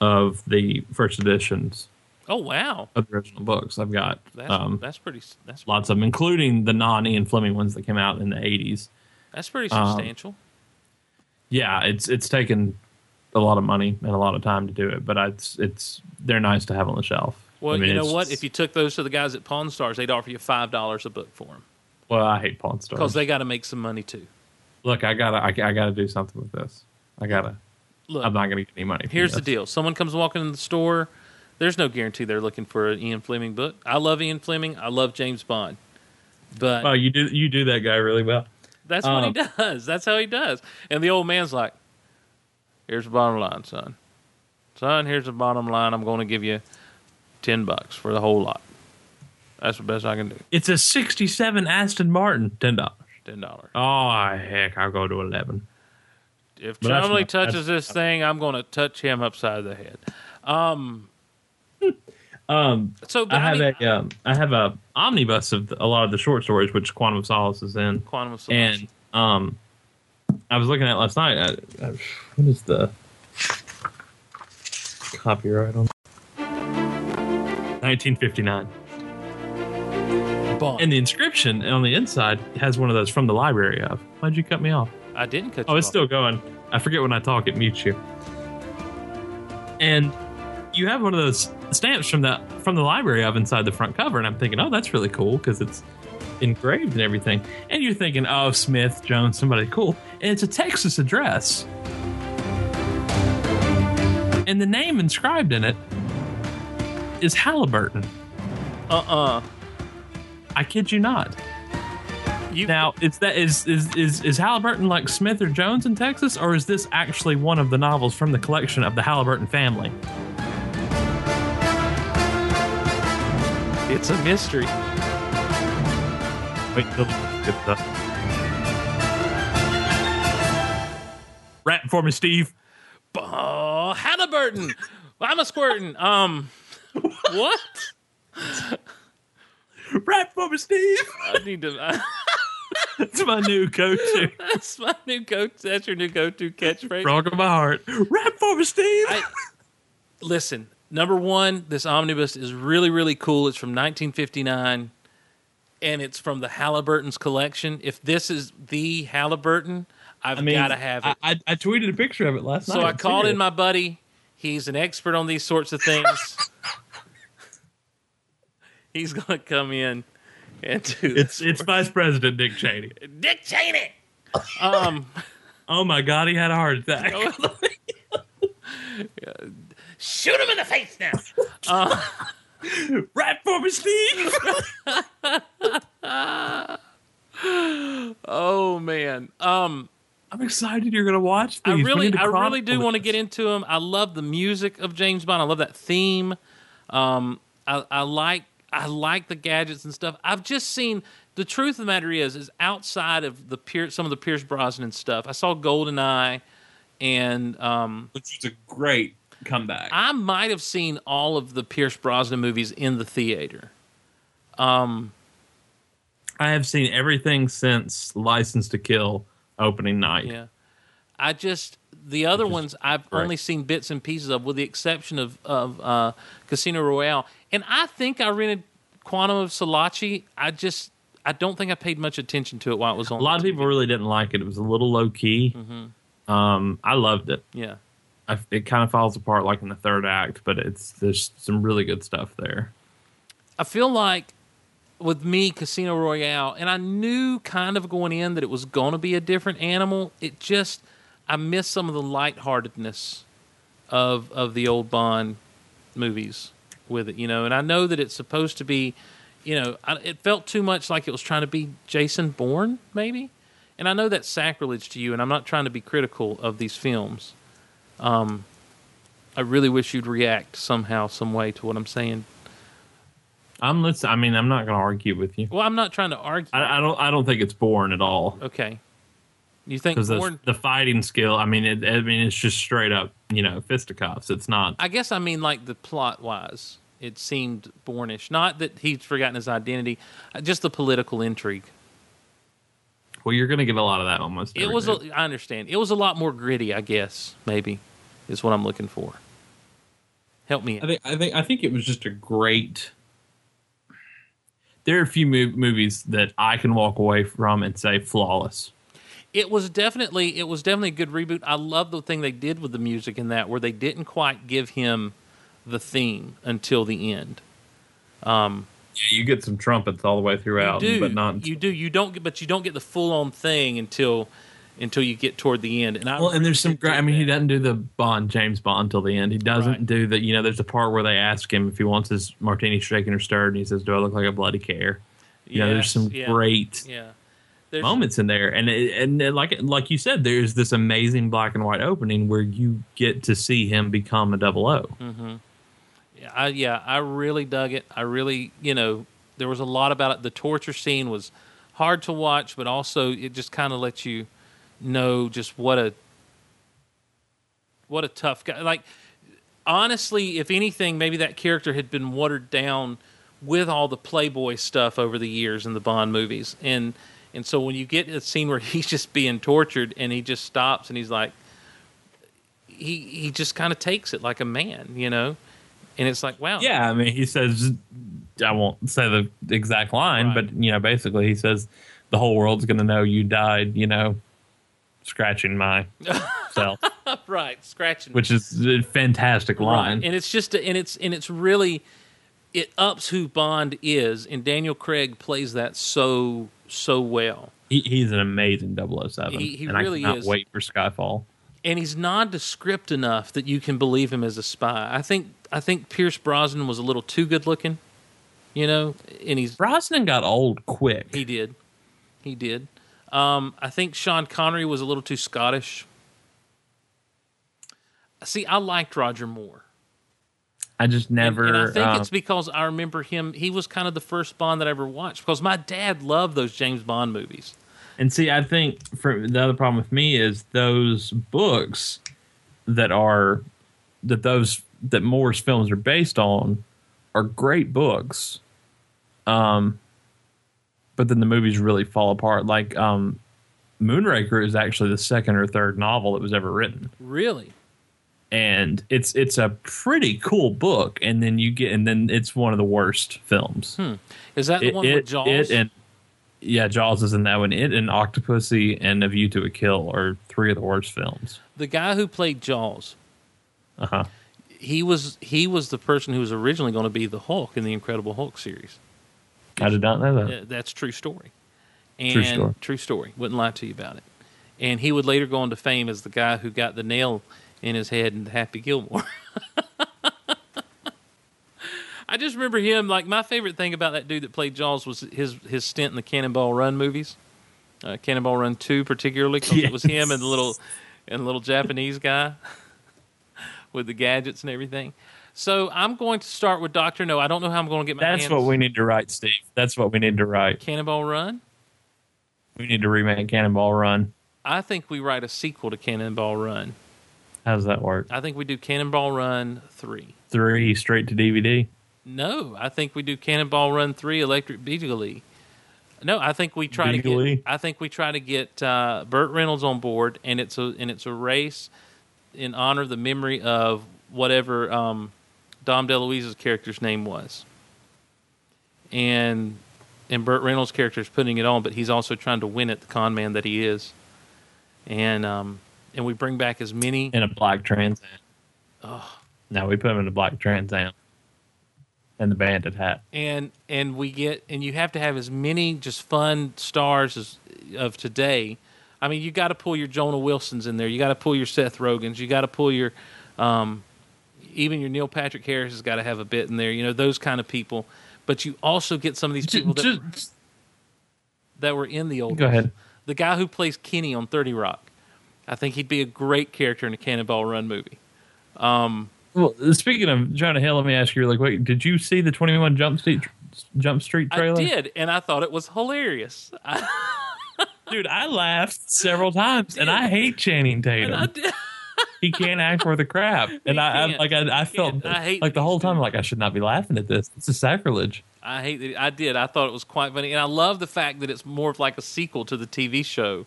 [SPEAKER 4] of the first editions
[SPEAKER 3] oh wow,
[SPEAKER 4] of the original books. I've got
[SPEAKER 3] that's
[SPEAKER 4] um,
[SPEAKER 3] that's pretty s- that's
[SPEAKER 4] lots of them, including the non Ian Fleming ones that came out in the 80s.
[SPEAKER 3] that's pretty
[SPEAKER 4] um,
[SPEAKER 3] substantial.
[SPEAKER 4] Yeah, it's it's taken a lot of money and a lot of time to do it, but I, it's it's they're nice to have on the shelf.
[SPEAKER 3] Well,
[SPEAKER 4] I mean,
[SPEAKER 3] you know
[SPEAKER 4] it's
[SPEAKER 3] what?
[SPEAKER 4] just-
[SPEAKER 3] If you took those to the guys at Pawn Stars, they'd offer you five dollars a book for them
[SPEAKER 4] well, I hate Pawn Stars.
[SPEAKER 3] because they got to make some money too.
[SPEAKER 4] look, I gotta, I, I gotta do something with this. I gotta.
[SPEAKER 3] Look,
[SPEAKER 4] I'm not gonna get any money. from
[SPEAKER 3] Here's the
[SPEAKER 4] this.
[SPEAKER 3] deal: someone comes walking in the store. There's no guarantee they're looking for an Ian Fleming book. I love Ian Fleming. I love James Bond, but
[SPEAKER 4] Oh, you do, you do that guy really well.
[SPEAKER 3] that's what
[SPEAKER 4] um,
[SPEAKER 3] he does. That's how he does. And the old man's like, "Here's the bottom line, son. Son, here's the bottom line. I'm going to give you ten bucks for the whole lot. That's the best I can do.
[SPEAKER 4] It's a '67 Aston Martin, ten dollars.
[SPEAKER 3] Ten dollars.
[SPEAKER 4] Oh heck, I'll go to eleven.
[SPEAKER 3] If
[SPEAKER 4] But that's
[SPEAKER 3] Chumley
[SPEAKER 4] not- that's-
[SPEAKER 3] touches this thing, I'm going to touch him upside the head." Um.
[SPEAKER 4] Um,
[SPEAKER 3] So, but
[SPEAKER 4] I
[SPEAKER 3] I
[SPEAKER 4] have
[SPEAKER 3] mean,
[SPEAKER 4] a, um, I have a omnibus of the- a lot of the short stories, which Quantum of Solace is in,
[SPEAKER 3] quantum of Solace.
[SPEAKER 4] and um, I was looking at it last night. I, I, what is the copyright on? 1959.
[SPEAKER 3] Bond.
[SPEAKER 4] And the inscription on the inside has one of those from the library of. Why'd you cut me off?
[SPEAKER 3] I didn't cut.
[SPEAKER 4] Oh,
[SPEAKER 3] you
[SPEAKER 4] it's
[SPEAKER 3] off.
[SPEAKER 4] still going. I forget when I talk, it mutes you. And you have one of those stamps from the from the library of inside the front cover, and I'm thinking, oh, that's really cool because it's engraved and everything. And you're thinking, oh, Smith Jones, somebody cool, and it's a Texas address, and the name inscribed in it is Halliburton.
[SPEAKER 3] Uh-uh.
[SPEAKER 4] I kid you not.
[SPEAKER 3] You
[SPEAKER 4] Now, is that is is is is Halliburton like Smith or Jones in Texas, or is this actually one of the novels from the collection of the Halliburton family?
[SPEAKER 3] it's a mystery.
[SPEAKER 4] Wait, till it's up. Rap for me, Steve.
[SPEAKER 3] Oh, Halliburton. I'm a squirtin'. Um, what?
[SPEAKER 4] Rap for me, Steve.
[SPEAKER 3] I need to.
[SPEAKER 4] That's my new go-to.
[SPEAKER 3] that's my new go. That's your new go-to catchphrase.
[SPEAKER 4] Frog of my heart. Rap for me, Steve.
[SPEAKER 3] I- Listen, number one, this omnibus is really, really cool. It's from 1959, and it's from the Halliburton's collection. If this is the Halliburton, I've got to have it.
[SPEAKER 4] I, I, I tweeted a picture of it last night.
[SPEAKER 3] so I
[SPEAKER 4] I'm
[SPEAKER 3] called in
[SPEAKER 4] serious.
[SPEAKER 3] my buddy. He's an expert on these sorts of things. He's gonna come in and do
[SPEAKER 4] It's
[SPEAKER 3] this.
[SPEAKER 4] it's Vice President Dick Cheney.
[SPEAKER 3] Dick Cheney. Um,
[SPEAKER 4] Oh my God, he had a heart attack.
[SPEAKER 3] shoot him in the face now. Uh,
[SPEAKER 4] Rap for me, Steve.
[SPEAKER 3] Oh man. Um,
[SPEAKER 4] I'm excited you're gonna watch
[SPEAKER 3] I
[SPEAKER 4] these. We
[SPEAKER 3] really,
[SPEAKER 4] need to
[SPEAKER 3] I really
[SPEAKER 4] chronicle
[SPEAKER 3] do want to
[SPEAKER 4] this.
[SPEAKER 3] get into him. I love the music of James Bond. I love that theme. Um, I, I like I like the gadgets and stuff. I've just seen the truth of the matter is is outside of the Pier, some of the Pierce Brosnan stuff. I saw GoldenEye, and um,
[SPEAKER 4] which is a great comeback.
[SPEAKER 3] I might have seen all of the Pierce Brosnan movies in the theater. Um,
[SPEAKER 4] I have seen everything since License to Kill opening night.
[SPEAKER 3] yeah, I just the other ones I've
[SPEAKER 4] great.
[SPEAKER 3] only seen bits and pieces of, with the exception of of uh, Casino Royale. And I think I rented Quantum of Solace. I just I don't think I paid much attention to it while it was on.
[SPEAKER 4] A lot of people really didn't like it. It was a little low key.
[SPEAKER 3] Mm-hmm.
[SPEAKER 4] Um, I loved it.
[SPEAKER 3] yeah.
[SPEAKER 4] I, it kind of falls apart like in the third act, but it's there's some really good stuff there.
[SPEAKER 3] I feel like with me, Casino Royale, and I knew kind of going in that it was going to be a different animal. It just, I miss some of the lightheartedness of of the old Bond movies with it, you know. And I know that it's supposed to be, you know, I, it felt too much like it was trying to be Jason Bourne, maybe. And I know that's sacrilege to you, and I'm not trying to be critical of these films. Um, I really wish you'd react somehow, some way to what I'm saying.
[SPEAKER 4] I'm listening. I mean, I'm not going to argue with you.
[SPEAKER 3] Well, I'm not trying to argue.
[SPEAKER 4] I, I don't. I don't think it's boring at all
[SPEAKER 3] Okay. You think
[SPEAKER 4] because the,
[SPEAKER 3] Bourne?
[SPEAKER 4] the fighting skill. I mean, it, I mean, it's just straight up, you know, fisticuffs. It's not.
[SPEAKER 3] I guess I mean like the plot wise, it seemed Bournish. Not that he's forgotten his identity, uh, just the political intrigue.
[SPEAKER 4] Well, you're going to get a lot of that almost.
[SPEAKER 3] It
[SPEAKER 4] every
[SPEAKER 3] was.
[SPEAKER 4] day.
[SPEAKER 3] A, I understand. It was a lot more gritty. I guess maybe is what I'm looking for. Help me.
[SPEAKER 4] I
[SPEAKER 3] Out.
[SPEAKER 4] think I think I think it was just a great. There are a few mov- movies that I can walk away from and say flawless.
[SPEAKER 3] It was definitely. It was definitely a good reboot. I love the thing they did with the music in that, where they didn't quite give him the theme until the end.
[SPEAKER 4] Yeah, you get some trumpets all the way throughout,
[SPEAKER 3] you do,
[SPEAKER 4] but not.
[SPEAKER 3] you do you don't get but you don't get the full on thing until until you get toward the end and I
[SPEAKER 4] well, and there's some
[SPEAKER 3] really
[SPEAKER 4] great. I
[SPEAKER 3] dig
[SPEAKER 4] mean, he
[SPEAKER 3] that.
[SPEAKER 4] doesn't do the Bond James Bond till the end. He doesn't
[SPEAKER 3] Right.
[SPEAKER 4] do the. You know, there's a part where they ask him if he wants his martini shaken or stirred, and he says, "Do I look like a bloody care?" You know, there's
[SPEAKER 3] Yes,
[SPEAKER 4] some
[SPEAKER 3] yeah,
[SPEAKER 4] great
[SPEAKER 3] yeah there's,
[SPEAKER 4] moments in there, and it, and it- like like you said, there's this amazing black and white opening where you get to see him become a double O.
[SPEAKER 3] Mm-hmm. yeah, I, yeah I really dug it I really you know there was a lot about it the torture scene was hard to watch but also it just kind of lets you know just what a what a tough guy like honestly, if anything, maybe that character had been watered down with all the Playboy stuff over the years in the Bond movies, and and so when you get a scene where he's just being tortured and he just stops and he's like, he he just kind of takes it like a man, you know, and it's like wow,
[SPEAKER 4] Yeah, I mean, he says, I won't say the exact line,
[SPEAKER 3] Right.
[SPEAKER 4] but you know, basically, he says, the whole world's going to know you died. You know, scratching my self,
[SPEAKER 3] right, scratching,
[SPEAKER 4] which is a fantastic line.
[SPEAKER 3] and it's just and it's and it's really it ups who Bond is, and Daniel Craig plays that so so well.
[SPEAKER 4] He, he's an amazing 007.
[SPEAKER 3] He- he
[SPEAKER 4] and
[SPEAKER 3] really
[SPEAKER 4] I cannot
[SPEAKER 3] is.
[SPEAKER 4] wait for Skyfall.
[SPEAKER 3] and he's nondescript enough that you can believe him as a spy. I think I think Pierce Brosnan was a little too good looking, you know, and he's
[SPEAKER 4] Brosnan got old quick.
[SPEAKER 3] he did, he did. Um, I think Sean Connery was a little too Scottish. See, I liked Roger Moore.
[SPEAKER 4] I just
[SPEAKER 3] And-
[SPEAKER 4] never.
[SPEAKER 3] And, I think
[SPEAKER 4] um,
[SPEAKER 3] it's because I remember him. He was kind of the first Bond that I ever watched because my dad loved those James Bond movies.
[SPEAKER 4] And see, I think for the other problem with me is those books that are that those that Moore's films are based on are great books. Um, but then the movies really fall apart. Like um, Moonraker is actually the second or third novel that was ever written,
[SPEAKER 3] Really?
[SPEAKER 4] and it's it's a pretty cool book. And then you get and then it's one of the worst films
[SPEAKER 3] Is that Hmm. the one with Jaws?
[SPEAKER 4] it and yeah, Jaws is in that one. It and Octopussy and A View to a Kill are three of the worst films.
[SPEAKER 3] the guy who played Jaws,
[SPEAKER 4] Uh huh.
[SPEAKER 3] he was he was the person who was originally going to be the Hulk in the Incredible Hulk series.
[SPEAKER 4] I did not know that.
[SPEAKER 3] Uh, That's true story. And
[SPEAKER 4] True story.
[SPEAKER 3] story. Wouldn't lie to you about it. And he would later go on to fame as the guy who got the nail in his head in Happy Gilmore. I just remember him. Like my favorite thing about that dude that played Jaws was his his stint in the Cannonball Run movies, uh, Cannonball Run Two particularly, 'cause it was him and the little and the little Japanese guy with the gadgets and everything. So I'm going to start with Doctor No. I don't know how I'm going to get my
[SPEAKER 4] That's
[SPEAKER 3] hands.
[SPEAKER 4] what we need to write, Steve. That's what we need to write.
[SPEAKER 3] Cannonball Run.
[SPEAKER 4] We need to remake Cannonball Run.
[SPEAKER 3] I think we write a sequel to Cannonball Run.
[SPEAKER 4] How does that work?
[SPEAKER 3] I think we do Cannonball Run three.
[SPEAKER 4] Three straight to DVD.
[SPEAKER 3] No, I think we do Cannonball Run three Electric Beagley. No, I think we try to
[SPEAKER 4] Beagley?
[SPEAKER 3] get. I think we try to get uh, Burt Reynolds on board, and it's a and it's a race in honor of the memory of whatever um, Dom DeLuise's character's name was, and and Burt Reynolds' character is putting it on, but he's also trying to win it, the con man that he is, and um, and we bring back as many.
[SPEAKER 4] in a black Trans Am. No, we put him in a black Trans Am and the bandit hat.
[SPEAKER 3] and and we get and you have to have as many just fun stars as, of today. I mean, you got to pull your Jonah Wilsons in there. You got to pull your Seth Rogans. You got to pull your um, even your Neil Patrick Harris has got to have a bit in there. You know those kind of people. But you also get some of these people that, that were in the old.
[SPEAKER 4] Go ahead.
[SPEAKER 3] The guy who plays Kenny on Thirty Rock, I think he'd be a great character in a Cannonball Run movie.
[SPEAKER 4] Well, speaking of Jonah Hill, let me ask you really quick: Did you see the Twenty One Jump Street Jump Street trailer?
[SPEAKER 3] I did, and I thought it was hilarious. I,
[SPEAKER 4] dude. I laughed several times, and I hate Channing Tatum.
[SPEAKER 3] and I did.
[SPEAKER 4] he can't act worth a crap, and I, I
[SPEAKER 3] can't.
[SPEAKER 4] like I, I felt
[SPEAKER 3] can't. I hate
[SPEAKER 4] like the whole
[SPEAKER 3] these
[SPEAKER 4] time like I should not be laughing at this. It's a sacrilege.
[SPEAKER 3] I hate that. I did. I thought it was quite funny, and I love the fact that it's more of like a sequel to the TV show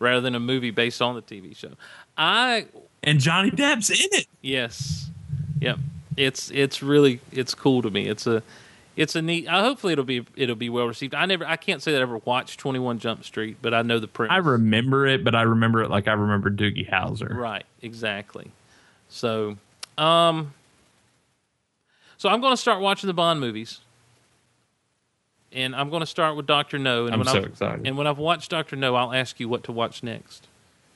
[SPEAKER 3] rather than a movie based on the TV show. I
[SPEAKER 4] And Johnny Depp's in it.
[SPEAKER 3] yes, yep. It's it's really it's cool to me. It's a it's a neat. I hopefully it'll be it'll be well received. I never I can't say that I ever watched Twenty One Jump Street, but I know the premise.
[SPEAKER 4] I remember it, but I remember it like I remember Doogie Howser.
[SPEAKER 3] Right, exactly. So, um, so I'm going to start watching the Bond movies, and I'm going to start with Doctor No. And
[SPEAKER 4] I'm
[SPEAKER 3] when
[SPEAKER 4] so
[SPEAKER 3] I've,
[SPEAKER 4] excited.
[SPEAKER 3] And when I've watched Doctor No, I'll ask you what to watch next,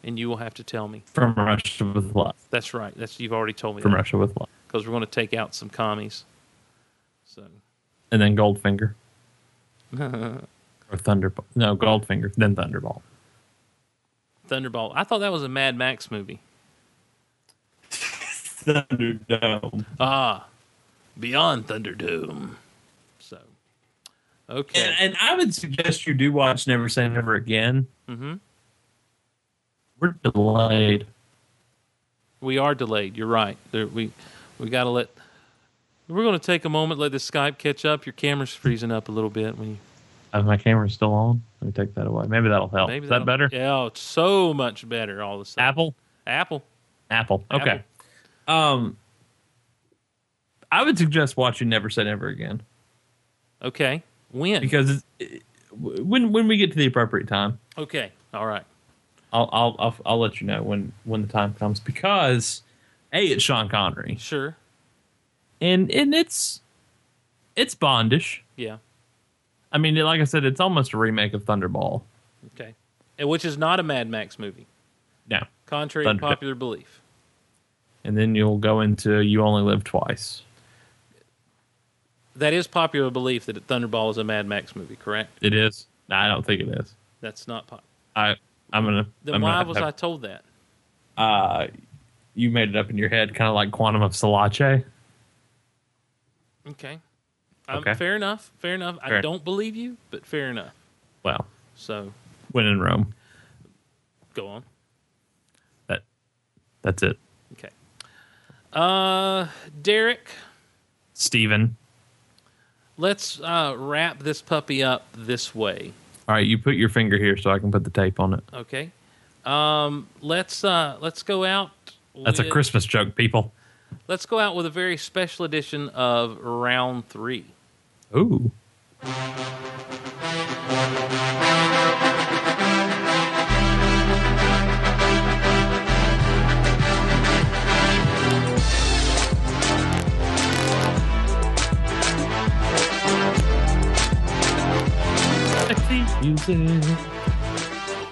[SPEAKER 3] and you will have to tell me.
[SPEAKER 4] From Russia with Love.
[SPEAKER 3] That's right. That's you've already told me
[SPEAKER 4] From Russia with Love.
[SPEAKER 3] because we're going to take out some commies. So
[SPEAKER 4] and then Goldfinger. or Thunderball. No, Goldfinger, then Thunderball.
[SPEAKER 3] Thunderball. I thought that was a Mad Max movie.
[SPEAKER 4] Thunderdome.
[SPEAKER 3] Ah, Beyond Thunderdome. So, okay.
[SPEAKER 4] And, and I would suggest you do watch Never Say Never Again.
[SPEAKER 3] Mhm.
[SPEAKER 4] We're delayed.
[SPEAKER 3] We are delayed. You're right. There, we we got to let. We're going to take a moment, let the Skype catch up. Your camera's freezing up a little bit. When you,
[SPEAKER 4] Uh, my camera's still on. Let me take that away. Maybe that'll help.
[SPEAKER 3] maybe
[SPEAKER 4] Is that
[SPEAKER 3] that'll-
[SPEAKER 4] better?
[SPEAKER 3] Yeah, oh, it's so much better. All of a sudden,
[SPEAKER 4] Apple?
[SPEAKER 3] Apple.
[SPEAKER 4] Apple. Okay. Um, I would suggest watching Never Say Never Again
[SPEAKER 3] Okay. When?
[SPEAKER 4] because it's, it, when when we get to the appropriate time,
[SPEAKER 3] okay. All right.
[SPEAKER 4] I'll, I'll I'll I'll let you know when when the time comes because a it's Sean Connery
[SPEAKER 3] Sure.
[SPEAKER 4] and and it's it's Bondish.
[SPEAKER 3] Yeah.
[SPEAKER 4] I mean, like I said, it's almost a remake of Thunderball.
[SPEAKER 3] Okay. And which is not a Mad Max movie,
[SPEAKER 4] No,
[SPEAKER 3] contrary
[SPEAKER 4] Thunderdome.
[SPEAKER 3] to popular belief.
[SPEAKER 4] and then you'll go into You Only Live Twice.
[SPEAKER 3] That is popular belief that Thunderball is a Mad Max movie. Correct.
[SPEAKER 4] It is. No, I don't think it is.
[SPEAKER 3] That's not pop.
[SPEAKER 4] I I'm gonna.
[SPEAKER 3] Then
[SPEAKER 4] I'm
[SPEAKER 3] why
[SPEAKER 4] gonna
[SPEAKER 3] was I
[SPEAKER 4] have-
[SPEAKER 3] told that?
[SPEAKER 4] Uh, you made it up in your head, kind of like Quantum of Solace.
[SPEAKER 3] Okay. Um,
[SPEAKER 4] Okay.
[SPEAKER 3] Fair enough. Fair enough. I
[SPEAKER 4] Fair.
[SPEAKER 3] don't believe you, but fair enough.
[SPEAKER 4] Well,
[SPEAKER 3] So
[SPEAKER 4] when in Rome.
[SPEAKER 3] go on.
[SPEAKER 4] That that's it.
[SPEAKER 3] Okay. Uh, Derek,
[SPEAKER 4] Steven.
[SPEAKER 3] let's uh, wrap this puppy up this way.
[SPEAKER 4] All right, you put your finger here so I can put the tape on it.
[SPEAKER 3] Okay. Um, let's uh, let's go out.
[SPEAKER 4] That's a
[SPEAKER 3] with-
[SPEAKER 4] Christmas joke, people.
[SPEAKER 3] Let's go out with a very special edition of round three.
[SPEAKER 4] Ooh.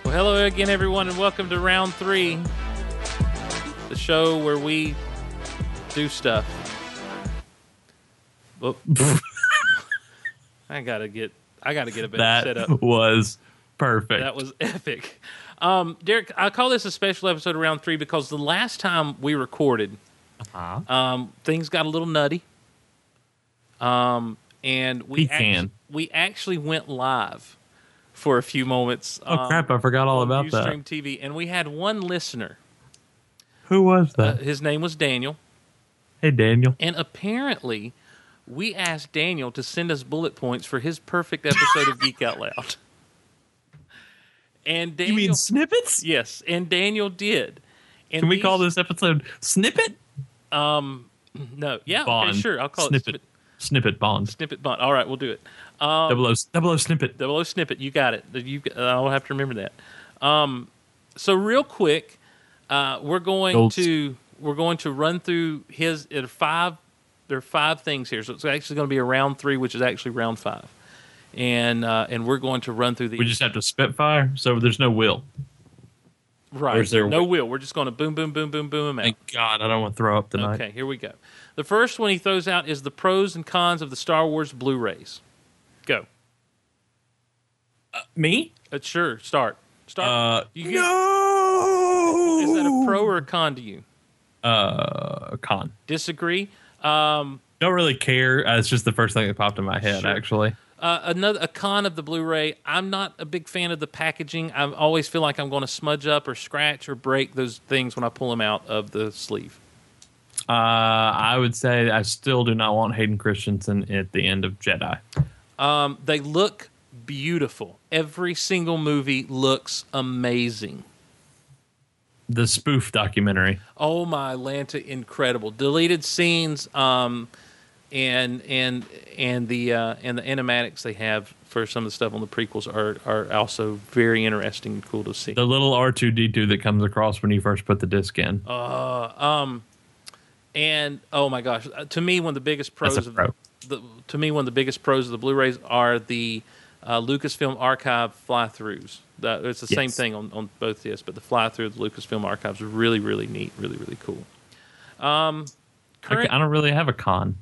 [SPEAKER 3] Well, hello again, everyone, and welcome to round three, the show where we do stuff. Well, I gotta get I gotta get a better setup.
[SPEAKER 4] That was perfect.
[SPEAKER 3] That was epic. Um, Derek, I call this a special episode of round three because the last time we recorded,
[SPEAKER 4] Uh-huh.
[SPEAKER 3] Um, things got a little nutty. Um, and we act-
[SPEAKER 4] Pecan.
[SPEAKER 3] we actually went live for a few moments. um,
[SPEAKER 4] Oh crap! I forgot all about that.
[SPEAKER 3] Stream TV, and we had one listener.
[SPEAKER 4] Who was
[SPEAKER 3] Uh,
[SPEAKER 4] that?
[SPEAKER 3] his name was Daniel,
[SPEAKER 4] hey, Daniel.
[SPEAKER 3] and apparently, we asked Daniel to send us bullet points for his perfect episode of Geek Out Loud. And Daniel,
[SPEAKER 4] snippets?
[SPEAKER 3] yes, and Daniel did. And
[SPEAKER 4] Can we
[SPEAKER 3] these-
[SPEAKER 4] call this episode snippet?
[SPEAKER 3] Um, no, yeah,
[SPEAKER 4] Bond.
[SPEAKER 3] okay, sure. I'll call
[SPEAKER 4] snippet.
[SPEAKER 3] it
[SPEAKER 4] Snippet bond.
[SPEAKER 3] snippet. Snippet bond. All right, we'll do it. Um,
[SPEAKER 4] Double O. Double O snippet.
[SPEAKER 3] Double O snippet. You got it. You, I'll have to remember that. Um, so real quick, uh, we're going
[SPEAKER 4] Gold.
[SPEAKER 3] to we're going to run through his there are five. There are five things here, so it's actually going to be a round three, which is actually round five, and uh, and we're going to run through the
[SPEAKER 4] We just have to spitfire, so there's no will.
[SPEAKER 3] right.
[SPEAKER 4] there's their-
[SPEAKER 3] no will. We're just going to boom, boom, boom, boom, boom 'em out.
[SPEAKER 4] Thank God, I don't want to throw up tonight.
[SPEAKER 3] Okay, here we go. The first one he throws out is the pros and cons of the Star Wars Blu-rays. Go.
[SPEAKER 4] Me?
[SPEAKER 3] Uh, sure. Start. Start.
[SPEAKER 4] Uh,
[SPEAKER 3] You get-
[SPEAKER 4] no.
[SPEAKER 3] Is that a pro or a con to you?
[SPEAKER 4] Uh, con.
[SPEAKER 3] Disagree. Um,
[SPEAKER 4] Don't really care. Uh, it's just the first thing that popped in my head,
[SPEAKER 3] Sure.
[SPEAKER 4] actually.
[SPEAKER 3] uh, another a con of the Blu-ray. I'm not a big fan of the packaging. I always feel like I'm going to smudge up or scratch or break those things when I pull them out of the sleeve.
[SPEAKER 4] Uh, I would say I still do not want Hayden Christensen at the end of Jedi.
[SPEAKER 3] Um, they look beautiful. Every single movie looks amazing.
[SPEAKER 4] The spoof documentary.
[SPEAKER 3] Oh my Lanta, incredible. Deleted scenes um and and and the uh and the animatics they have for some of the stuff on the prequels are are also very interesting and cool to see.
[SPEAKER 4] The little R2D2 that comes across when you first put the disc in.
[SPEAKER 3] Uh, And oh my gosh, uh, to me one of the biggest pros
[SPEAKER 4] That's a
[SPEAKER 3] of
[SPEAKER 4] pro.
[SPEAKER 3] the to me one of the biggest pros of the Blu-rays are the uh, Lucasfilm Archive fly-throughs. That, it's the same
[SPEAKER 4] Yes.
[SPEAKER 3] thing on, on both discs, but the fly-through of the Lucasfilm Archives is really really neat, really really cool. Um,
[SPEAKER 4] I,
[SPEAKER 3] current
[SPEAKER 4] I don't really have a con.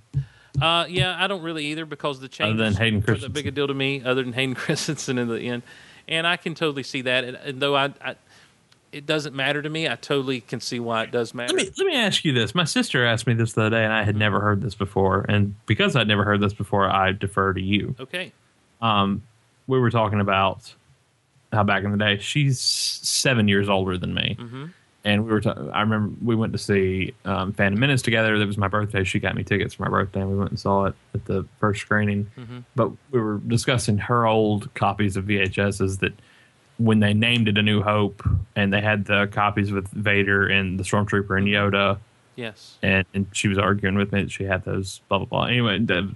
[SPEAKER 3] Uh, yeah, I don't really either because the change
[SPEAKER 4] than Hayden
[SPEAKER 3] that
[SPEAKER 4] Christensen.
[SPEAKER 3] big a deal to me, other than Hayden Christensen in the end, and I can totally see that. And, and though I, I, it doesn't matter to me, I totally can see why it does matter.
[SPEAKER 4] Let me let me ask you this. My sister asked me this the other day, and I had never heard this before. And because I'd never heard this before, I defer to you.
[SPEAKER 3] okay,
[SPEAKER 4] Um, we were talking about how back in the day, she's seven years older than me, and we were. Ta- I remember we went to see um, Phantom Menace together. That was my birthday. She got me tickets for my birthday, and we went and saw it at the first screening. But we were discussing her old copies of VHSs that when they named it A New Hope, and they had the copies with Vader and the Stormtrooper and Yoda
[SPEAKER 3] yes,
[SPEAKER 4] and, and she was arguing with me that she had those blah blah blah. Anyway, the,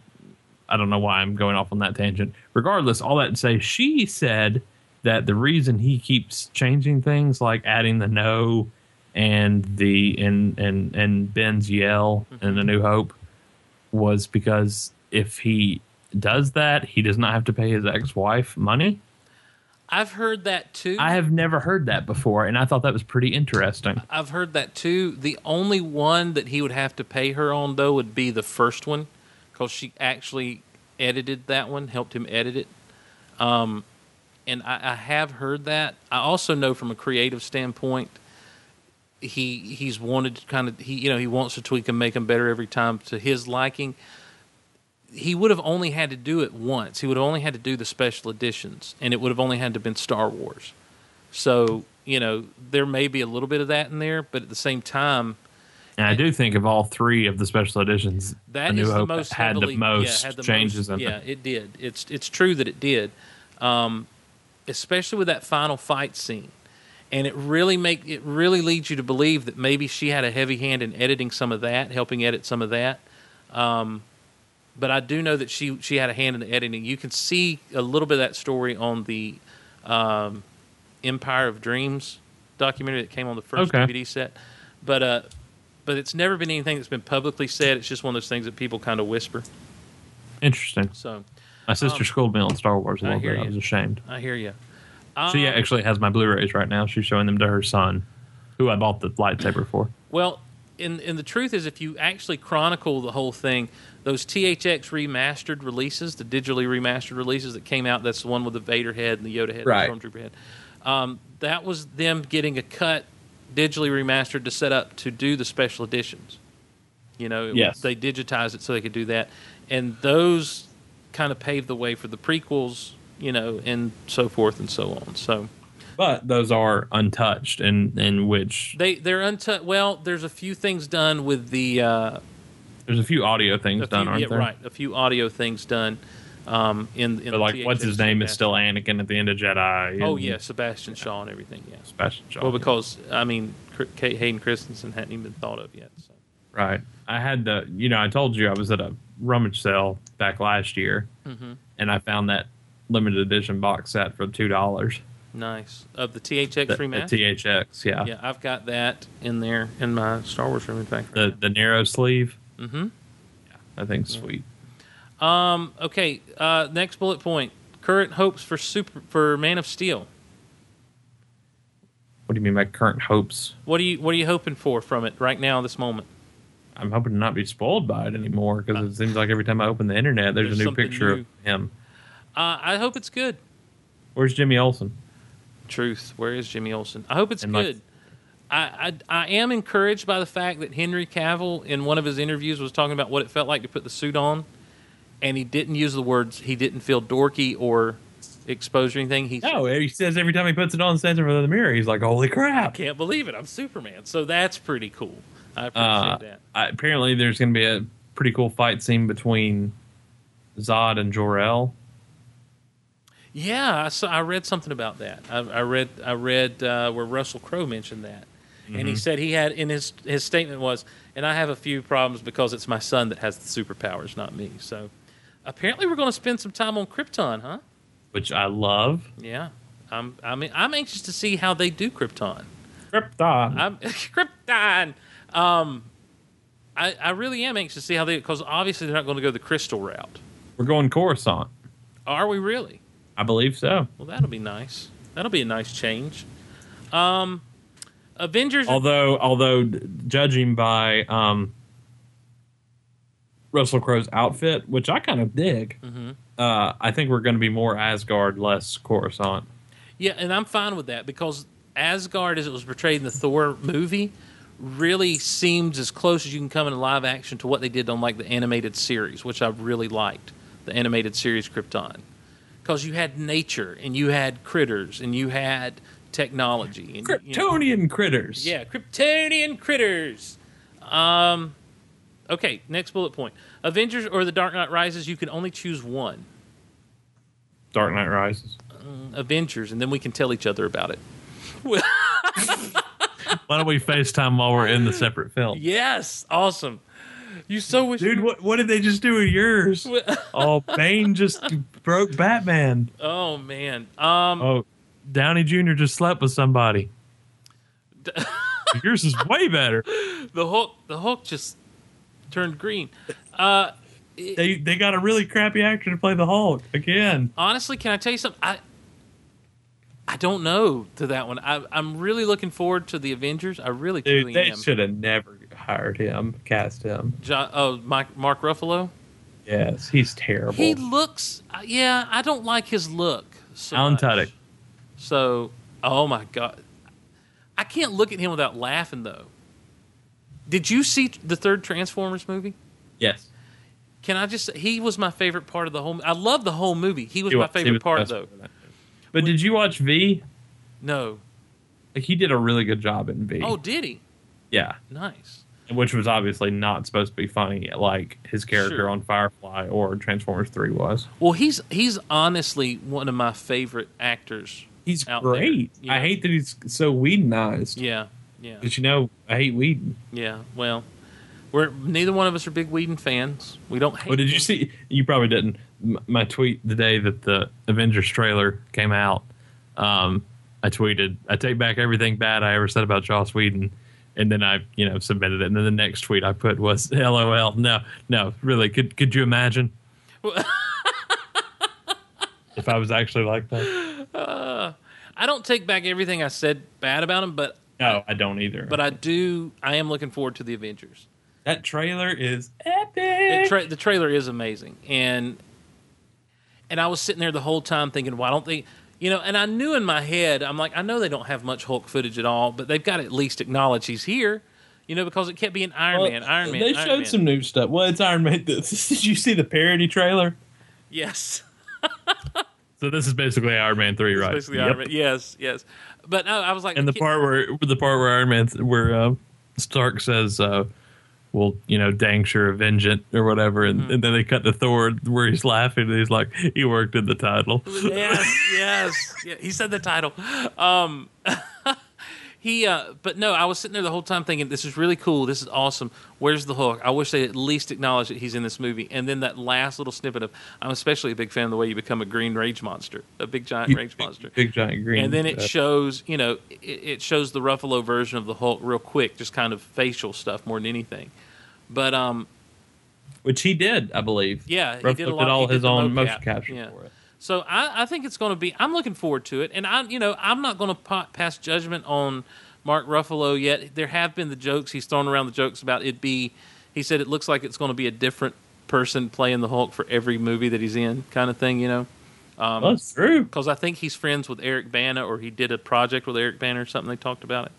[SPEAKER 4] I don't know why I'm going off on that tangent. Regardless, all that to say, she said that the reason he keeps changing things, like adding the no and the and and and Ben's yell and the New Hope, was because if he does that, he does not have to pay his ex-wife money.
[SPEAKER 3] I've heard that too.
[SPEAKER 4] I have never heard that before, and I thought that was pretty interesting.
[SPEAKER 3] I've heard that too. The only one that he would have to pay her on though would be the first one, because she actually edited that one, helped him edit it. Um, and I, I have heard that. I also know from a creative standpoint, he he's wanted to kind of he you know he wants to tweak and make them better every time to his liking. He would have only had to do it once. He would have only had to do the special editions, and it would have only had to been Star Wars. So you know there may be a little bit of that in there, but at the same time,
[SPEAKER 4] And I do think of all three of the special editions,
[SPEAKER 3] that
[SPEAKER 4] A
[SPEAKER 3] is
[SPEAKER 4] New
[SPEAKER 3] the
[SPEAKER 4] Hope
[SPEAKER 3] most
[SPEAKER 4] had
[SPEAKER 3] heavily,
[SPEAKER 4] the most
[SPEAKER 3] yeah, had the
[SPEAKER 4] changes
[SPEAKER 3] Most,
[SPEAKER 4] in
[SPEAKER 3] yeah,
[SPEAKER 4] it.
[SPEAKER 3] it did. It's it's true that it did, um, especially with that final fight scene, and it really make it really leads you to believe that maybe she had a heavy hand in editing some of that, helping edit some of that. Um, but I do know that she she had a hand in the editing. You can see a little bit of that story on the um, Empire of Dreams documentary that came on the first
[SPEAKER 4] Okay.
[SPEAKER 3] DVD set, but uh, but it's never been anything that's been publicly said. It's just one of those things that people kind of whisper.
[SPEAKER 4] Interesting.
[SPEAKER 3] So
[SPEAKER 4] My sister schooled me on Star Wars a
[SPEAKER 3] Um, I
[SPEAKER 4] little
[SPEAKER 3] hear
[SPEAKER 4] bit. I
[SPEAKER 3] you. Um,
[SPEAKER 4] was ashamed.
[SPEAKER 3] I hear you.
[SPEAKER 4] she actually has my Blu-rays right now. She's showing them to her son, who I bought the lightsaber for.
[SPEAKER 3] Well, and and the truth is, if you actually chronicle the whole thing, those THX remastered releases, the digitally remastered releases that came out, that's the one with the Vader head and the Yoda head,
[SPEAKER 4] Right.
[SPEAKER 3] and the Stormtrooper head. Um, that was them getting a cut digitally remastered to set up to do the special editions. You know, it-
[SPEAKER 4] Yes.
[SPEAKER 3] they digitized it so they could do that, and those kind of paved the way for the prequels, you know, and so forth and so on. So
[SPEAKER 4] But those are untouched, and in which
[SPEAKER 3] they they're untu- Well, there's a few things done with the uh,
[SPEAKER 4] there's a few audio things
[SPEAKER 3] a
[SPEAKER 4] done,
[SPEAKER 3] few,
[SPEAKER 4] aren't
[SPEAKER 3] yeah,
[SPEAKER 4] there?
[SPEAKER 3] right, a few audio things done. Um, in, in
[SPEAKER 4] But
[SPEAKER 3] the
[SPEAKER 4] like, what's his
[SPEAKER 3] THX
[SPEAKER 4] name is
[SPEAKER 3] remaster.
[SPEAKER 4] still Anakin at the end of Jedi.
[SPEAKER 3] Oh
[SPEAKER 4] and
[SPEAKER 3] yeah, Sebastian Shaw and everything. Yeah.
[SPEAKER 4] Sebastian Shaw.
[SPEAKER 3] Well, because I mean, Cr- Kate Hayden Christensen hadn't even been thought of yet. So.
[SPEAKER 4] Right. I had the, you know, I told you I was at a rummage sale back last year, and I found that limited edition box set for two dollars.
[SPEAKER 3] Nice of the THX
[SPEAKER 4] The, the
[SPEAKER 3] remaster.
[SPEAKER 4] THX, yeah.
[SPEAKER 3] yeah, I've got that in there in my Star Wars room. In fact,
[SPEAKER 4] The the narrow sleeve.
[SPEAKER 3] Mhm.
[SPEAKER 4] Mm-hmm. Yeah, I think sweet.
[SPEAKER 3] um, okay. Uh, next bullet point: current hopes for super for Man of Steel.
[SPEAKER 4] What do you mean by current hopes?
[SPEAKER 3] What are you What are you hoping for from it right now, this moment?
[SPEAKER 4] I'm hoping to not be spoiled by it anymore because it seems like every time I open the internet, there's,
[SPEAKER 3] There's
[SPEAKER 4] a new
[SPEAKER 3] something
[SPEAKER 4] picture
[SPEAKER 3] new.
[SPEAKER 4] of him.
[SPEAKER 3] Uh, I hope it's good.
[SPEAKER 4] Where's Jimmy Olsen?
[SPEAKER 3] Truth. Where is Jimmy Olsen? I hope it's
[SPEAKER 4] And, like-
[SPEAKER 3] good. I, I I am encouraged by the fact that Henry Cavill in one of his interviews was talking about what it felt like to put the suit on, and he didn't use the words he didn't feel dorky or exposed or anything. He
[SPEAKER 4] No, he says every time he puts it on, stands in front of the mirror, he's like, "Holy crap!"
[SPEAKER 3] can't believe it. I'm Superman. So that's pretty cool. I appreciate
[SPEAKER 4] Uh,
[SPEAKER 3] that.
[SPEAKER 4] I, apparently, there's going to be a pretty cool fight scene between Zod and Jor El.
[SPEAKER 3] Yeah, I, saw, I read something about that. I, I read I read uh, where Russell Crowe mentioned that, and he said he had in his his statement was, and I have a few problems because it's my son that has the superpowers, not me. So apparently, we're going to spend some time on Krypton, huh?
[SPEAKER 4] which I love.
[SPEAKER 3] Yeah, I'm I mean I'm anxious to see how they do Krypton.
[SPEAKER 4] Krypton.
[SPEAKER 3] I'm Krypton. Um, I I really am anxious to see how they because obviously they're not going to go the crystal route.
[SPEAKER 4] We're going Coruscant.
[SPEAKER 3] Are we really?
[SPEAKER 4] I believe so.
[SPEAKER 3] Well, that'll be nice. That'll be a nice change. Um, Avengers.
[SPEAKER 4] Although, although d- judging by um, Russell Crowe's outfit, which I kind of dig,
[SPEAKER 3] Mm-hmm.
[SPEAKER 4] uh, I think we're going to be more Asgard, less Coruscant.
[SPEAKER 3] yeah, and I'm fine with that because Asgard, as it was portrayed in the Thor movie, really seems as close as you can come in live action to what they did on like the animated series, which I really liked. The animated series Krypton, because you had nature and you had critters and you had technology. And, you know-
[SPEAKER 4] Kryptonian critters.
[SPEAKER 3] Yeah, Kryptonian critters. Um, okay, next bullet point: Avengers or The Dark Knight Rises. You can only choose one
[SPEAKER 4] Dark Knight Rises.
[SPEAKER 3] Avengers, and then we can tell each other about it.
[SPEAKER 4] Why don't we FaceTime while we're in the separate film?
[SPEAKER 3] Yes, awesome. You so wish,
[SPEAKER 4] Dude, what, what did they just do with yours? oh, Bane just broke Batman.
[SPEAKER 3] Oh man. Um,
[SPEAKER 4] Oh, Downey Jr. just slept with somebody. Yours is way better.
[SPEAKER 3] the Hulk. The Hulk just turned green. Uh,
[SPEAKER 4] They they got a really crappy actor to play the Hulk again.
[SPEAKER 3] honestly, can I tell you something? I I don't know to that one. I, I'm really looking forward to the Avengers. I really
[SPEAKER 4] Dude,
[SPEAKER 3] truly
[SPEAKER 4] they
[SPEAKER 3] am.
[SPEAKER 4] should have never hired him, cast him.
[SPEAKER 3] Jo- oh, Mike, Mark Ruffalo.
[SPEAKER 4] Yes, he's terrible.
[SPEAKER 3] He looks, uh, yeah, I don't like his look. So
[SPEAKER 4] Alan
[SPEAKER 3] much.
[SPEAKER 4] Tudyk.
[SPEAKER 3] So, oh my god, I can't look at him without laughing though. Did you see the third Transformers movie?
[SPEAKER 4] Yes,
[SPEAKER 3] Can I just? say He was my favorite part of the whole. I love the whole movie. He was
[SPEAKER 4] He
[SPEAKER 3] my
[SPEAKER 4] was- he
[SPEAKER 3] favorite
[SPEAKER 4] was the
[SPEAKER 3] part
[SPEAKER 4] best
[SPEAKER 3] though.
[SPEAKER 4] but did you watch V?
[SPEAKER 3] No.
[SPEAKER 4] Like, he did a really good job in V.
[SPEAKER 3] Oh, did he?
[SPEAKER 4] yeah,
[SPEAKER 3] Nice.
[SPEAKER 4] which was obviously not supposed to be funny, like his character
[SPEAKER 3] Sure.
[SPEAKER 4] on Firefly or Transformers Three was.
[SPEAKER 3] Well, he's he's honestly one of my favorite actors.
[SPEAKER 4] He's
[SPEAKER 3] Out there,
[SPEAKER 4] great.
[SPEAKER 3] yeah.
[SPEAKER 4] I hate that he's so Whedonized.
[SPEAKER 3] Yeah, yeah,
[SPEAKER 4] But you know, I hate Whedon.
[SPEAKER 3] yeah. Well, we're neither one of us are big Whedon fans. We don't hate.
[SPEAKER 4] Well, did you
[SPEAKER 3] him.
[SPEAKER 4] see? You probably didn't. M- My tweet the day that the Avengers trailer came out, um, I tweeted, "I take back everything bad I ever said about Joss Whedon," and then I, you know, submitted it. And then the next tweet I put was, "LOL, no, no, really, could could you imagine?" if I was actually like that,
[SPEAKER 3] I don't take back everything I said bad about him, but
[SPEAKER 4] no, I don't either.
[SPEAKER 3] but I do. I am looking forward to the Avengers.
[SPEAKER 4] that trailer is
[SPEAKER 3] The,
[SPEAKER 4] epic.
[SPEAKER 3] tra- the trailer is amazing, and and I was sitting there the whole time thinking, why don't they? You know, and I knew in my head, I'm like, I know they don't have much Hulk footage at all, but they've got to at least acknowledge he's here. You know, because it kept being Iron Man,
[SPEAKER 4] Well,
[SPEAKER 3] Iron Man.
[SPEAKER 4] They
[SPEAKER 3] Iron
[SPEAKER 4] showed
[SPEAKER 3] Man.
[SPEAKER 4] some new stuff. Well, it's Iron Man. Did you see the parody trailer?
[SPEAKER 3] Yes.
[SPEAKER 4] So this is basically Iron Man three, right?
[SPEAKER 3] Basically,
[SPEAKER 4] Yep.
[SPEAKER 3] Iron Man. Yes, yes. But no, I was like,
[SPEAKER 4] And the
[SPEAKER 3] kid-
[SPEAKER 4] part where the part where Iron Man where uh, Stark says, uh, "Well, you know, dang sure, avenge it or whatever,"
[SPEAKER 3] Mm-hmm.
[SPEAKER 4] and, and then they cut to Thor where he's laughing and he's like, "He worked in the title."
[SPEAKER 3] yes, yes. Yeah, he said the title. Um, he, uh, but no, I was sitting there the whole time thinking, this is really cool. This is awesome. Where's the hook? I wish they at least acknowledge that he's in this movie. And then that last little snippet of, I'm especially a big fan of the way you become a green rage monster, a big giant rage monster.
[SPEAKER 4] Big giant green.
[SPEAKER 3] And then it
[SPEAKER 4] uh,
[SPEAKER 3] shows, you know, it, it shows the Ruffalo version of the Hulk real quick, just kind of facial stuff more than anything. But um,
[SPEAKER 4] which he did, I believe.
[SPEAKER 3] Yeah, he
[SPEAKER 4] Ruff
[SPEAKER 3] did a lot.
[SPEAKER 4] all
[SPEAKER 3] He did
[SPEAKER 4] his
[SPEAKER 3] the
[SPEAKER 4] own
[SPEAKER 3] mocap.
[SPEAKER 4] motion capture
[SPEAKER 3] Yeah.
[SPEAKER 4] for it.
[SPEAKER 3] So I, I think it's going to be. I'm looking forward to it, and I, you know, I'm not going to pa- pass judgment on Mark Ruffalo yet. There have been the jokes he's thrown around the jokes about it be. He said it looks like it's going to be a different person playing the Hulk for every movie that he's in, kind of thing, you know. Um,
[SPEAKER 4] Well, that's true.
[SPEAKER 3] Because I think he's friends with Eric Bana, or he did a project with Eric Bana or something. They talked about it.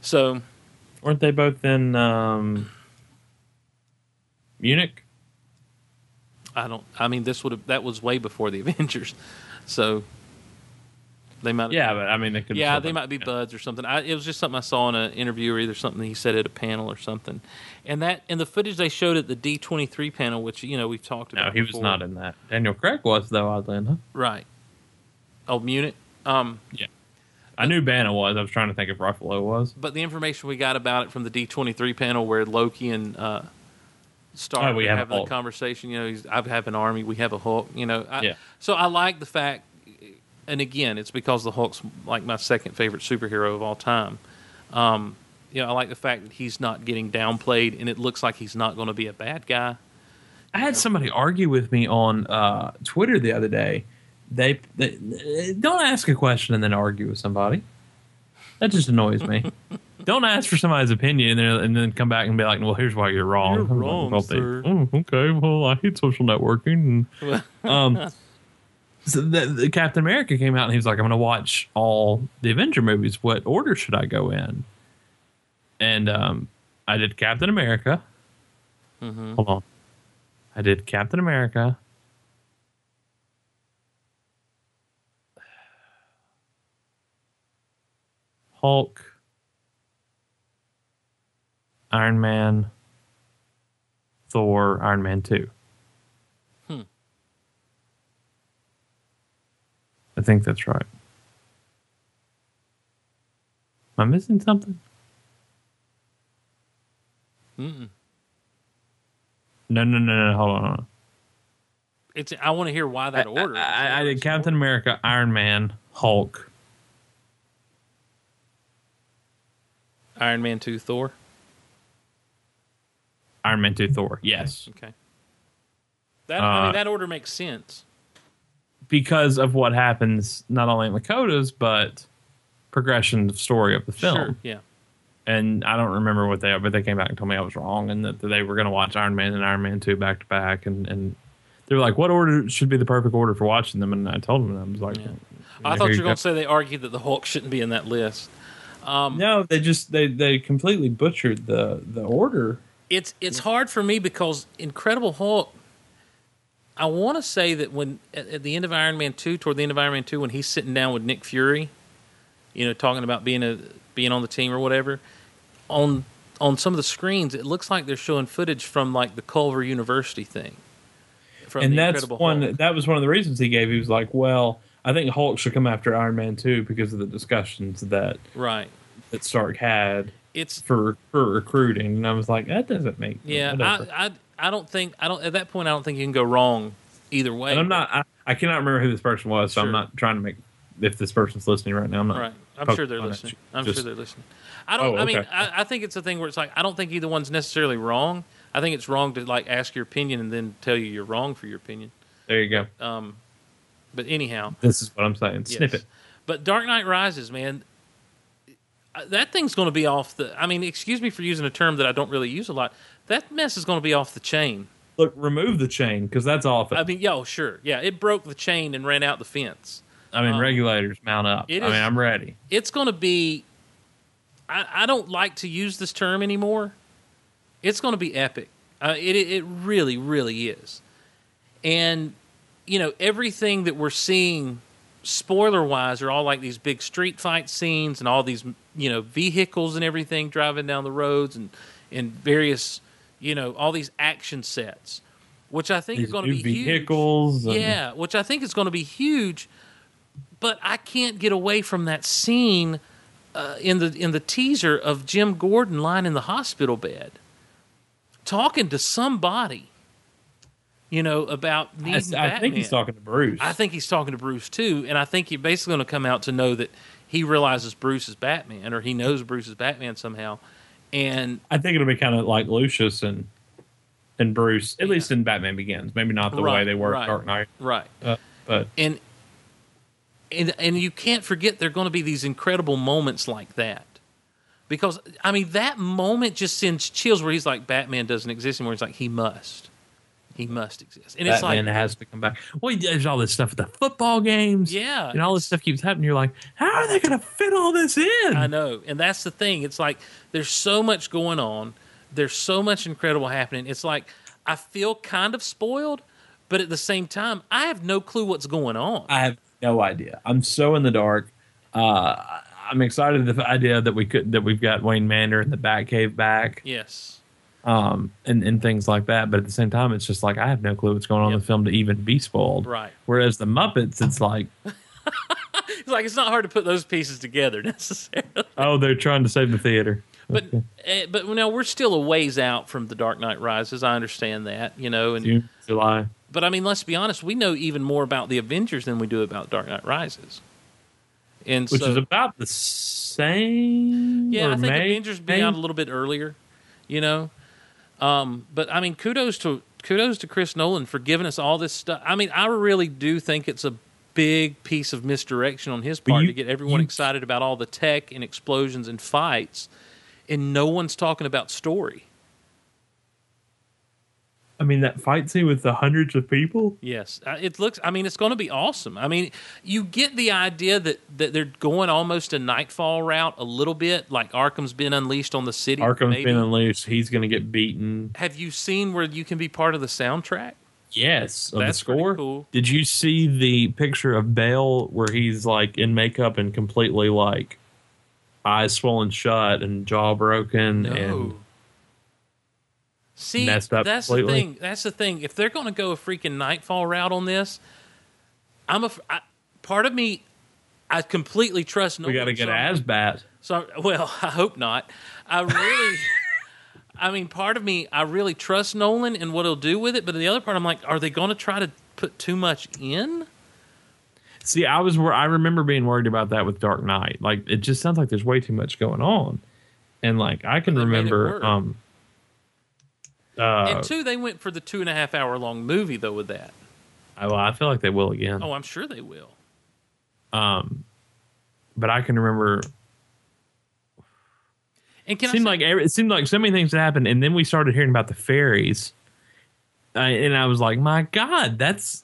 [SPEAKER 3] So
[SPEAKER 4] Weren't they both in um, Munich?
[SPEAKER 3] I don't. I mean, this would have that was way before the Avengers, so they might. have-
[SPEAKER 4] Yeah, but I mean, they could.
[SPEAKER 3] Yeah, they might be buds or something. I, it was just something I saw in an interview or either something he said at a panel or something. And that and the footage they showed at the D twenty three panel, which you know we've talked
[SPEAKER 4] No,
[SPEAKER 3] about.
[SPEAKER 4] he was
[SPEAKER 3] before.
[SPEAKER 4] not in that. Daniel Craig was though. Oddly enough,
[SPEAKER 3] right. Oh, Munich. Um,
[SPEAKER 4] I knew Banner was. I was trying to think if Ruffalo was.
[SPEAKER 3] but the information we got about it from the D twenty three panel, where Loki and uh, Stark
[SPEAKER 4] Oh, we
[SPEAKER 3] were
[SPEAKER 4] have a
[SPEAKER 3] having a
[SPEAKER 4] Hulk.
[SPEAKER 3] conversation. You know, he's, I have an army. We have a Hulk. You know, I,
[SPEAKER 4] Yeah.
[SPEAKER 3] so I like the fact. And again, it's because the Hulk's like my second favorite superhero of all time. Um, you know, I like the fact that he's not getting downplayed, and it looks like he's not going to be a bad guy.
[SPEAKER 4] I had somebody argue with me on uh, Twitter the other day. They, they- they- don't ask a question and then argue with somebody. That just annoys me. don't ask for somebody's opinion and then, and then come back and be like, "Well, here's why you're wrong."
[SPEAKER 3] You're
[SPEAKER 4] I'm like,
[SPEAKER 3] wrong,
[SPEAKER 4] "Well, they-
[SPEAKER 3] sir."
[SPEAKER 4] oh, okay. Well, I hate social networking. And, um, so the, the Captain America came out and he was like, "I'm going to watch all the Avenger movies. What order should I go in?" And um, I did Captain America.
[SPEAKER 3] Mm-hmm.
[SPEAKER 4] Hold on. I did Captain America. Hulk. Iron Man. Thor, Iron Man 2. I think that's right. Am I missing something?
[SPEAKER 3] Mm-mm.
[SPEAKER 4] No, no, no, no. Hold on. Hold on.
[SPEAKER 3] It's I want to hear why that order.
[SPEAKER 4] I, I, I did Captain America, Iron Man, Hulk.
[SPEAKER 3] Iron Man two, Thor.
[SPEAKER 4] Iron Man 2 Thor. Yes.
[SPEAKER 3] Okay, that I
[SPEAKER 4] Uh,
[SPEAKER 3] mean, that order makes sense.
[SPEAKER 4] Because of what happens not only in Lakota's, but progression of story of the film.
[SPEAKER 3] Sure, yeah.
[SPEAKER 4] And I don't remember what they are, but they came back and told me I was wrong and that they were going to watch Iron Man and Iron Man 2 back to back. And, and they were like, what order should be the perfect order for watching them? And I told them, and I was like,
[SPEAKER 3] I thought
[SPEAKER 4] here
[SPEAKER 3] you
[SPEAKER 4] go.
[SPEAKER 3] were going to say they argued that the Hulk shouldn't be in that list.
[SPEAKER 4] No, they just, they, they completely butchered the, the order.
[SPEAKER 3] It's
[SPEAKER 4] Mm.
[SPEAKER 3] it's hard for me because Incredible Hulk. I want to say that when at, at the end of Iron Man two, toward the end of Iron Man two, when he's sitting down with Nick Fury, you know, talking about being a being on the team or whatever, on on some of the screens, it looks like they're showing footage from like the Culver University thing. From
[SPEAKER 4] and
[SPEAKER 3] the
[SPEAKER 4] that's
[SPEAKER 3] Incredible
[SPEAKER 4] one
[SPEAKER 3] Hulk.
[SPEAKER 4] that was one of the reasons he gave. He was like, "Well, I think Hulk should come after Iron Man too because of the discussions that
[SPEAKER 3] right.
[SPEAKER 4] that Stark had
[SPEAKER 3] It's
[SPEAKER 4] for for recruiting." And I was like, "That doesn't make
[SPEAKER 3] yeah.
[SPEAKER 4] whatever."
[SPEAKER 3] I, I I don't think I don't at that point I don't think you can go wrong either way.
[SPEAKER 4] and I'm not. I, I cannot remember who this person was, so
[SPEAKER 3] Sure.
[SPEAKER 4] I'm not trying to make. If this person's listening right now, I'm not.
[SPEAKER 3] Right. I'm
[SPEAKER 4] poking
[SPEAKER 3] sure they're
[SPEAKER 4] fun at
[SPEAKER 3] listening.
[SPEAKER 4] you.
[SPEAKER 3] I'm
[SPEAKER 4] Just-
[SPEAKER 3] sure they're listening. I don't.
[SPEAKER 4] Oh,
[SPEAKER 3] I mean,
[SPEAKER 4] okay.
[SPEAKER 3] I, I think it's a thing where it's like I don't think either one's necessarily wrong. I think it's wrong to like ask your opinion and then tell you you're wrong for your opinion.
[SPEAKER 4] There you go.
[SPEAKER 3] But anyhow,
[SPEAKER 4] This is what I'm saying.
[SPEAKER 3] Oh. yes.
[SPEAKER 4] Snippet.
[SPEAKER 3] But Dark Knight Rises, man, uh, that thing's going to be off the. I mean, excuse me for using a term that I don't really use a lot. That mess is going to be off the chain.
[SPEAKER 4] Look, remove the chain because that's off.
[SPEAKER 3] I
[SPEAKER 4] I mean,
[SPEAKER 3] mean, yo, sure, yeah, it broke the chain and ran out the fence.
[SPEAKER 4] regulators mount up. I
[SPEAKER 3] uh, it
[SPEAKER 4] mean,
[SPEAKER 3] is-
[SPEAKER 4] I'm ready.
[SPEAKER 3] it's going to be I, I don't like to use this term anymore. It's going to be epic. Uh, it it really really is, and you know everything that we're seeing, spoiler wise, are all like these big street fight scenes and all these you know vehicles and everything driving down the roads and and various you know all these action sets, which I think
[SPEAKER 4] These
[SPEAKER 3] are going
[SPEAKER 4] new
[SPEAKER 3] to be huge.
[SPEAKER 4] vehicles. and-
[SPEAKER 3] Yeah, which I think is going to be huge. But I can't get away from that scene uh, in the in the teaser of Jim Gordon lying in the hospital bed, talking to somebody. You know about
[SPEAKER 4] I,
[SPEAKER 3] needing
[SPEAKER 4] I think he's
[SPEAKER 3] Batman.
[SPEAKER 4] talking to Bruce.
[SPEAKER 3] I think he's talking to Bruce too, and I think he's basically going to come out to know that he realizes Bruce is Batman, or he knows Bruce is Batman somehow, and
[SPEAKER 4] I think it'll be kind of like Lucius and and Bruce, at
[SPEAKER 3] Yeah.
[SPEAKER 4] least in Batman Begins. Maybe not the way
[SPEAKER 3] Right,
[SPEAKER 4] they were
[SPEAKER 3] right.
[SPEAKER 4] in Dark Knight,
[SPEAKER 3] right.
[SPEAKER 4] uh, but
[SPEAKER 3] and and and you can't forget there are going to be these incredible moments like that because I mean that moment just sends chills where he's like Batman doesn't exist anymore. He's like he must, he must exist, and
[SPEAKER 4] Batman
[SPEAKER 3] it's like
[SPEAKER 4] has to come back. Well, he- there's all this stuff at the football games,
[SPEAKER 3] Yeah.
[SPEAKER 4] and all this stuff keeps happening. You're like, how are they going to fit all this in?
[SPEAKER 3] I know, and that's the thing. It's like there's so much going on. There's so much incredible happening. It's like I feel kind of spoiled, but at the same time, I have no clue what's going on.
[SPEAKER 4] I have no idea. I'm so in the dark. Uh, I'm excited at the idea that we could that we've got Wayne Mander and the Batcave back,
[SPEAKER 3] yes,
[SPEAKER 4] um, and and things like that. But at the same time, it's just like I have no clue what's going on in
[SPEAKER 3] Yep.
[SPEAKER 4] the film to even be spoiled.
[SPEAKER 3] Right.
[SPEAKER 4] Whereas the Muppets, it's like,
[SPEAKER 3] it's like it's not hard to put those pieces together necessarily.
[SPEAKER 4] oh, they're trying to save the theater.
[SPEAKER 3] But uh, but now we're still a ways out from the Dark Knight Rises. I understand that, you know. And
[SPEAKER 4] June, July.
[SPEAKER 3] but I mean, let's be honest. We know even more about the Avengers than we do about Dark Knight Rises. And
[SPEAKER 4] which
[SPEAKER 3] so,
[SPEAKER 4] is about the same.
[SPEAKER 3] yeah,
[SPEAKER 4] or
[SPEAKER 3] I think
[SPEAKER 4] May-
[SPEAKER 3] Avengers be
[SPEAKER 4] May?
[SPEAKER 3] out a little bit earlier, you know. Um, but I mean, kudos to kudos to Chris Nolan for giving us all this stuff. I mean, I really do think it's a big piece of misdirection on his part
[SPEAKER 4] you-
[SPEAKER 3] to get everyone
[SPEAKER 4] you-
[SPEAKER 3] excited about all the tech and explosions and fights, and no one's talking about story.
[SPEAKER 4] I mean, that fight scene with the hundreds of people.
[SPEAKER 3] Yes, Uh, it looks. I mean, it's going to be awesome. I mean, you get the idea that that they're going almost a nightfall route a little bit, like Arkham's been unleashed on the city.
[SPEAKER 4] Arkham's
[SPEAKER 3] maybe.
[SPEAKER 4] been unleashed. He's going to get beaten.
[SPEAKER 3] Have you seen where you can be part of the soundtrack?
[SPEAKER 4] Yes, of
[SPEAKER 3] That's
[SPEAKER 4] the
[SPEAKER 3] pretty
[SPEAKER 4] score.
[SPEAKER 3] cool.
[SPEAKER 4] Did you see the picture of Bale where he's like in makeup and completely like eyes swollen shut and jaw broken? And
[SPEAKER 3] See,
[SPEAKER 4] messed up
[SPEAKER 3] that's the
[SPEAKER 4] completely.
[SPEAKER 3] thing. That's the thing. If they're going to go a freaking nightfall route on this, I'm a. I, part of me, I completely trust.
[SPEAKER 4] we got to
[SPEAKER 3] Nolan,
[SPEAKER 4] get
[SPEAKER 3] so I'm-
[SPEAKER 4] Asbat.
[SPEAKER 3] So, well, I hope not. I really, I mean, part of me, I really trust Nolan and what he'll do with it. But the other part, I'm like, are they going to try to put too much in?
[SPEAKER 4] See, I was wor- I remember being worried about that with Dark Knight. Like it just sounds like there's way too much going on. And like I can
[SPEAKER 3] But they made it
[SPEAKER 4] remember
[SPEAKER 3] work.
[SPEAKER 4] um Uh,
[SPEAKER 3] and two, they went for the two and a half hour long movie though with that.
[SPEAKER 4] I, well, I feel like they will again.
[SPEAKER 3] Oh, I'm sure they will.
[SPEAKER 4] Um but I can remember
[SPEAKER 3] And can
[SPEAKER 4] it seemed
[SPEAKER 3] I say,
[SPEAKER 4] like every, it seemed like so many things happened, and then we started hearing about the fairies, I, and I was like, my God, that's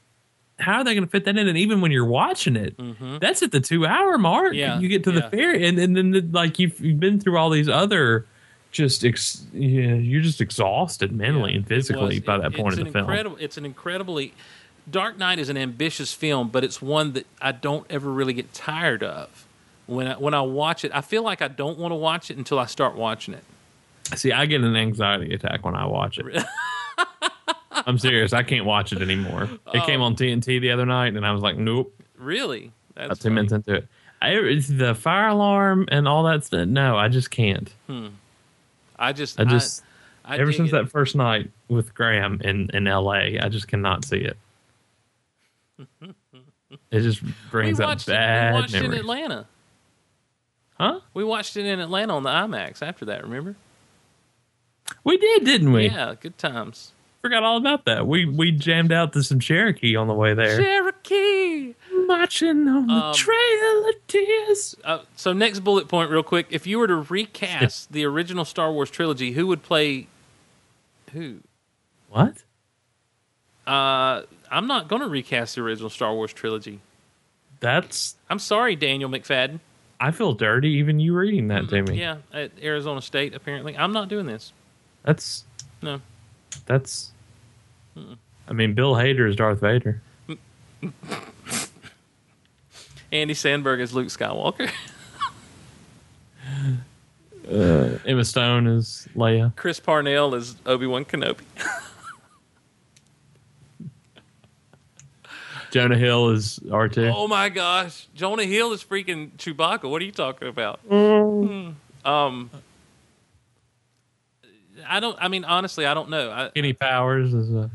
[SPEAKER 4] how are they going to fit that in? And even when you're watching it, that's at the two hour mark.
[SPEAKER 3] Mm-hmm. Yeah,
[SPEAKER 4] you get to
[SPEAKER 3] yeah.
[SPEAKER 4] the fairy, and, and then the, like you've, you've been through all these other. Just ex, you know, you're just exhausted mentally
[SPEAKER 3] Yeah,
[SPEAKER 4] and
[SPEAKER 3] it was.
[SPEAKER 4] physically by that
[SPEAKER 3] It-
[SPEAKER 4] point
[SPEAKER 3] it's
[SPEAKER 4] in the
[SPEAKER 3] an
[SPEAKER 4] film.
[SPEAKER 3] incredible- It's an incredibly Dark Knight is an ambitious film, but it's one that I don't ever really get tired of. When I, when I watch it, I feel like I don't want to watch it until I start watching it.
[SPEAKER 4] See, I get an anxiety attack when I watch it. I'm serious. I can't watch it anymore. It
[SPEAKER 3] Oh.
[SPEAKER 4] came on TNT the other night, and I was like, nope.
[SPEAKER 3] Really, that's
[SPEAKER 4] about two
[SPEAKER 3] funny.
[SPEAKER 4] minutes into it. I, it's the fire alarm and all that stuff. No, I just can't.
[SPEAKER 3] I just,
[SPEAKER 4] I just-
[SPEAKER 3] Hmm. I, I
[SPEAKER 4] Ever
[SPEAKER 3] dig
[SPEAKER 4] since
[SPEAKER 3] it.
[SPEAKER 4] that first night with Graham in, in L.A., I just cannot see it. it just brings
[SPEAKER 3] we
[SPEAKER 4] up
[SPEAKER 3] watched it, we
[SPEAKER 4] bad
[SPEAKER 3] watched it in
[SPEAKER 4] memories.
[SPEAKER 3] Atlanta.
[SPEAKER 4] Huh?
[SPEAKER 3] We watched it in Atlanta on the IMAX after that, remember?
[SPEAKER 4] We did, didn't we?
[SPEAKER 3] Yeah, good times.
[SPEAKER 4] Forgot all about that. We we jammed out to some Cherokee on the way there.
[SPEAKER 3] Cherokee.
[SPEAKER 4] Marching on the
[SPEAKER 3] Um,
[SPEAKER 4] trail of tears.
[SPEAKER 3] Uh, so next bullet point real quick, if you were to recast the original Star Wars trilogy, who would play who?
[SPEAKER 4] What?
[SPEAKER 3] Uh, I'm not going to recast the original Star Wars trilogy.
[SPEAKER 4] That's
[SPEAKER 3] I'm sorry, Daniel McFadden.
[SPEAKER 4] I feel dirty even you reading that to me.
[SPEAKER 3] hmm, Yeah, at Arizona State, apparently. I'm not doing this.
[SPEAKER 4] That's
[SPEAKER 3] No.
[SPEAKER 4] that's. I mean, Bill Hader is Darth Vader.
[SPEAKER 3] Andy Sandberg is Luke Skywalker.
[SPEAKER 4] Emma Stone is Leia.
[SPEAKER 3] Chris Parnell is Obi Wan Kenobi.
[SPEAKER 4] Jonah Hill is R two.
[SPEAKER 3] Oh my gosh. Jonah Hill is freaking Chewbacca. What are you talking about?
[SPEAKER 4] Mm.
[SPEAKER 3] Hmm. Um, I don't, I mean, honestly, I don't know. I,
[SPEAKER 4] Kenny Powers is uh, a.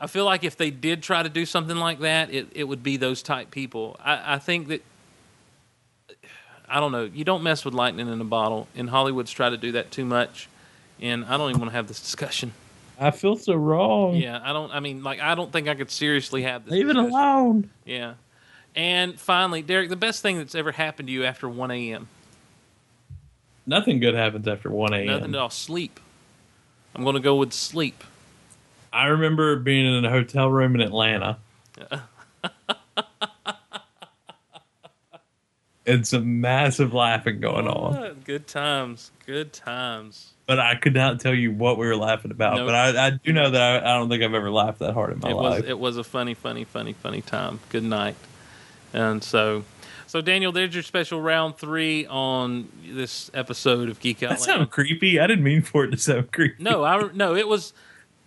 [SPEAKER 3] I feel like if they did try to do something like that, it, it would be those type people. I, I think that I don't know. You don't mess with lightning in a bottle, and Hollywood's tried to do that too much. And I don't even want to have this discussion.
[SPEAKER 4] I feel so wrong.
[SPEAKER 3] Yeah, I don't. I mean, like, I don't think I could seriously have this.
[SPEAKER 4] Mm. Leave it
[SPEAKER 3] discussion.
[SPEAKER 4] alone.
[SPEAKER 3] Yeah. And finally, Derek, the best thing that's ever happened to you after 1 a.m.
[SPEAKER 4] Nothing good happens after one
[SPEAKER 3] Nothing
[SPEAKER 4] a.m.
[SPEAKER 3] at all. Sleep. I'm going to go with sleep.
[SPEAKER 4] I remember being in a hotel room in Atlanta. it's a massive laughing going on,
[SPEAKER 3] Ah, Good times. Good times.
[SPEAKER 4] but I could not tell you what we were laughing about.
[SPEAKER 3] No.
[SPEAKER 4] But I, I do know that I, I don't think I've ever laughed that hard in my
[SPEAKER 3] it
[SPEAKER 4] life.
[SPEAKER 3] was it was a funny, funny, funny, funny time. Good night. And so, so Daniel, there's your special round three on this episode of Geek Out.
[SPEAKER 4] that
[SPEAKER 3] Loud.
[SPEAKER 4] sounded creepy. I didn't mean for it to sound creepy.
[SPEAKER 3] no, I no, it was.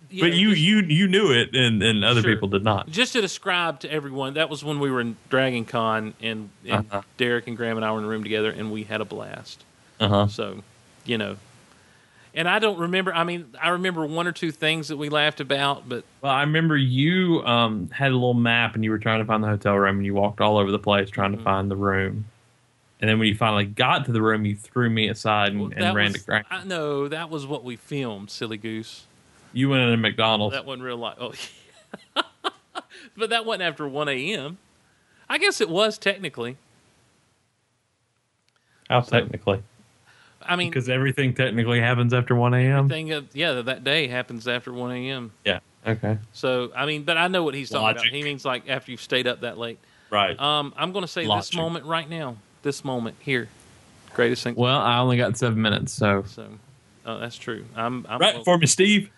[SPEAKER 4] but
[SPEAKER 3] know,
[SPEAKER 4] you
[SPEAKER 3] just,
[SPEAKER 4] you you knew it, and and other
[SPEAKER 3] Sure.
[SPEAKER 4] people did not.
[SPEAKER 3] just to describe to everyone, that was when we were in Dragon Con, and, and
[SPEAKER 4] Uh-huh.
[SPEAKER 3] Derek and Graham and I were in the room together, and we had a blast.
[SPEAKER 4] Uh huh.
[SPEAKER 3] So, you know. And I don't remember. I mean, I remember one or two things that we laughed about, but
[SPEAKER 4] Well, I remember you um, had a little map and you were trying to find the hotel room and you walked all over the place trying
[SPEAKER 3] Mm-hmm.
[SPEAKER 4] to find the room. And then when you finally got to the room, you threw me aside and,
[SPEAKER 3] well,
[SPEAKER 4] and ran
[SPEAKER 3] was,
[SPEAKER 4] to ground.
[SPEAKER 3] I know that was what we filmed, silly goose.
[SPEAKER 4] You went into McDonald's.
[SPEAKER 3] That wasn't real life. Oh, but that wasn't after 1 a.m. I guess it was technically.
[SPEAKER 4] How technically?
[SPEAKER 3] I mean,
[SPEAKER 4] Because everything technically happens after 1 a.m.
[SPEAKER 3] thing of yeah, that day happens after 1 a.m.
[SPEAKER 4] Yeah. Okay.
[SPEAKER 3] So I mean, but I know what he's talking
[SPEAKER 4] Logic.
[SPEAKER 3] about. He means like after you've stayed up that late.
[SPEAKER 4] Right.
[SPEAKER 3] Um, I'm going to say
[SPEAKER 4] Logic.
[SPEAKER 3] this moment right now. This moment here, greatest thing.
[SPEAKER 4] well, I only got seven minutes, so.
[SPEAKER 3] So, oh, that's true. I'm, I'm
[SPEAKER 4] Right for me, Steve.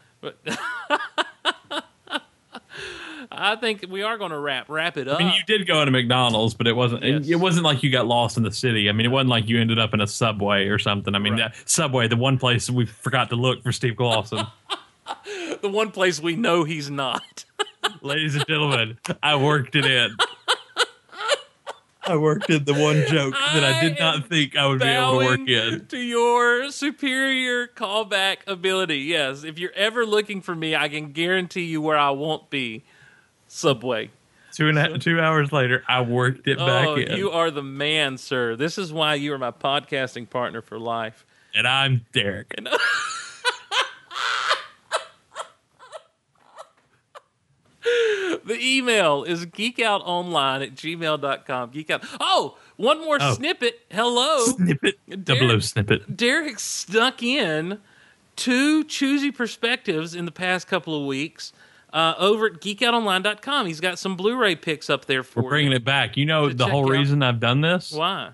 [SPEAKER 3] I think we are going to wrap wrap it up.
[SPEAKER 4] I mean, you did go into McDonald's, but it wasn't. it-
[SPEAKER 3] Yes.
[SPEAKER 4] It, wasn't like you got lost in the city. I mean, it wasn't like you ended up in a subway or something. I mean,
[SPEAKER 3] Right.
[SPEAKER 4] that subway, the one place we forgot to look for Steve Clawson.
[SPEAKER 3] the one place we know he's not.
[SPEAKER 4] Ladies and gentlemen, I worked it in. I worked in the one joke that I did
[SPEAKER 3] I am
[SPEAKER 4] not think I would be able to work in.
[SPEAKER 3] to your superior callback ability. Yes, if you're ever looking for me, I can guarantee you where I won't be. Subway.
[SPEAKER 4] Two and a, two hours later, I worked it back
[SPEAKER 3] oh,
[SPEAKER 4] in,
[SPEAKER 3] you are the man, sir. This is why you are my podcasting partner for life.
[SPEAKER 4] and I'm Derek.
[SPEAKER 3] The email is geekoutonline at gmail.com. Geekout. Oh, one more
[SPEAKER 4] Oh.
[SPEAKER 3] snippet. Hello.
[SPEAKER 4] Snippet, double O snippet.
[SPEAKER 3] Derek snuck in two choosy perspectives in the past couple of weeks uh, over at geekoutonline.com. He's got some Blu ray picks up there for
[SPEAKER 4] We're bringing
[SPEAKER 3] you.
[SPEAKER 4] it back. You know
[SPEAKER 3] To
[SPEAKER 4] the
[SPEAKER 3] check
[SPEAKER 4] whole
[SPEAKER 3] out-
[SPEAKER 4] reason I've done this
[SPEAKER 3] Why?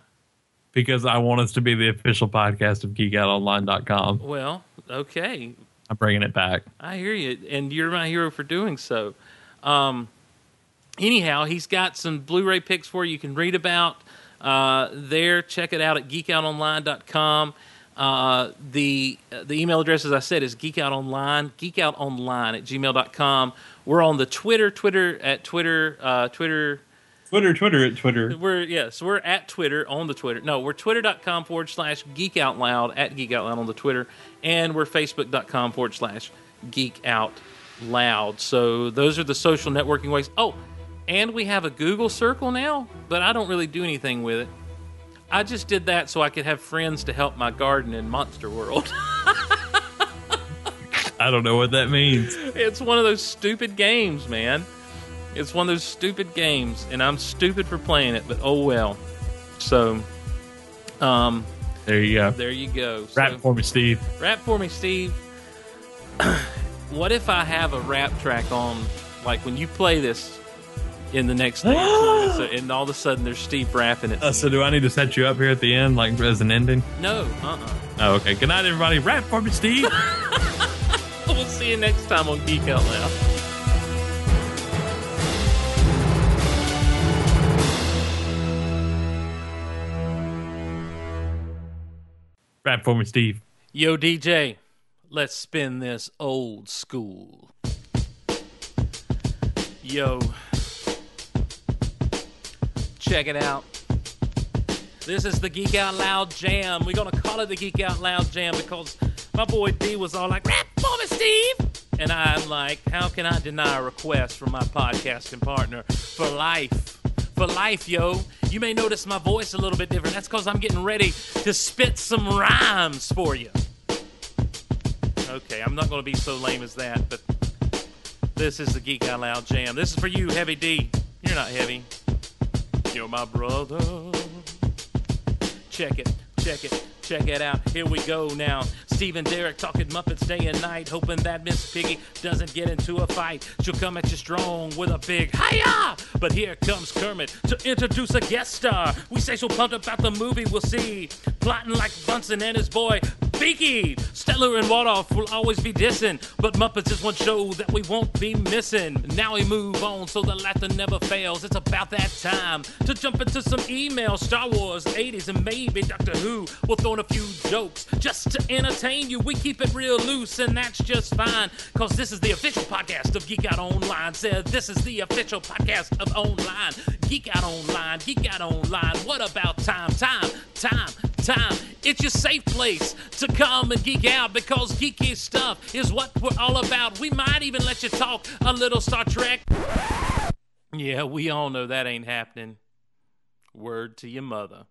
[SPEAKER 4] because I want us to be the official podcast of GeekOutOnline.com.
[SPEAKER 3] Well, okay.
[SPEAKER 4] I'm bringing it back.
[SPEAKER 3] I hear you, and you're my hero for doing so. Um, anyhow, he's got some Blu-ray picks for you. You can read about uh, there. Check it out at geekoutonline.com. Uh, the uh, the email address, as I said, is geekoutonline, geekoutonline at gmail.com. We're on the Twitter, Twitter at Twitter, uh, Twitter.
[SPEAKER 4] Twitter, Twitter, at Twitter.
[SPEAKER 3] We're yes, we're at Twitter on the Twitter. No, we're twitter.com forward slash geek out loud at geek out loud on the Twitter, and we're facebook.com forward slash geek out loud. So those are the social networking ways. Oh, and we have a Google circle now, but I don't really do anything with it. I just did that so I could have friends to help my garden in Monster World.
[SPEAKER 4] I don't know what that means.
[SPEAKER 3] it's one of those stupid games, man. It's one of those stupid games, and I'm stupid for playing it, but oh well. So, um,
[SPEAKER 4] There you go.
[SPEAKER 3] there you go. So,
[SPEAKER 4] Rap for me, Steve.
[SPEAKER 3] rap for me, Steve. what if I have a rap track on, like when you play this, in the next thing. or so, and all of a sudden, there's Steve Raff in it.
[SPEAKER 4] Uh, so do I need to set you up here at the end, like as an ending?
[SPEAKER 3] no, uh-uh.
[SPEAKER 4] Oh, okay. Good night, everybody. Rap for me, Steve.
[SPEAKER 3] We'll see you next time on Geek Out Loud.
[SPEAKER 4] Rap for me, Steve.
[SPEAKER 3] Yo, DJ, let's spin this old school. Yo, check it out. This is the Geek Out Loud Jam. We're going to call it the Geek Out Loud Jam because my boy D was all like, rap for me, Steve. And I'm like, how can I deny a request from my podcasting partner for life? For life, yo. You may notice my voice a little bit different. That's because I'm getting ready to spit some rhymes for you. Okay, I'm not going to be so lame as that, but this is the Geek Out Loud Jam. This is for you, Heavy D. You're not heavy. You're my brother. Check it, check it, check it out. Here we go now. Steve and Derek talking Muppets day and night, hoping that Miss Piggy doesn't get into a fight. She'll come at you strong with a big hiya! But here comes Kermit to introduce a guest star. We say so pumped about the movie we'll see. Plotting like Bunsen and his boy Beaky. Stellar and Waldorf will always be dissing, but Muppets is one show that we won't be missing. Now we move on so the laughter never fails. It's about that time to jump into some email. Star Wars 80s and maybe Doctor Who. We'll throw in a few jokes just to entertain you. We keep it real loose and that's just fine because this is the official podcast of Geek Out Online. Said this is the official podcast of online. Geek Out Online, Geek Out Online. What about time, time, time, time? It's your safe place to come and geek out because geeky stuff is what we're all about. We might even let you talk a little Star Trek. Yeah, we all know that ain't happening. Word to your mother.